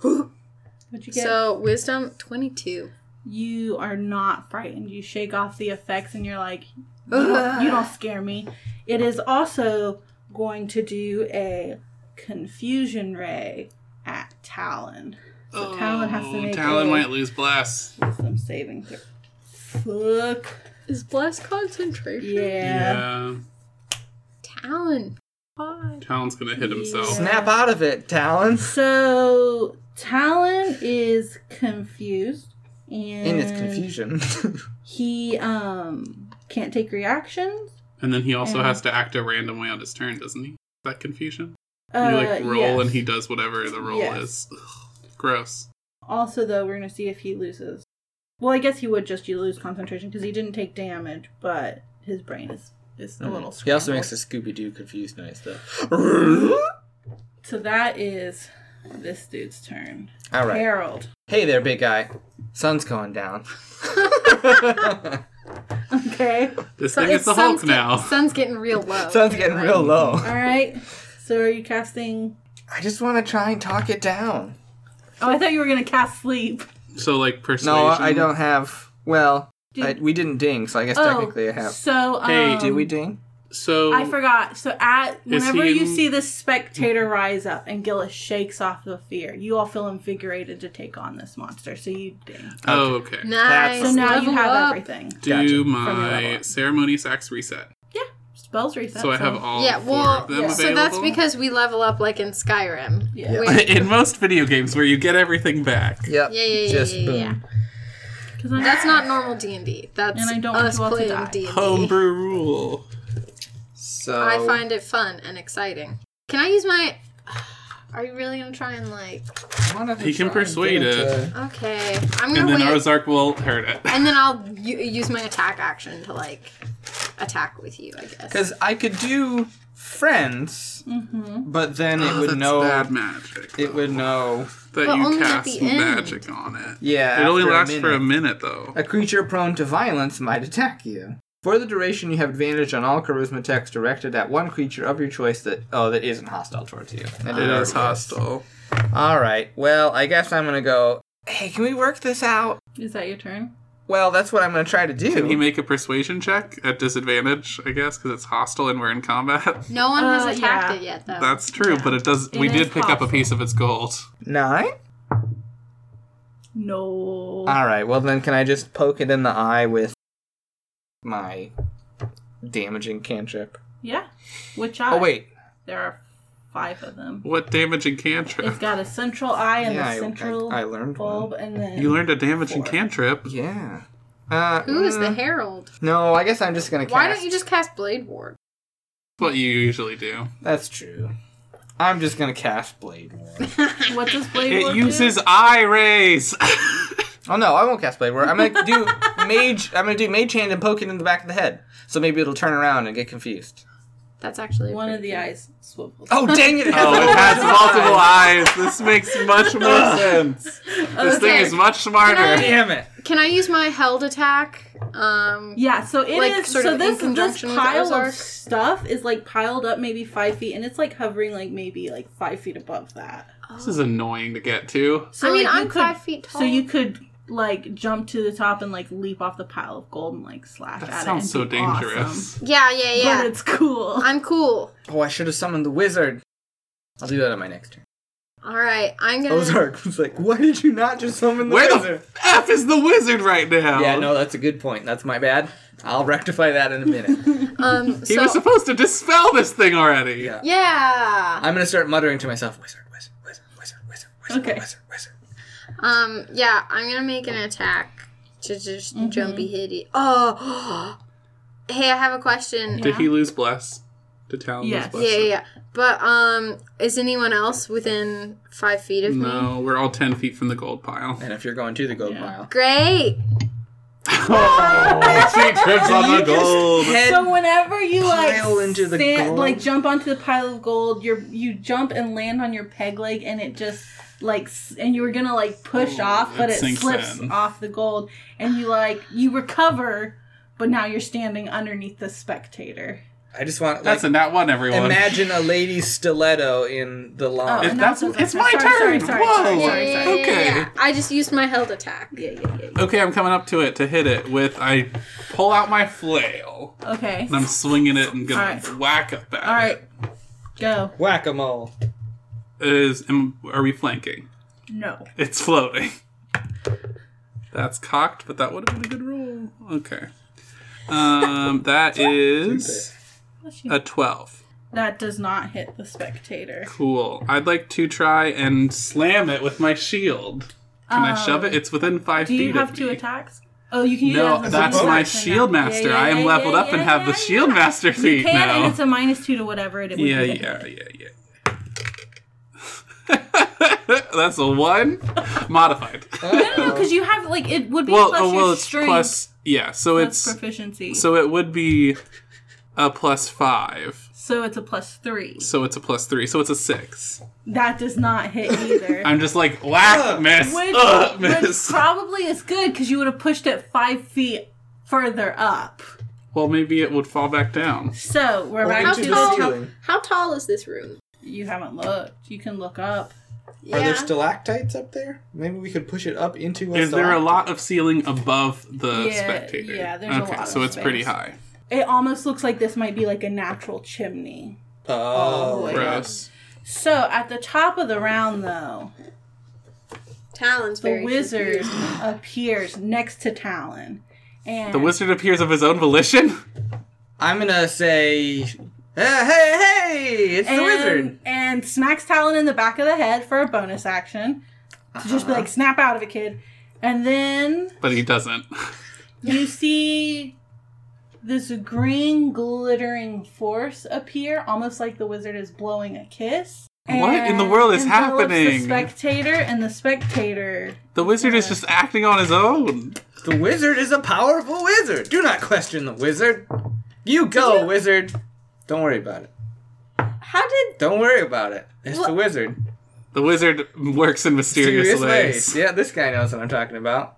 Speaker 1: What'd you get?
Speaker 4: So wisdom twenty two.
Speaker 1: you are not frightened. You shake off the effects and you're like, you
Speaker 4: Ugh.
Speaker 1: don't, you don't scare me. It is also going to do a confusion ray at Talon. So Talon has to
Speaker 2: Oh,
Speaker 1: make
Speaker 2: Talon
Speaker 1: a
Speaker 2: might lose bless.
Speaker 1: wisdom saving throw. Fuck.
Speaker 4: Is blessed concentration?
Speaker 1: Yeah.
Speaker 4: Talon. Why?
Speaker 2: Talon's gonna hit himself.
Speaker 3: Snap out of it, Talons.
Speaker 1: So Talon is confused and
Speaker 3: In its confusion.
Speaker 1: he um can't take reactions.
Speaker 2: And then he also
Speaker 1: Yeah.
Speaker 2: has to act a random way on his turn, doesn't he? Is that confusion?
Speaker 1: Uh,
Speaker 2: you like roll
Speaker 1: yes.
Speaker 2: and he does whatever the roll
Speaker 1: Yes.
Speaker 2: is. Ugh, gross.
Speaker 1: Also, though, we're gonna see if he loses. Well, I guess he would just you lose concentration because he didn't take damage, but his brain is is a little.
Speaker 3: Mm. he also
Speaker 1: scrambled.
Speaker 3: makes a Scooby Doo confused noise, though.
Speaker 1: So that is this dude's turn.
Speaker 3: All right.
Speaker 1: Harold.
Speaker 3: Hey there, big guy. Sun's going down.
Speaker 1: Okay.
Speaker 2: This
Speaker 4: So
Speaker 2: thing is
Speaker 4: it's
Speaker 2: the Hulk
Speaker 4: sun's get-
Speaker 2: now.
Speaker 4: Sun's getting real low.
Speaker 3: Sun's getting real low.
Speaker 1: All right. So are you casting?
Speaker 3: I just want to try and talk it down.
Speaker 1: Oh, I thought you were gonna cast sleep.
Speaker 2: So like persuasion.
Speaker 3: No, I don't have. Well,
Speaker 1: Did- Oh,
Speaker 3: I, we didn't ding, so I guess technically I have.
Speaker 1: So um,
Speaker 2: Hey,
Speaker 3: Did we ding?
Speaker 2: So
Speaker 1: I forgot. So at
Speaker 2: Is
Speaker 1: whenever
Speaker 2: he
Speaker 1: you
Speaker 2: in-
Speaker 1: see this spectator rise up and Gillis shakes off the fear, you all feel invigorated to take on this monster. So you ding.
Speaker 2: Oh, okay.
Speaker 4: Nice.
Speaker 1: So now
Speaker 4: Level
Speaker 1: you have
Speaker 4: up.
Speaker 1: everything.
Speaker 2: Do
Speaker 1: From your
Speaker 2: my
Speaker 1: level.
Speaker 2: ceremonious acts reset.
Speaker 1: Spells reset.
Speaker 2: so I have all
Speaker 4: Yeah,
Speaker 2: four
Speaker 4: well,
Speaker 2: of them available.
Speaker 4: so that's because we level up like in Skyrim.
Speaker 1: Yeah.
Speaker 3: Yeah.
Speaker 4: Where-
Speaker 2: in most video games where you get everything back.
Speaker 3: Yep.
Speaker 4: Yeah, yeah, yeah,
Speaker 3: Just
Speaker 4: yeah, yeah,
Speaker 3: boom.
Speaker 4: yeah.
Speaker 1: Because I'm
Speaker 4: That's not normal D and D. That's
Speaker 1: And I don't want
Speaker 4: us
Speaker 1: you all to
Speaker 4: playing
Speaker 1: die.
Speaker 4: D and D.
Speaker 2: Homebrew rule.
Speaker 3: So
Speaker 4: I find it fun and exciting. Can I use my? Are you really gonna try and like?
Speaker 3: Why don't
Speaker 2: He
Speaker 3: you
Speaker 2: can
Speaker 3: try and
Speaker 2: persuade
Speaker 3: get
Speaker 2: it.
Speaker 3: to-
Speaker 4: Okay, I'm
Speaker 2: And
Speaker 4: gonna
Speaker 2: then
Speaker 4: wait,
Speaker 2: Ozark will hurt it.
Speaker 4: and then I'll u- use my attack action to like attack with you. I guess.
Speaker 3: Because I could do friends, but then it would
Speaker 2: That's
Speaker 3: know.
Speaker 2: bad magic.
Speaker 3: It would know.
Speaker 2: that
Speaker 4: But
Speaker 2: you
Speaker 4: only at
Speaker 2: cast
Speaker 4: the end.
Speaker 2: magic on it.
Speaker 3: Yeah.
Speaker 2: it only
Speaker 3: after
Speaker 2: lasts for a
Speaker 3: minute.
Speaker 2: minute though.
Speaker 3: A creature prone to violence might attack you. For the duration, you have advantage on all charisma attacks directed at one creature of your choice that oh that isn't hostile towards you. And
Speaker 2: It
Speaker 3: already
Speaker 2: is hostile.
Speaker 3: All right. Well, I guess I'm gonna go. Hey, can we work this out?
Speaker 1: Is that your turn?
Speaker 3: Well, that's what I'm gonna try to do.
Speaker 2: Can he make a persuasion check at disadvantage? I guess because it's hostile and we're in combat.
Speaker 4: no one has
Speaker 1: Uh,
Speaker 4: attacked
Speaker 1: yeah.
Speaker 4: it yet, though.
Speaker 2: That's true, but it does.
Speaker 1: It
Speaker 2: we
Speaker 1: is
Speaker 2: did pick up a piece of its gold.
Speaker 3: Nine.
Speaker 1: No.
Speaker 3: All right. Well, then can I just poke it in the eye with my damaging cantrip?
Speaker 1: yeah. Which eye?
Speaker 3: Oh wait.
Speaker 1: There are five of them.
Speaker 2: What damaging cantrip?
Speaker 1: It's got a central eye and
Speaker 3: Yeah, I-
Speaker 1: the central
Speaker 3: I- I learned
Speaker 1: bulb, and then
Speaker 2: You learned a damaging
Speaker 1: Four.
Speaker 2: cantrip.
Speaker 3: Yeah. Uh,
Speaker 4: Who is the
Speaker 3: mm,
Speaker 4: herald?
Speaker 3: No, I guess I'm just gonna. Cast.
Speaker 4: Why don't you just cast Blade Ward?
Speaker 2: What you usually do.
Speaker 3: That's true. I'm just gonna cast blade. Ward.
Speaker 1: what does blade
Speaker 2: It
Speaker 1: Ward
Speaker 2: uses
Speaker 1: do?
Speaker 2: eye rays.
Speaker 3: oh no, I won't cast blade. Ward. I'm gonna do mage. I'm gonna do mage hand and poke it in the back of the head. So maybe it'll turn around and get confused.
Speaker 4: That's actually
Speaker 1: One of
Speaker 4: pretty
Speaker 1: the
Speaker 4: good.
Speaker 1: eyes swiveled.
Speaker 3: Oh, dang it!
Speaker 2: Oh, it has multiple eyes. This makes much more sense. This thing
Speaker 4: Okay.
Speaker 2: is much smarter.
Speaker 4: Can
Speaker 3: Damn it!
Speaker 4: Can I use my held attack? Um,
Speaker 1: Yeah, so it is.
Speaker 4: Like, sort
Speaker 1: so
Speaker 4: of in
Speaker 1: this this
Speaker 4: conjunction with
Speaker 1: pile
Speaker 4: Ozark?
Speaker 1: of stuff is like piled up maybe five feet, and it's like hovering like maybe like five feet above that.
Speaker 2: This is annoying to get to.
Speaker 1: So
Speaker 4: I mean,
Speaker 1: like, you
Speaker 4: I'm
Speaker 1: could-
Speaker 4: five feet tall.
Speaker 1: So you could like jump to the top and like leap off the pile of gold and like slash at
Speaker 2: That
Speaker 1: it.
Speaker 2: sounds so
Speaker 1: and be awesome.
Speaker 2: dangerous.
Speaker 4: Yeah, yeah,
Speaker 1: But
Speaker 4: yeah.
Speaker 1: it's cool.
Speaker 4: I'm cool.
Speaker 3: Oh, I should have summoned the wizard. I'll do that on my next turn.
Speaker 4: All right, I'm gonna.
Speaker 3: Ozark was like, "Why did you not just summon the
Speaker 2: Where
Speaker 3: wizard?"
Speaker 2: the F is the wizard right now?
Speaker 3: yeah, no, that's a good point. That's my bad. I'll rectify that in a minute.
Speaker 4: Um,
Speaker 2: He
Speaker 4: so
Speaker 2: was supposed to dispel this thing already.
Speaker 3: Yeah.
Speaker 4: yeah,
Speaker 3: I'm gonna start muttering to myself, "Wizard, wizard, wizard, wizard, wizard, wizard,
Speaker 1: Okay.
Speaker 3: wizard, wizard."
Speaker 4: um, yeah, I'm gonna make an attack to just
Speaker 1: Mm-hmm.
Speaker 4: jumpy hitty. Oh, hey, I have a question.
Speaker 2: Did he lose bless? Did Talon
Speaker 1: Yes.
Speaker 2: lose
Speaker 4: Yeah,
Speaker 2: bless?
Speaker 4: yeah, yeah. But um, is anyone else within five feet of me?
Speaker 2: No, we're all ten feet from the gold pile.
Speaker 3: And if you're going to the gold
Speaker 1: Yeah.
Speaker 3: pile,
Speaker 4: Great.
Speaker 2: Oh, she trips on the gold.
Speaker 3: head
Speaker 1: So whenever you like
Speaker 3: pile into the
Speaker 1: stand-
Speaker 3: gold.
Speaker 1: like jump onto the pile of gold, you are you jump and land on your peg leg, and it just like s- and you were gonna like push off, but
Speaker 2: Oh, it
Speaker 1: it
Speaker 2: sinks
Speaker 1: slips
Speaker 2: in.
Speaker 1: off the gold, and you like you recover, but now you're standing underneath the spectator.
Speaker 3: I just want like,
Speaker 2: That's a nat one, everyone.
Speaker 3: imagine a lady's stiletto in the
Speaker 1: Oh,
Speaker 2: If
Speaker 3: lawn.
Speaker 1: no,
Speaker 2: that's
Speaker 1: that's-
Speaker 2: it's my
Speaker 1: that's- sorry,
Speaker 2: turn.
Speaker 1: sorry, sorry,
Speaker 2: Whoa.
Speaker 1: sorry,
Speaker 4: Yeah,
Speaker 1: sorry,
Speaker 4: yeah, yeah,
Speaker 1: sorry.
Speaker 2: Oh, Okay.
Speaker 4: yeah. I just used my held attack.
Speaker 1: Yeah, yeah, yeah.
Speaker 2: Okay, I'm coming up to it to hit it with. I pull out my flail
Speaker 1: yeah. Okay.
Speaker 2: and I'm swinging it and gonna
Speaker 1: Alright.
Speaker 2: whack up at
Speaker 1: All right.
Speaker 2: it.
Speaker 1: Go.
Speaker 3: Whack a mole.
Speaker 2: Is am, are we flanking?
Speaker 1: No.
Speaker 2: It's floating. That's cocked, but that would have been a good roll. Okay. Um, that is a twelve.
Speaker 1: That does not hit the spectator.
Speaker 2: Cool. I'd like to try and slam it with my shield. Can I shove it? It's within five
Speaker 1: Um, Do
Speaker 2: feet.
Speaker 1: you have
Speaker 2: of
Speaker 1: two
Speaker 2: me.
Speaker 1: attacks? Oh, you can use
Speaker 2: No,
Speaker 1: it as a
Speaker 2: that's
Speaker 1: bonus
Speaker 2: my
Speaker 1: action now.
Speaker 2: shield master.
Speaker 1: Yeah, yeah,
Speaker 2: I am
Speaker 1: yeah,
Speaker 2: leveled
Speaker 1: yeah,
Speaker 2: up and
Speaker 1: yeah,
Speaker 2: have the
Speaker 1: yeah,
Speaker 2: shield
Speaker 1: yeah.
Speaker 2: master feat
Speaker 1: You can,
Speaker 2: now.
Speaker 1: and it's a minus two to whatever it would
Speaker 2: yeah,
Speaker 1: be.
Speaker 2: yeah, yeah, yeah, yeah. That's a one modified.
Speaker 1: No, no, because you have like it would be
Speaker 2: well,
Speaker 1: plus
Speaker 2: oh,
Speaker 1: your
Speaker 2: well, it's
Speaker 1: strength
Speaker 2: plus. Yeah, so
Speaker 1: plus
Speaker 2: it's
Speaker 1: proficiency. So,
Speaker 2: so it would be a plus five.
Speaker 1: it's a plus three.
Speaker 2: So it's a plus three. So it's a six.
Speaker 1: That does not hit either.
Speaker 2: I'm just like whack miss,
Speaker 1: which,
Speaker 2: ugh,
Speaker 1: which
Speaker 2: miss.
Speaker 1: probably is good because you would have pushed it five feet further up.
Speaker 2: Well, maybe it would fall back down.
Speaker 1: So we're
Speaker 3: Only
Speaker 1: back
Speaker 4: How
Speaker 1: to
Speaker 3: two
Speaker 1: the
Speaker 3: feet.
Speaker 1: top.
Speaker 4: tall?
Speaker 3: ceiling.
Speaker 4: How tall is this room?
Speaker 1: You haven't looked. You can look up.
Speaker 4: Yeah.
Speaker 3: Are there stalactites up there? Maybe we could push it up into a
Speaker 2: Is there a
Speaker 3: stalactite.
Speaker 2: lot of ceiling above the
Speaker 1: Yeah,
Speaker 2: spectator?
Speaker 1: yeah, there's a
Speaker 2: okay,
Speaker 1: lot of
Speaker 2: so it's pretty
Speaker 1: space.
Speaker 2: high.
Speaker 1: It almost looks like this might be like a natural chimney.
Speaker 3: Oh,
Speaker 1: Right.
Speaker 2: Gross.
Speaker 1: So at the top of the round, though,
Speaker 4: Talon's
Speaker 1: the
Speaker 4: very
Speaker 1: wizard
Speaker 4: confused.
Speaker 1: appears next to Talon, and
Speaker 2: The wizard appears of his own volition.
Speaker 3: I'm gonna say, "Hey, hey, hey! It's
Speaker 1: and,
Speaker 3: the wizard."
Speaker 1: and smacks Talon in the back of the head for a bonus action to just be
Speaker 2: Uh-huh.
Speaker 1: like, "Snap out of it, kid!" And then
Speaker 2: But he doesn't.
Speaker 1: you see this green glittering force appear, almost like the wizard is blowing a kiss.
Speaker 2: What in the
Speaker 1: and
Speaker 2: world is
Speaker 1: envelops
Speaker 2: happening?
Speaker 1: The spectator and the spectator
Speaker 2: The wizard is just acting on his own.
Speaker 3: The wizard is a powerful wizard. Do not question the wizard. You go, wizard. Don't worry about it.
Speaker 4: How did
Speaker 3: Don't worry about it. It's the
Speaker 4: Well-
Speaker 3: wizard.
Speaker 2: The wizard works in mysterious,
Speaker 3: Serious
Speaker 2: ways.
Speaker 3: ways. Yeah, this guy knows what I'm talking about.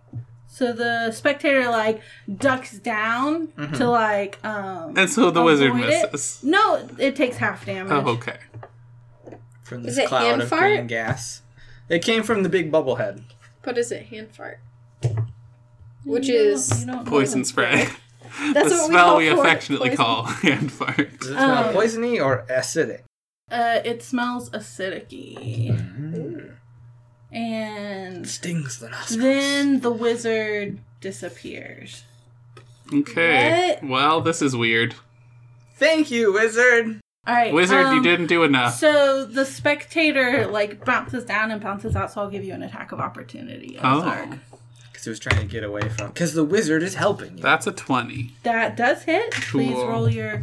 Speaker 1: So the spectator like ducks down to like um
Speaker 2: Mm-hmm. And so the
Speaker 1: avoid
Speaker 2: wizard
Speaker 1: it.
Speaker 2: misses.
Speaker 1: No, it takes half damage.
Speaker 2: Oh, okay.
Speaker 3: From
Speaker 4: Is
Speaker 3: this
Speaker 4: it
Speaker 3: cloud
Speaker 4: hand
Speaker 3: of
Speaker 4: fart?
Speaker 3: green gas. It came from the big bubble head.
Speaker 4: what is it? Hand fart. Which
Speaker 1: You don't-
Speaker 4: is
Speaker 1: you don't know.
Speaker 2: Poison spray.
Speaker 4: that's
Speaker 2: the
Speaker 4: what
Speaker 2: spell
Speaker 4: we,
Speaker 2: we,
Speaker 4: call for it,
Speaker 2: affectionately
Speaker 4: poison.
Speaker 2: call hand fart.
Speaker 3: Does it smell
Speaker 1: Oh.
Speaker 3: poisony or acidic?
Speaker 1: Uh, it smells acidic and
Speaker 3: Stings the nostrils.
Speaker 1: then the wizard disappears.
Speaker 2: Okay.
Speaker 4: What?
Speaker 2: Well, this is weird.
Speaker 3: Thank you, wizard.
Speaker 1: All right,
Speaker 2: Wizard, you
Speaker 1: um,
Speaker 2: didn't do enough.
Speaker 1: So the spectator like bounces down and bounces out. So I'll give you an attack of opportunity. Ozark.
Speaker 2: Oh,
Speaker 3: Because he was trying to get away from. Because the wizard is helping you.
Speaker 2: that's a 20.
Speaker 1: that does hit. Please
Speaker 2: Cool.
Speaker 1: roll your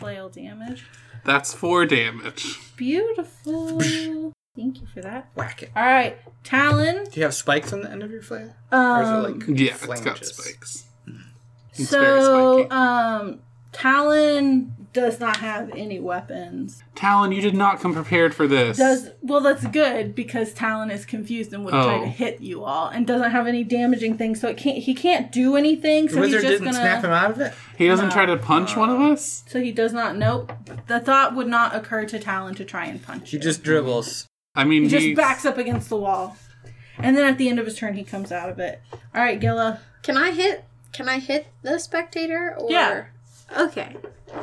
Speaker 1: flail damage.
Speaker 2: That's 4 damage.
Speaker 1: Beautiful. Thank you for that.
Speaker 3: Whack it.
Speaker 1: All right, Talon.
Speaker 3: Do you have spikes on the end of your flail? Or is it
Speaker 1: Um,
Speaker 3: like
Speaker 2: Yeah, it's got
Speaker 3: flanges?
Speaker 2: spikes. It's very
Speaker 1: so
Speaker 2: spiky.
Speaker 1: um, Talon does not have any weapons.
Speaker 2: Talon, you did not come prepared for this.
Speaker 1: Does well that's good because Talon is confused and would try
Speaker 2: Oh.
Speaker 1: to hit you all and doesn't have any damaging things, so it can't he can't do anything, so
Speaker 3: The wizard
Speaker 1: he's just
Speaker 3: didn't
Speaker 1: gonna
Speaker 3: snap him out of it.
Speaker 2: he doesn't try to punch one of us?
Speaker 1: So he does not nope. The thought would not occur to Talon to try and punch
Speaker 3: He
Speaker 1: you.
Speaker 3: just dribbles.
Speaker 2: I mean,
Speaker 1: He
Speaker 2: he's
Speaker 1: just backs up against the wall. And then at the end of his turn he comes out of it. Alright, Gilla.
Speaker 4: Can I hit? Can I hit the spectator? Or...
Speaker 1: Yeah.
Speaker 4: Okay.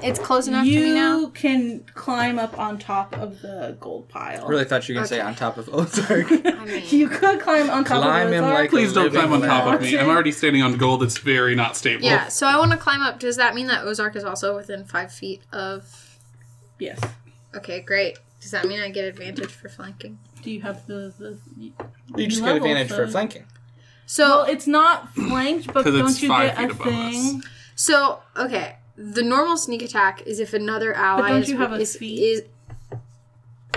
Speaker 4: It's close enough to me now.
Speaker 1: You can climb up on top of the gold pile.
Speaker 3: Really thought you were gonna say
Speaker 4: Okay.
Speaker 3: on top of Ozark.
Speaker 4: I mean,
Speaker 1: You could climb on top
Speaker 3: Climb
Speaker 1: of
Speaker 3: him
Speaker 1: Ozark.
Speaker 3: like-
Speaker 2: Please don't climb on top of me.
Speaker 1: Watching.
Speaker 2: I'm already standing on gold that's very not stable.
Speaker 4: yeah. So I want to climb up. Does that mean that Ozark is also within five feet of?
Speaker 1: Yes.
Speaker 4: Okay, great. Does that mean I get advantage for flanking?
Speaker 1: Do you have the, the
Speaker 3: you just get
Speaker 1: Level,
Speaker 3: advantage for
Speaker 1: so-
Speaker 3: flanking.
Speaker 4: So
Speaker 1: Well, it's not flanked, but
Speaker 2: 'Cause it's
Speaker 1: don't you
Speaker 2: five
Speaker 1: get
Speaker 2: feet
Speaker 1: a
Speaker 2: above
Speaker 1: thing?
Speaker 4: So okay, the normal sneak attack is if another ally
Speaker 1: don't
Speaker 4: is,
Speaker 1: you have a
Speaker 4: is,
Speaker 1: feat?
Speaker 4: is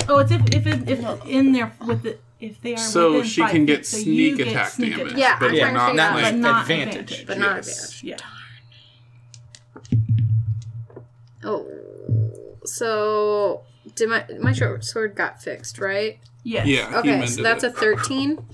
Speaker 1: Oh, it's if if it, if in there with the if they are
Speaker 2: So
Speaker 1: within
Speaker 2: she
Speaker 1: five
Speaker 2: can
Speaker 1: feet,
Speaker 2: get
Speaker 1: so
Speaker 2: sneak
Speaker 1: you get
Speaker 2: attack
Speaker 1: sneak
Speaker 2: damage,
Speaker 1: attack.
Speaker 4: Yeah,
Speaker 2: but
Speaker 4: I'm
Speaker 2: it's
Speaker 4: trying to
Speaker 2: not
Speaker 4: figure out-
Speaker 2: flanked.
Speaker 1: But not
Speaker 3: advantage.
Speaker 1: advantage.
Speaker 4: but not
Speaker 2: Yes.
Speaker 4: advantage.
Speaker 1: Yeah.
Speaker 4: Oh, so did my my short sword got fixed right?
Speaker 1: Yes.
Speaker 2: Yeah. You
Speaker 4: Okay,
Speaker 2: mended
Speaker 4: so that's
Speaker 2: it.
Speaker 4: a thirteen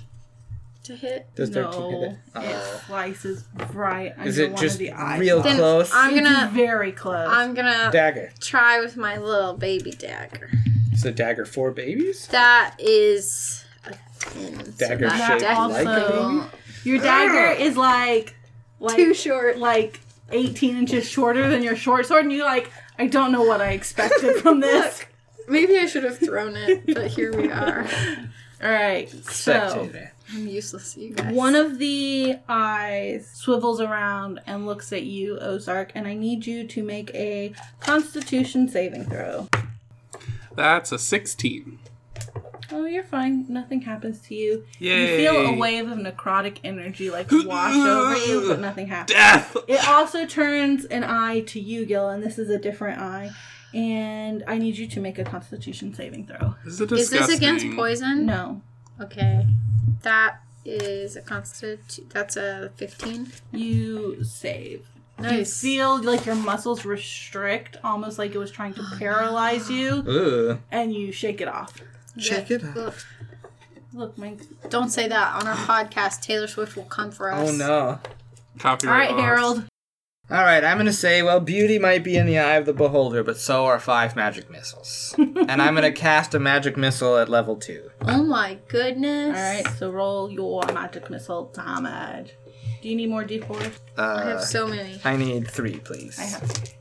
Speaker 4: to hit.
Speaker 3: Does 13 hit
Speaker 1: No,
Speaker 3: it?
Speaker 1: it
Speaker 3: Oh.
Speaker 1: slices right under
Speaker 3: Is it
Speaker 1: one
Speaker 3: just
Speaker 1: of the eyes.
Speaker 3: real
Speaker 4: Then
Speaker 3: close?
Speaker 4: I'm
Speaker 1: It's
Speaker 4: gonna
Speaker 1: very close.
Speaker 4: I'm gonna
Speaker 3: dagger.
Speaker 4: try with my little baby dagger.
Speaker 3: So dagger four babies?
Speaker 4: That is a ten.
Speaker 3: Dagger
Speaker 4: so
Speaker 1: that
Speaker 3: shaped
Speaker 1: also-
Speaker 3: like a baby?
Speaker 1: Your dagger is like like
Speaker 4: too short.
Speaker 1: like 18 inches shorter than your short sword, and you're like, I don't know what I expected from this.
Speaker 4: Look, maybe I should have thrown it, but here we are.
Speaker 1: All right, so
Speaker 3: Spectator.
Speaker 4: I'm useless, you guys.
Speaker 1: one of the eyes swivels around and looks at you, Ozark, and I need you to make a Constitution saving throw.
Speaker 2: That's a 16.
Speaker 1: Oh, you're fine. Nothing happens to you.
Speaker 2: Yay.
Speaker 1: You feel a wave of necrotic energy like wash over you, but nothing happens.
Speaker 2: Death!
Speaker 1: It also turns an eye to you, Gil, and this is a different eye. And I need you to make a Constitution saving throw.
Speaker 2: This is, a
Speaker 4: is this against
Speaker 2: disgusting-
Speaker 4: poison?
Speaker 1: No,
Speaker 4: Okay. That is a constant. That's a 15.
Speaker 1: you save.
Speaker 4: Nice.
Speaker 1: You feel like your muscles restrict, almost like it was trying to paralyze you,
Speaker 3: Ooh.
Speaker 1: and you shake it off.
Speaker 3: Check it out.
Speaker 4: Look,
Speaker 1: Look, Mike.
Speaker 4: don't say that. On our podcast, Taylor Swift will come for us.
Speaker 3: Oh no.
Speaker 1: All
Speaker 2: Copyright
Speaker 1: right,
Speaker 2: laws.
Speaker 1: Harold.
Speaker 3: All right, I'm gonna say, well, beauty might be in the eye of the beholder, but so are five magic missiles. and I'm gonna cast a magic missile at level two.
Speaker 4: Oh my
Speaker 1: All
Speaker 4: goodness.
Speaker 1: right, so roll your magic missile damage. Do you need more d4?
Speaker 3: Uh,
Speaker 4: I
Speaker 3: I,
Speaker 4: have so many.
Speaker 3: need three, please.
Speaker 1: I have.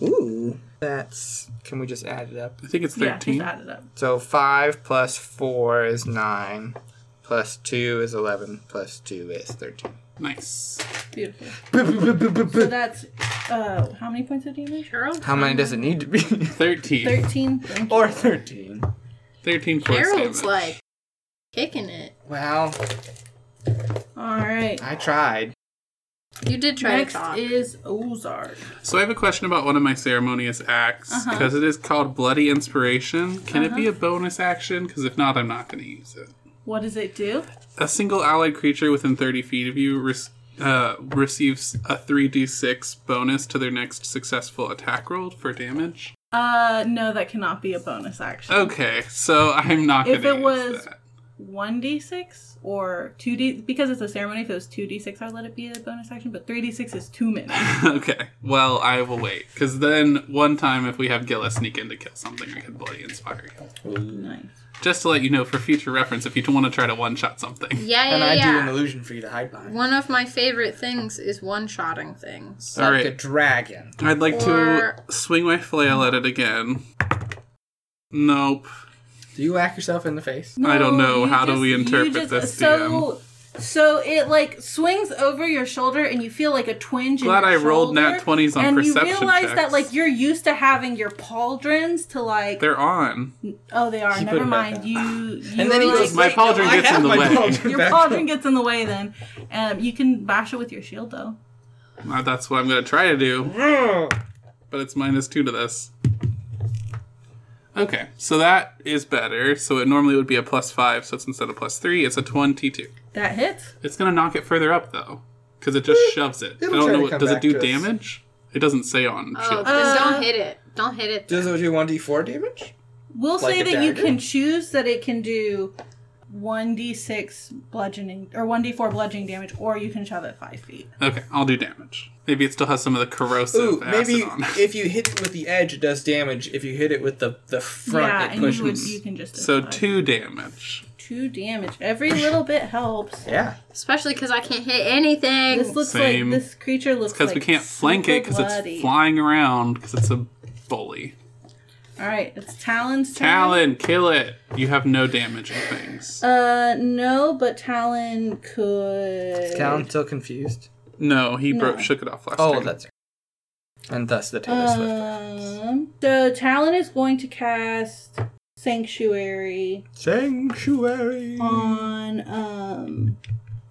Speaker 3: Ooh, that's. Can we just add it up?
Speaker 2: I think it's
Speaker 1: Yeah, he's
Speaker 2: 13.
Speaker 1: added up.
Speaker 3: So five plus four is nine, plus two is eleven, plus two is thirteen.
Speaker 2: nice.
Speaker 1: Beautiful. So that's uh, how many points did you make?
Speaker 4: Harold?
Speaker 3: How many does it need to be?
Speaker 2: 13.
Speaker 1: 13.
Speaker 3: or thirteen?
Speaker 2: 13 points
Speaker 4: Harold's
Speaker 2: damage.
Speaker 4: like kicking it.
Speaker 3: Well,
Speaker 1: All right.
Speaker 3: I tried.
Speaker 4: You did try
Speaker 1: Next
Speaker 4: to talk.
Speaker 1: is Ozark.
Speaker 2: So I have a question about one of my ceremonious acts
Speaker 1: Uh-huh.
Speaker 2: because is called Bloody Inspiration. Can it be a bonus action? Because if not, I'm not going to use it.
Speaker 1: What does it do?
Speaker 2: A single allied creature within 30 feet of you re- uh, receives a 3d6 bonus to their next successful attack roll for damage.
Speaker 1: Uh, no, that cannot be a bonus action.
Speaker 2: Okay, so I'm not going
Speaker 1: If
Speaker 2: to use
Speaker 1: it was-
Speaker 2: that.
Speaker 1: One d six or two d because it's a ceremony. If it was two d six, I'd let it be a bonus action. But three d six is two minutes.
Speaker 2: okay, well, I will wait. Because then, one time, if we have Gilla sneak in to kill something, I could bloody inspire you.
Speaker 1: nice.
Speaker 2: Just to let you know for future reference, if you want to try to one shot something.
Speaker 4: yeah, yeah,
Speaker 3: And I do
Speaker 4: yeah.
Speaker 3: an illusion for you to hide behind.
Speaker 4: One of my favorite things is one-shotting things.
Speaker 2: All
Speaker 3: Like
Speaker 2: right.
Speaker 3: a dragon.
Speaker 2: I'd like
Speaker 4: Or-
Speaker 2: to swing my flail at it again. Nope.
Speaker 3: Do you whack yourself in the face?
Speaker 1: No,
Speaker 2: I don't know.
Speaker 1: you
Speaker 2: How do we
Speaker 1: you
Speaker 2: interpret this,
Speaker 1: So, so it like swings over your shoulder, and you feel like a twinge.
Speaker 2: Glad
Speaker 1: in your
Speaker 2: I rolled
Speaker 1: shoulder,
Speaker 2: nat 20s on
Speaker 1: and
Speaker 2: perception
Speaker 1: you realize that
Speaker 2: checks.
Speaker 1: like you're used to having your pauldrons to like.
Speaker 2: They're on.
Speaker 1: oh, they are.
Speaker 3: He
Speaker 1: Never
Speaker 3: put it back
Speaker 1: mind.
Speaker 3: on.
Speaker 1: You. you
Speaker 3: And then he
Speaker 1: like,
Speaker 3: goes,
Speaker 2: My
Speaker 3: "Wait, no,
Speaker 2: pauldron
Speaker 3: I
Speaker 2: gets
Speaker 3: have
Speaker 2: in the
Speaker 3: my
Speaker 2: way."
Speaker 3: pauldron
Speaker 1: Your
Speaker 3: back.
Speaker 1: pauldron gets in the way then. Um, you can bash it with your shield though.
Speaker 2: Uh, That's what I'm going to try to do, but it's minus two to this. Okay, so that is better. So it normally would be a plus five, so it's instead of plus three, it's a 22.
Speaker 1: That hits.
Speaker 2: It's going to knock it further up, though. because it just shoves it.
Speaker 3: It'll
Speaker 2: I don't
Speaker 3: try
Speaker 2: know
Speaker 3: to
Speaker 2: what
Speaker 3: come
Speaker 2: does it
Speaker 3: back
Speaker 2: do
Speaker 3: to us.
Speaker 2: damage. It doesn't say on
Speaker 4: Oh,
Speaker 2: shield.
Speaker 4: then
Speaker 1: Uh,
Speaker 4: don't hit it. Don't hit it.
Speaker 3: Does it do 1d4 damage?
Speaker 1: We'll
Speaker 3: Like
Speaker 1: say
Speaker 3: a
Speaker 1: that you
Speaker 3: dagger?
Speaker 1: can choose that it can do 1d6 bludgeoning or 1d4 bludgeoning damage, or you can shove it five feet.
Speaker 2: Okay, I'll do damage. Maybe it still has some of the corrosive
Speaker 3: Ooh,
Speaker 2: acid
Speaker 3: maybe
Speaker 2: on. it.
Speaker 3: if you hit it with the edge, it does damage. If you hit it with the, the front,
Speaker 1: yeah,
Speaker 3: it
Speaker 1: and you, would,
Speaker 3: pushes.
Speaker 1: you can just
Speaker 2: so
Speaker 1: apply
Speaker 2: two damage.
Speaker 1: two damage. Every little bit helps.
Speaker 3: Yeah.
Speaker 4: Especially because I can't hit anything.
Speaker 1: This looks
Speaker 2: Same.
Speaker 1: like this creature looks
Speaker 2: Because
Speaker 1: like
Speaker 2: we can't flank it because it's flying around because it's a bully.
Speaker 1: All right, it's Talon's turn.
Speaker 2: Talon, kill it. You have no damaging things.
Speaker 1: Uh, no, but Talon could.
Speaker 3: Talon's still confused.
Speaker 2: no, he
Speaker 1: no.
Speaker 2: broke, shook it off last
Speaker 3: Oh,
Speaker 2: turn.
Speaker 3: that's And thus
Speaker 2: Oh,
Speaker 3: the Taylor Swift. reference.
Speaker 1: Um, so Talon is going to cast Sanctuary
Speaker 3: Sanctuary.
Speaker 1: on um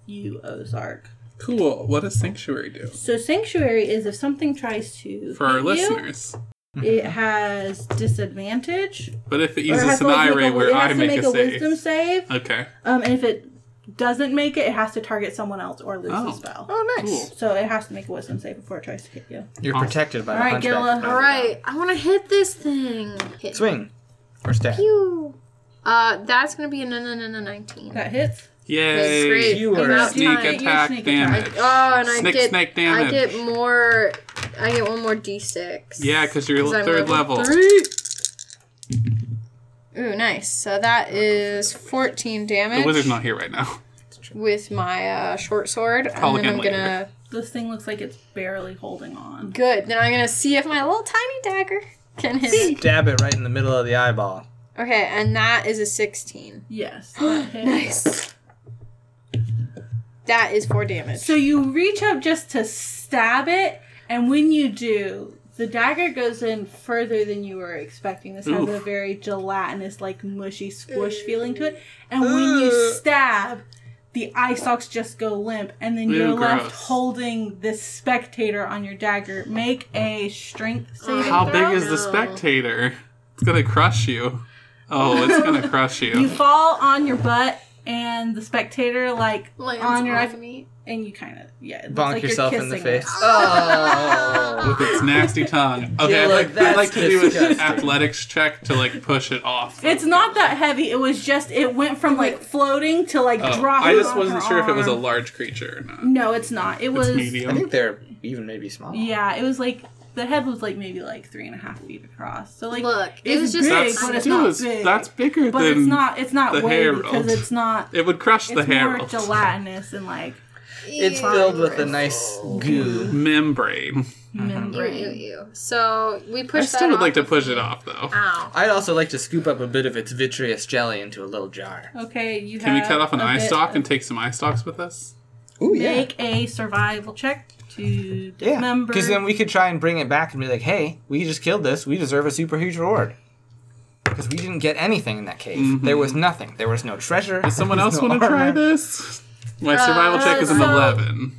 Speaker 1: you Ozark.
Speaker 2: cool. What does sanctuary do
Speaker 1: So Sanctuary is if something tries to
Speaker 2: for our
Speaker 1: hit you,
Speaker 2: listeners?
Speaker 1: it has disadvantage.
Speaker 2: But if it
Speaker 1: Or it has
Speaker 2: uses
Speaker 1: to,
Speaker 2: an
Speaker 1: like,
Speaker 2: eye
Speaker 1: make
Speaker 2: ray
Speaker 1: a-
Speaker 2: where
Speaker 1: it has
Speaker 2: I
Speaker 1: to
Speaker 2: make, a, save.
Speaker 1: wisdom save.
Speaker 2: Okay.
Speaker 1: Um, and if it doesn't make it, it has to target someone else or lose
Speaker 2: Oh.
Speaker 1: the spell.
Speaker 3: Oh, nice.
Speaker 2: Cool.
Speaker 1: So it has to make a wisdom save before it tries to hit you.
Speaker 3: You're
Speaker 2: Awesome.
Speaker 3: protected by
Speaker 1: All
Speaker 3: the
Speaker 1: right,
Speaker 3: hunchback.
Speaker 1: Gilla.
Speaker 3: by
Speaker 4: All
Speaker 3: the
Speaker 4: right, I want to hit this thing. Hit.
Speaker 3: Swing. Or stab.
Speaker 4: Pew. Uh, that's gonna be a no, no, no, no, nineteen.
Speaker 1: That hits.
Speaker 4: That's
Speaker 2: Yay!
Speaker 4: great.
Speaker 3: You
Speaker 4: I'm
Speaker 3: are
Speaker 4: out
Speaker 2: Sneak
Speaker 4: time.
Speaker 1: You're
Speaker 2: attack
Speaker 1: sneak
Speaker 4: I,
Speaker 2: damage.
Speaker 1: attack.
Speaker 4: oh, and I
Speaker 2: Snake,
Speaker 4: get
Speaker 2: snake damage.
Speaker 4: I get more. I get one more d6.
Speaker 2: Yeah, because you're
Speaker 4: 'Cause I'm
Speaker 2: third level.
Speaker 4: Three. Ooh, nice. So that is 14
Speaker 2: The
Speaker 4: damage
Speaker 2: wizard's not here right now.
Speaker 4: with my uh, short sword.
Speaker 2: Call
Speaker 4: and then I'm
Speaker 2: again
Speaker 4: gonna
Speaker 1: This thing looks like it's barely holding on.
Speaker 4: good. Then I'm gonna see if my little tiny dagger can hit. it.
Speaker 3: Stab it right in the middle of the eyeball.
Speaker 4: Okay, and that is a 16.
Speaker 1: Yes. that hits.
Speaker 4: Nice. That is four damage.
Speaker 1: So you reach up just to stab it, and when you do, the dagger goes in further than you were expecting. This has
Speaker 2: Oof.
Speaker 1: a very gelatinous, like mushy squish feeling to it. And when
Speaker 2: Uh.
Speaker 1: you stab, the eye stalks just go limp, and then
Speaker 2: Ew,
Speaker 1: you're left
Speaker 2: gross.
Speaker 1: holding this spectator on your dagger. Make a strength saving
Speaker 2: How
Speaker 1: throw.
Speaker 2: big is the
Speaker 4: No.
Speaker 2: spectator? It's gonna crush you. Oh, it's gonna crush
Speaker 1: You
Speaker 2: you.
Speaker 1: fall on your butt, and the spectator like
Speaker 4: Lands
Speaker 1: on your
Speaker 4: off
Speaker 1: eye,
Speaker 4: me.
Speaker 1: and you kind of yeah, it looks
Speaker 3: Bonk
Speaker 1: like you're
Speaker 3: yourself in the
Speaker 1: kissing it.
Speaker 3: face. Oh.
Speaker 2: With its nasty tongue. Okay, I'd
Speaker 3: look,
Speaker 2: like, I'd like
Speaker 3: that's
Speaker 2: to do an
Speaker 3: disgusting.
Speaker 2: athletics check to like push it off.
Speaker 1: It's
Speaker 4: Oh.
Speaker 1: not that heavy. It was just it went from like floating to like
Speaker 2: Oh,
Speaker 1: dropping.
Speaker 2: I just
Speaker 1: on
Speaker 2: wasn't
Speaker 1: her
Speaker 2: sure if it was a
Speaker 1: arm.
Speaker 2: large creature or not.
Speaker 1: No, it's not. It was.
Speaker 2: It's
Speaker 3: I
Speaker 2: medium.
Speaker 3: think they're even maybe small.
Speaker 1: Yeah, it was like the head was like maybe like three and a half feet across. So like
Speaker 4: Look, it
Speaker 1: it's
Speaker 4: was just-
Speaker 1: big,
Speaker 2: That's,
Speaker 1: but it's
Speaker 2: dude,
Speaker 1: not
Speaker 2: it's-
Speaker 1: big.
Speaker 2: that's bigger
Speaker 1: but
Speaker 2: than
Speaker 1: it's not. It's not
Speaker 2: the
Speaker 1: weight
Speaker 2: Herald.
Speaker 1: because it's not.
Speaker 2: It would crush the
Speaker 1: It's more
Speaker 2: Herald
Speaker 1: gelatinous and like
Speaker 3: It's
Speaker 2: uh,
Speaker 4: Ew.
Speaker 3: filled with a nice goo.
Speaker 2: membrane.
Speaker 4: Ew, ew,
Speaker 1: membrane.
Speaker 4: ew. So we push
Speaker 2: I still would
Speaker 4: off.
Speaker 2: like to push it off though.
Speaker 1: Uh,
Speaker 4: Ow.
Speaker 3: I'd also like to scoop up a bit of its vitreous jelly into a little jar.
Speaker 1: Okay, you
Speaker 2: Can we
Speaker 1: have
Speaker 2: cut off an
Speaker 1: a
Speaker 2: eye
Speaker 1: bit
Speaker 2: stalk
Speaker 1: of-
Speaker 2: and take some eye stalks with us?
Speaker 3: Ooh,
Speaker 1: make a survival check to
Speaker 3: Yeah,
Speaker 1: dismember.
Speaker 3: because then we could try and bring it back and be like, "Hey, we just killed this. We deserve a super huge reward." Because we didn't get anything in that cave. There was nothing. There was no treasure. Does
Speaker 2: Mm-hmm. Someone else want to try this? My survival check is an
Speaker 1: Uh, so-
Speaker 2: 11.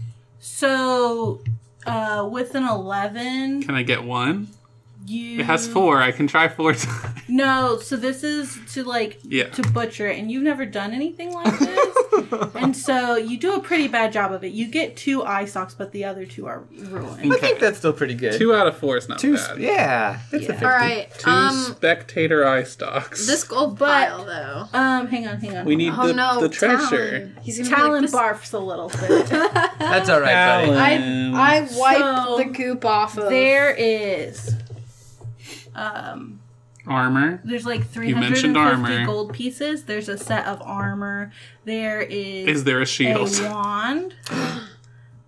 Speaker 1: so uh, with an eleven,
Speaker 2: Can I get one?
Speaker 1: you
Speaker 2: It has
Speaker 1: Mm.
Speaker 2: four. I can try four times.
Speaker 1: No, so this is to like
Speaker 2: Yeah.
Speaker 1: to butcher it, and you've never done anything like this, and so you do a pretty bad job of it. You get two eye socks, but the other two are ruined.
Speaker 3: I think that's still pretty good.
Speaker 2: Two out of four is not
Speaker 3: Two
Speaker 2: bad.
Speaker 3: sp- yeah, that's a
Speaker 1: Yeah.
Speaker 3: fifty.
Speaker 4: All right.
Speaker 2: Two
Speaker 4: Um,
Speaker 2: spectator eye stalks.
Speaker 4: this gold pile though.
Speaker 1: Um, hang on, hang on.
Speaker 2: we need
Speaker 4: Oh
Speaker 2: the,
Speaker 4: no,
Speaker 2: the treasure.
Speaker 4: Talon. He's gonna
Speaker 1: Talon
Speaker 4: be like,
Speaker 1: barfs a little bit.
Speaker 3: That's all right, buddy.
Speaker 4: I I wiped
Speaker 1: So-
Speaker 4: the goop off of
Speaker 1: there is, um,
Speaker 2: Armor.
Speaker 1: there's like three hundred
Speaker 2: mentioned
Speaker 1: and
Speaker 2: armor.
Speaker 1: fifty gold pieces. There's a set of armor. There is
Speaker 2: Is there a shield?
Speaker 1: a wand.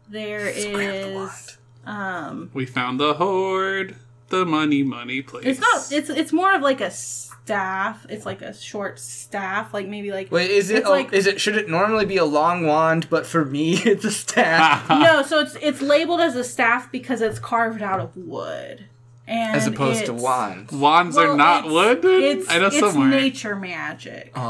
Speaker 1: There
Speaker 3: the
Speaker 1: is, um.
Speaker 2: We found the hoard. The money, money place.
Speaker 1: It's not. It's it's more of like a staff. It's like a short staff. Like maybe like
Speaker 3: Wait, is it?
Speaker 1: It's
Speaker 3: A,
Speaker 1: like-
Speaker 3: is it? Should it normally be a long wand? But for me, it's a
Speaker 2: Ah.
Speaker 3: staff.
Speaker 1: no. So it's it's labeled as a staff because it's carved out of wood, and
Speaker 3: As opposed to
Speaker 1: it's-
Speaker 3: wands.
Speaker 2: Wands
Speaker 1: well,
Speaker 2: are not
Speaker 1: it's-
Speaker 2: wood.
Speaker 1: It's
Speaker 2: I know
Speaker 1: it's
Speaker 2: somewhere.
Speaker 1: nature magic.
Speaker 3: Oh,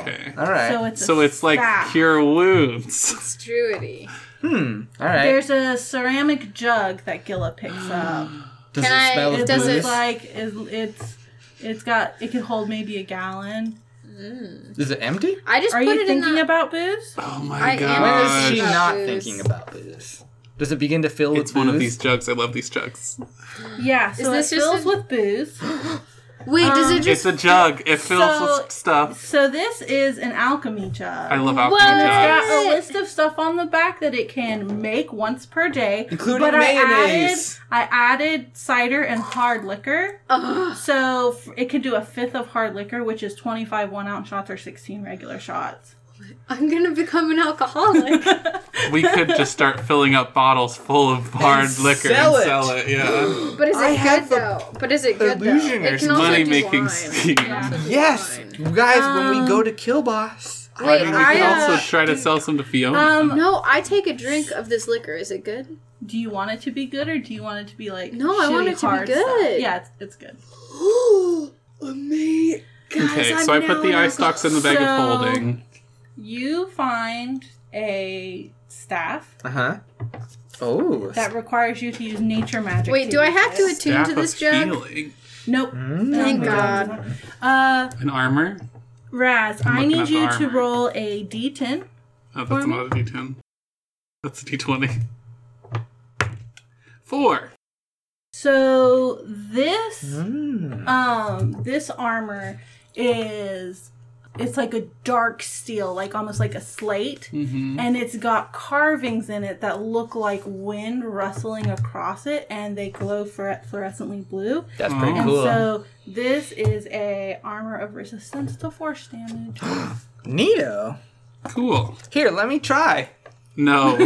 Speaker 2: Mm, Okay.
Speaker 3: All right.
Speaker 1: So it's a
Speaker 2: so it's like
Speaker 1: staff.
Speaker 2: cure wounds.
Speaker 4: It's druidy.
Speaker 3: hmm. All right.
Speaker 1: There's a ceramic jug that Gilla picks up.
Speaker 3: does
Speaker 4: Can I-
Speaker 3: it smell
Speaker 1: it
Speaker 3: of
Speaker 1: does
Speaker 4: doesn't
Speaker 1: look
Speaker 3: booze?
Speaker 1: like it- it's it's got it can hold maybe a gallon.
Speaker 3: Is it empty?
Speaker 4: I just
Speaker 1: Are
Speaker 4: put
Speaker 1: you
Speaker 4: it in
Speaker 1: thinking
Speaker 4: the.
Speaker 1: about booze?
Speaker 2: Oh my
Speaker 4: I am
Speaker 2: god.
Speaker 3: When
Speaker 4: Uh,
Speaker 3: is she
Speaker 4: about
Speaker 3: not
Speaker 4: booze.
Speaker 3: thinking about this? Does it begin to fill
Speaker 2: It's
Speaker 3: with
Speaker 2: one of
Speaker 3: booze?
Speaker 2: these jugs. I love these jugs.
Speaker 1: Yeah, so
Speaker 4: this
Speaker 1: it
Speaker 4: just
Speaker 1: fills
Speaker 4: a-
Speaker 1: with booze.
Speaker 4: Wait, does
Speaker 1: um,
Speaker 4: it
Speaker 2: It's
Speaker 4: just?
Speaker 2: a jug. It fills
Speaker 1: So-
Speaker 2: with stuff.
Speaker 1: So this is an alchemy jug.
Speaker 2: I love
Speaker 4: Well,
Speaker 2: alchemy
Speaker 1: and it's
Speaker 2: jugs.
Speaker 1: got a list of stuff on the back that it can make once per day,
Speaker 3: Including
Speaker 1: but
Speaker 3: mayonnaise.
Speaker 1: I added, I added cider and hard liquor,
Speaker 4: Ugh.
Speaker 1: so f- it could do a fifth of hard liquor, which is twenty-five one-ounce shots or sixteen regular shots.
Speaker 4: I'm gonna become an alcoholic.
Speaker 2: We could just start filling up bottles full of hard
Speaker 3: And
Speaker 2: liquor
Speaker 3: sell
Speaker 2: and
Speaker 3: it.
Speaker 2: sell it. Yeah.
Speaker 4: But is
Speaker 3: I
Speaker 4: it
Speaker 3: have
Speaker 4: good
Speaker 3: the
Speaker 4: though? But is it good though? It
Speaker 3: illusioners
Speaker 4: can also
Speaker 2: money
Speaker 4: do
Speaker 2: making
Speaker 4: wine.
Speaker 2: scheme.
Speaker 4: It can also do
Speaker 3: Yes,
Speaker 4: wine.
Speaker 3: you guys. when we
Speaker 1: Um,
Speaker 3: go to Kill Boss,
Speaker 2: I mean,
Speaker 4: Wait,
Speaker 2: we
Speaker 4: I,
Speaker 2: could
Speaker 4: uh,
Speaker 2: also try to sell some to Fiona.
Speaker 1: Um,
Speaker 4: No, I take a drink of this liquor. Is it good?
Speaker 1: do you want it to be good or do you want it to be like
Speaker 4: No, I want
Speaker 1: shitty
Speaker 4: it to be
Speaker 1: hard
Speaker 4: good.
Speaker 1: stuff? Yeah, it's, it's good.
Speaker 4: Amazing.
Speaker 2: okay, so I put the eye stalks in the bag
Speaker 1: So-
Speaker 2: of holding.
Speaker 1: You find a staff
Speaker 3: uh huh. Oh,
Speaker 1: that requires you to use nature magic.
Speaker 4: Wait, do I
Speaker 1: use
Speaker 4: have to
Speaker 1: this.
Speaker 4: attune to
Speaker 2: Staff
Speaker 4: this
Speaker 2: of
Speaker 4: jug?
Speaker 2: healing.
Speaker 1: Nope.
Speaker 4: Thank
Speaker 1: Um,
Speaker 4: God.
Speaker 1: Uh,
Speaker 2: An armor.
Speaker 1: Raz,
Speaker 2: looking
Speaker 1: i
Speaker 2: at
Speaker 1: need
Speaker 2: the
Speaker 1: you to
Speaker 2: armor.
Speaker 1: roll a d10.
Speaker 2: Oh, that's
Speaker 1: me?
Speaker 2: not a d10. That's a d20. Four.
Speaker 1: So this
Speaker 2: Hmm.
Speaker 3: Mm.
Speaker 1: um this armor is it's like a dark steel, like almost like a slate,
Speaker 2: Mm-hmm.
Speaker 1: and it's got carvings in it that look like wind rustling across it, and they glow fluores- fluorescently blue.
Speaker 3: That's pretty
Speaker 2: Oh.
Speaker 1: And
Speaker 3: cool.
Speaker 1: so this is a armor of resistance to force damage.
Speaker 3: Neato.
Speaker 2: Cool.
Speaker 3: Here, let me try.
Speaker 2: No.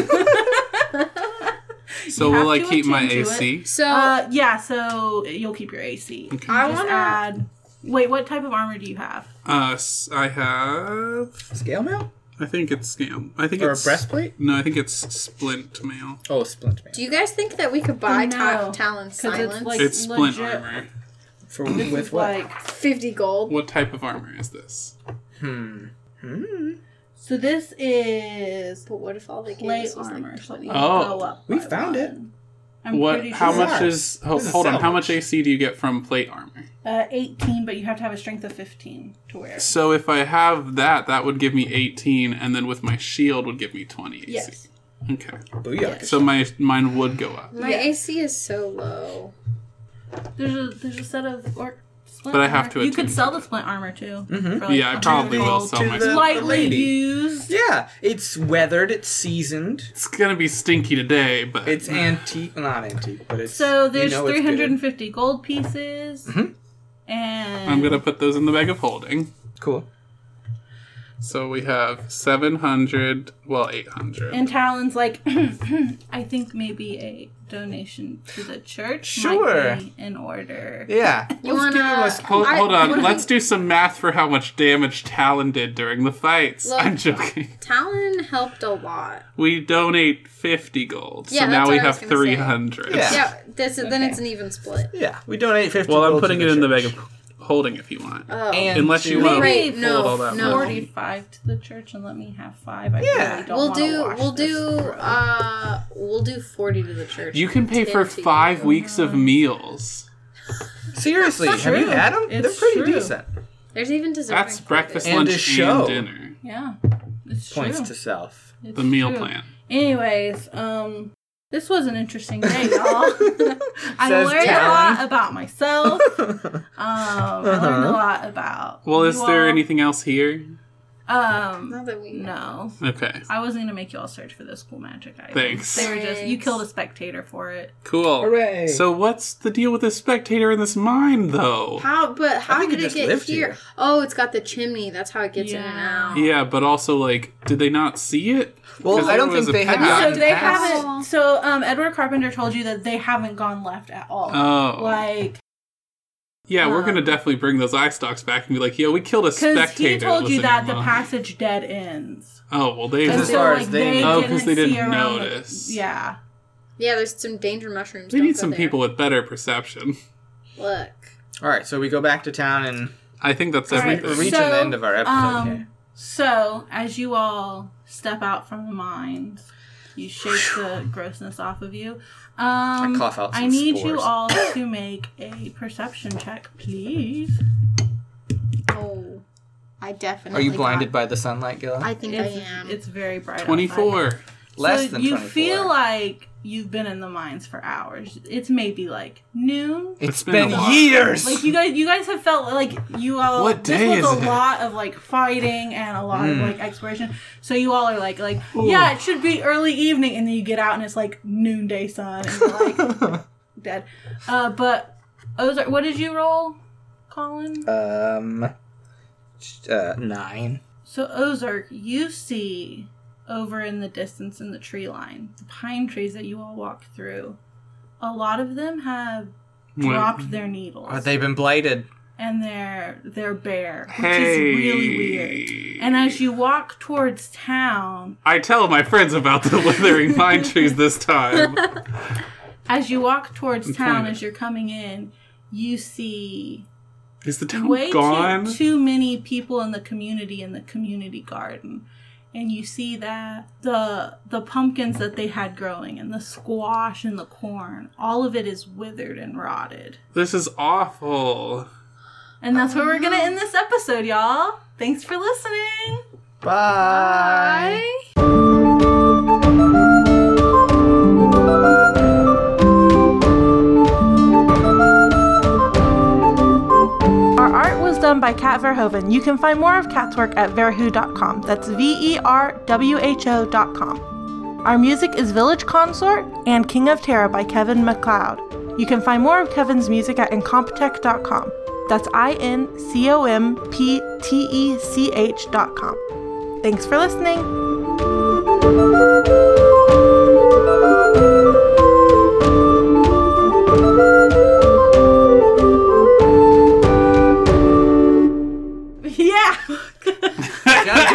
Speaker 2: so
Speaker 1: You
Speaker 2: will I
Speaker 1: have to
Speaker 2: keep my
Speaker 1: attune to
Speaker 2: AC?
Speaker 4: So
Speaker 1: Uh, yeah, so you'll keep your AC.
Speaker 4: I
Speaker 1: Just
Speaker 4: want to.
Speaker 1: add. Wait, what type of armor do you have?
Speaker 2: Uh, s- I have.
Speaker 3: Scale mail
Speaker 2: I think it's scam. I think
Speaker 3: or a
Speaker 2: it's
Speaker 3: breastplate?
Speaker 2: No, I think it's splint mail.
Speaker 3: Oh, splint mail
Speaker 4: Do you guys think that we could buy
Speaker 1: Oh, No,
Speaker 4: ta- Talon
Speaker 1: 'Cause it's,
Speaker 4: Silence?
Speaker 1: like,
Speaker 2: It's splint
Speaker 1: legit-
Speaker 2: armor.
Speaker 3: for
Speaker 1: This
Speaker 3: with
Speaker 1: is
Speaker 3: what?
Speaker 1: like
Speaker 4: 50 gold.
Speaker 2: What type of armor is this?
Speaker 3: Hmm. Hmm.
Speaker 1: so. This is
Speaker 4: But what if all they gave
Speaker 1: plate
Speaker 4: us was
Speaker 1: armor.
Speaker 4: like
Speaker 1: so
Speaker 4: 20?
Speaker 1: it will
Speaker 2: Oh.
Speaker 1: go up
Speaker 3: We
Speaker 1: by
Speaker 3: found it.
Speaker 1: one. I'm
Speaker 2: what?
Speaker 1: pretty
Speaker 2: How
Speaker 1: sure.
Speaker 2: much is? Hold,
Speaker 3: This is
Speaker 2: hold on. How
Speaker 3: salvage.
Speaker 2: much AC do you get from plate armor?
Speaker 1: Uh, 18, but you have to have a strength of 15 to wear. it.
Speaker 2: So if I have that, that would give me 18, and then with my shield would give me 20 AC.
Speaker 1: Yes.
Speaker 2: Okay.
Speaker 3: Booyah.
Speaker 2: So my mine would go up,
Speaker 4: My
Speaker 1: Yeah.
Speaker 4: AC is so low.
Speaker 1: There's a there's a set of or splint.
Speaker 2: But I have
Speaker 1: armor.
Speaker 2: to
Speaker 1: You could
Speaker 2: attune
Speaker 1: sell
Speaker 2: to
Speaker 1: the
Speaker 2: it.
Speaker 1: splint armor too.
Speaker 3: Mhm.
Speaker 1: for, like,
Speaker 2: Yeah, I
Speaker 1: a
Speaker 2: probably
Speaker 1: hundred.
Speaker 2: will sell
Speaker 3: To
Speaker 2: my
Speaker 3: the-
Speaker 2: splint.
Speaker 1: Lightly
Speaker 3: Lady.
Speaker 1: used.
Speaker 3: Yeah, it's weathered, it's seasoned,
Speaker 2: It's gonna be stinky today, but
Speaker 3: it's antique. Not antique, but it's.
Speaker 1: So
Speaker 3: you
Speaker 1: there's
Speaker 3: know it's good.
Speaker 1: 350 gold pieces.
Speaker 3: Mhm.
Speaker 1: And
Speaker 2: I'm gonna put those in the bag of holding.
Speaker 3: Cool.
Speaker 2: So we have 700, well 800.
Speaker 1: And Talon's like, I think maybe a donation to the church
Speaker 3: Sure.
Speaker 1: might be in order.
Speaker 3: Yeah.
Speaker 4: You
Speaker 3: Let's give him
Speaker 4: wanna-
Speaker 3: a sp-
Speaker 2: Hold,
Speaker 4: I-
Speaker 2: hold
Speaker 4: what
Speaker 2: on,
Speaker 4: if
Speaker 2: let's
Speaker 4: I-
Speaker 2: do some math for how much damage Talon did during the fights.
Speaker 4: Look.
Speaker 2: I'm joking.
Speaker 4: Talon helped a lot.
Speaker 2: We donate 50 gold,
Speaker 4: Yeah,
Speaker 2: so
Speaker 4: that's
Speaker 2: now we
Speaker 4: what I was
Speaker 2: have
Speaker 4: gonna say.
Speaker 2: 300.
Speaker 3: Yeah.
Speaker 4: Yeah, this, then it's an even split.
Speaker 3: Yeah, we donate fifty.
Speaker 2: Well, I'm
Speaker 3: gold
Speaker 2: putting
Speaker 3: to
Speaker 2: it in the
Speaker 3: church.
Speaker 2: bag of holding if you want.
Speaker 4: Oh.
Speaker 3: And
Speaker 2: Unless you um,
Speaker 3: to-
Speaker 2: want
Speaker 4: Wait,
Speaker 2: to
Speaker 4: no,
Speaker 2: hold all that
Speaker 4: no.
Speaker 2: money.
Speaker 1: 45 to the church and let me have five. I
Speaker 3: Yeah.
Speaker 1: really don't
Speaker 4: we'll
Speaker 1: wanna
Speaker 4: do
Speaker 1: wash
Speaker 4: we'll
Speaker 1: this
Speaker 4: do
Speaker 1: through.
Speaker 4: uh we'll do 40 to the church.
Speaker 2: You can pay for
Speaker 4: 10 to you.
Speaker 2: five weeks of meals.
Speaker 3: Seriously, have you
Speaker 1: true.
Speaker 3: had them?
Speaker 1: It's
Speaker 3: They're pretty
Speaker 1: true.
Speaker 3: decent.
Speaker 4: There's even dessert.
Speaker 2: That's breakfast,
Speaker 3: And a
Speaker 2: lunch, and
Speaker 3: show.
Speaker 2: dinner.
Speaker 1: Yeah. It's
Speaker 3: Points
Speaker 1: true.
Speaker 3: to self.
Speaker 1: It's
Speaker 2: The meal
Speaker 1: true.
Speaker 2: plan.
Speaker 1: Anyways, um, this was an interesting day, y'all. I
Speaker 3: Says
Speaker 1: learned a
Speaker 3: Talon.
Speaker 1: lot about myself. Um, I learned a lot about.
Speaker 2: Well,
Speaker 1: you
Speaker 2: is there
Speaker 1: all.
Speaker 2: anything else here?
Speaker 1: Um,
Speaker 4: Now that we
Speaker 1: no.
Speaker 2: Okay,
Speaker 1: I wasn't gonna make you all search for those cool magic items.
Speaker 2: Thanks.
Speaker 1: They were just you
Speaker 4: Thanks.
Speaker 1: killed a spectator for it.
Speaker 2: cool.
Speaker 3: Hooray.
Speaker 2: So what's the deal with this spectator in this mine, though?
Speaker 4: How? But how
Speaker 3: think it
Speaker 4: did it,
Speaker 3: just
Speaker 4: get
Speaker 3: lived
Speaker 4: here?
Speaker 3: here.
Speaker 4: Oh, it's got the chimney. That's how it gets in and
Speaker 1: Yeah.
Speaker 4: out.
Speaker 2: Yeah, but also like, did they not see it?
Speaker 3: Well,
Speaker 2: 'Cause
Speaker 3: I don't
Speaker 2: there was
Speaker 3: think
Speaker 2: a
Speaker 3: they had
Speaker 2: path.
Speaker 3: gotten
Speaker 1: So they
Speaker 3: past-
Speaker 4: have-
Speaker 1: haven't. So um, Edward Carpenter told you that they haven't gone left at all.
Speaker 2: Oh,
Speaker 1: Like
Speaker 2: yeah, we're
Speaker 1: um,
Speaker 2: gonna definitely bring those eye stalks back and be like, yo, we killed a
Speaker 1: because
Speaker 2: spectator.
Speaker 1: he told
Speaker 2: was
Speaker 1: you
Speaker 2: in
Speaker 1: that
Speaker 2: the
Speaker 1: the
Speaker 2: mine.
Speaker 1: passage dead ends.
Speaker 2: Oh well, they
Speaker 1: And
Speaker 3: As
Speaker 2: just
Speaker 1: so,
Speaker 3: far as they know.
Speaker 2: Oh, 'cause they
Speaker 1: see
Speaker 2: didn't
Speaker 1: around the-
Speaker 2: notice.
Speaker 1: yeah.
Speaker 4: Yeah, there's some danger mushrooms.
Speaker 2: they
Speaker 4: Don't
Speaker 2: need
Speaker 4: go
Speaker 2: some
Speaker 4: there.
Speaker 2: people with better perception.
Speaker 4: Look.
Speaker 3: All right, so we go back to town and
Speaker 2: I think that's
Speaker 1: All right,
Speaker 2: everything.
Speaker 3: we're reaching
Speaker 1: so,
Speaker 3: the end of our episode
Speaker 1: um,
Speaker 3: here.
Speaker 1: So as you all step out from the mines, you shake the grossness off of you.
Speaker 3: I
Speaker 1: Um,
Speaker 3: cough out
Speaker 1: I
Speaker 3: some
Speaker 1: need you
Speaker 3: spores.
Speaker 1: all to make a perception check, please.
Speaker 4: Oh, I definitely.
Speaker 3: Are you
Speaker 4: got-
Speaker 3: blinded by the sunlight, Gil?
Speaker 4: I think
Speaker 1: It's,
Speaker 4: I am.
Speaker 1: it's very bright. outside.
Speaker 2: 24.
Speaker 3: Less
Speaker 1: so
Speaker 3: than
Speaker 1: you
Speaker 3: 24.
Speaker 1: feel like you've been in the mines for hours. It's maybe like noon.
Speaker 2: It's been a while.
Speaker 3: years.
Speaker 1: Like you guys, you guys have felt like you all.
Speaker 2: What day
Speaker 1: this was
Speaker 2: is it?
Speaker 1: a
Speaker 2: Mm.
Speaker 1: lot of like fighting and a lot of like exploration. So you all are like, like, yeah, it should be early evening, and then you get out and it's like noonday sun, and you're like dead. Uh, but Ozark, what did you roll, Colin?
Speaker 3: um, uh, nine.
Speaker 1: So Ozark, you see over in the distance in the tree line, the pine trees that you all walk through. A lot of them have
Speaker 2: What?
Speaker 1: dropped their needles.
Speaker 3: Or Oh, they've been blighted.
Speaker 1: and they're they're bare, which
Speaker 2: Hey.
Speaker 1: is really weird. And as you walk towards town,
Speaker 2: I tell my friends about the withering pine trees this time.
Speaker 1: as you walk towards town,
Speaker 2: pointing.
Speaker 1: as you're coming in, you see
Speaker 2: Is the town
Speaker 1: way
Speaker 2: gone?
Speaker 1: too, too many people in the community in the community garden. And you see that the the pumpkins that they had growing and the squash and the corn, all of it is withered and rotted.
Speaker 2: this is awful.
Speaker 1: And that's where we're gonna end this episode, y'all. Thanks for listening.
Speaker 3: Bye.
Speaker 4: Bye.
Speaker 1: Our art was done by Kat Verhoeven. You can find more of Kat's work at verhu.com. That's V E R W H O.com. Our music is Village Consort and King of Terror by Kevin McLeod. You can find more of Kevin's music at incompetech.com. That's I N C O M P T E C H.com. Thanks for listening. Yeah.
Speaker 3: Gotta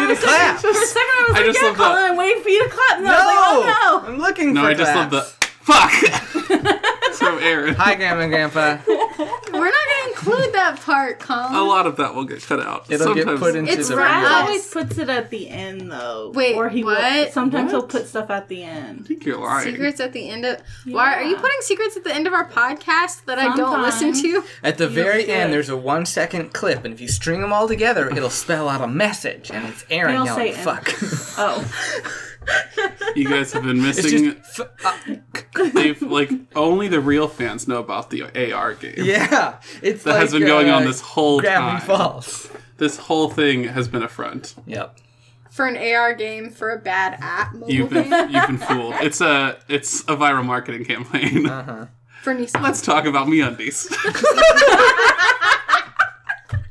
Speaker 3: do the clap.
Speaker 1: For a second, I
Speaker 2: I
Speaker 1: was like,
Speaker 2: just
Speaker 1: yeah,
Speaker 2: love that-
Speaker 1: Colin, I'm waiting for you to clap. And then
Speaker 3: No,
Speaker 1: I was like, oh no.
Speaker 3: I'm looking
Speaker 2: No,
Speaker 3: for
Speaker 2: I just love
Speaker 3: claps.
Speaker 2: the fuck. It's from Aaron.
Speaker 3: Hi, Grandma and Grandpa.
Speaker 4: We're not gonna include that part, Colin.
Speaker 2: A lot of that will get cut out.
Speaker 3: It'll
Speaker 2: Sometimes.
Speaker 3: get put into
Speaker 4: It's
Speaker 3: the
Speaker 4: right.
Speaker 1: Brad
Speaker 3: real.
Speaker 1: always puts it at the end, though.
Speaker 4: Wait,
Speaker 1: or he Will,
Speaker 4: what?
Speaker 1: sometimes he'll
Speaker 2: What?
Speaker 1: put stuff at the
Speaker 2: I
Speaker 1: end.
Speaker 2: think you're lying.
Speaker 4: Secrets at the end of. Why are you
Speaker 1: Yeah.
Speaker 4: putting secrets at the end of our podcast that I don't listen
Speaker 1: Sometimes.
Speaker 4: to?
Speaker 3: At the very
Speaker 1: should.
Speaker 3: end, there's a one second clip, and if you string them all together, it'll spell out a message, and it's Aaron
Speaker 1: Hail
Speaker 3: yelling,
Speaker 1: Satan.
Speaker 3: fuck.
Speaker 1: Oh,
Speaker 2: You guys have been
Speaker 3: it's
Speaker 2: missing.
Speaker 3: just. F- uh,
Speaker 2: They've like only the real fans know about the AR game.
Speaker 3: yeah. It's
Speaker 2: That has
Speaker 3: like,
Speaker 2: been going
Speaker 3: uh,
Speaker 2: on this whole
Speaker 3: grab
Speaker 2: time.
Speaker 3: and falls.
Speaker 2: This whole thing has been a front.
Speaker 3: Yep.
Speaker 4: For an AR game for a bad app mobile
Speaker 2: You've been
Speaker 4: game
Speaker 2: you've been fooled. It's a it's a viral marketing campaign.
Speaker 4: for Nissan.
Speaker 2: Let's talk about me undies.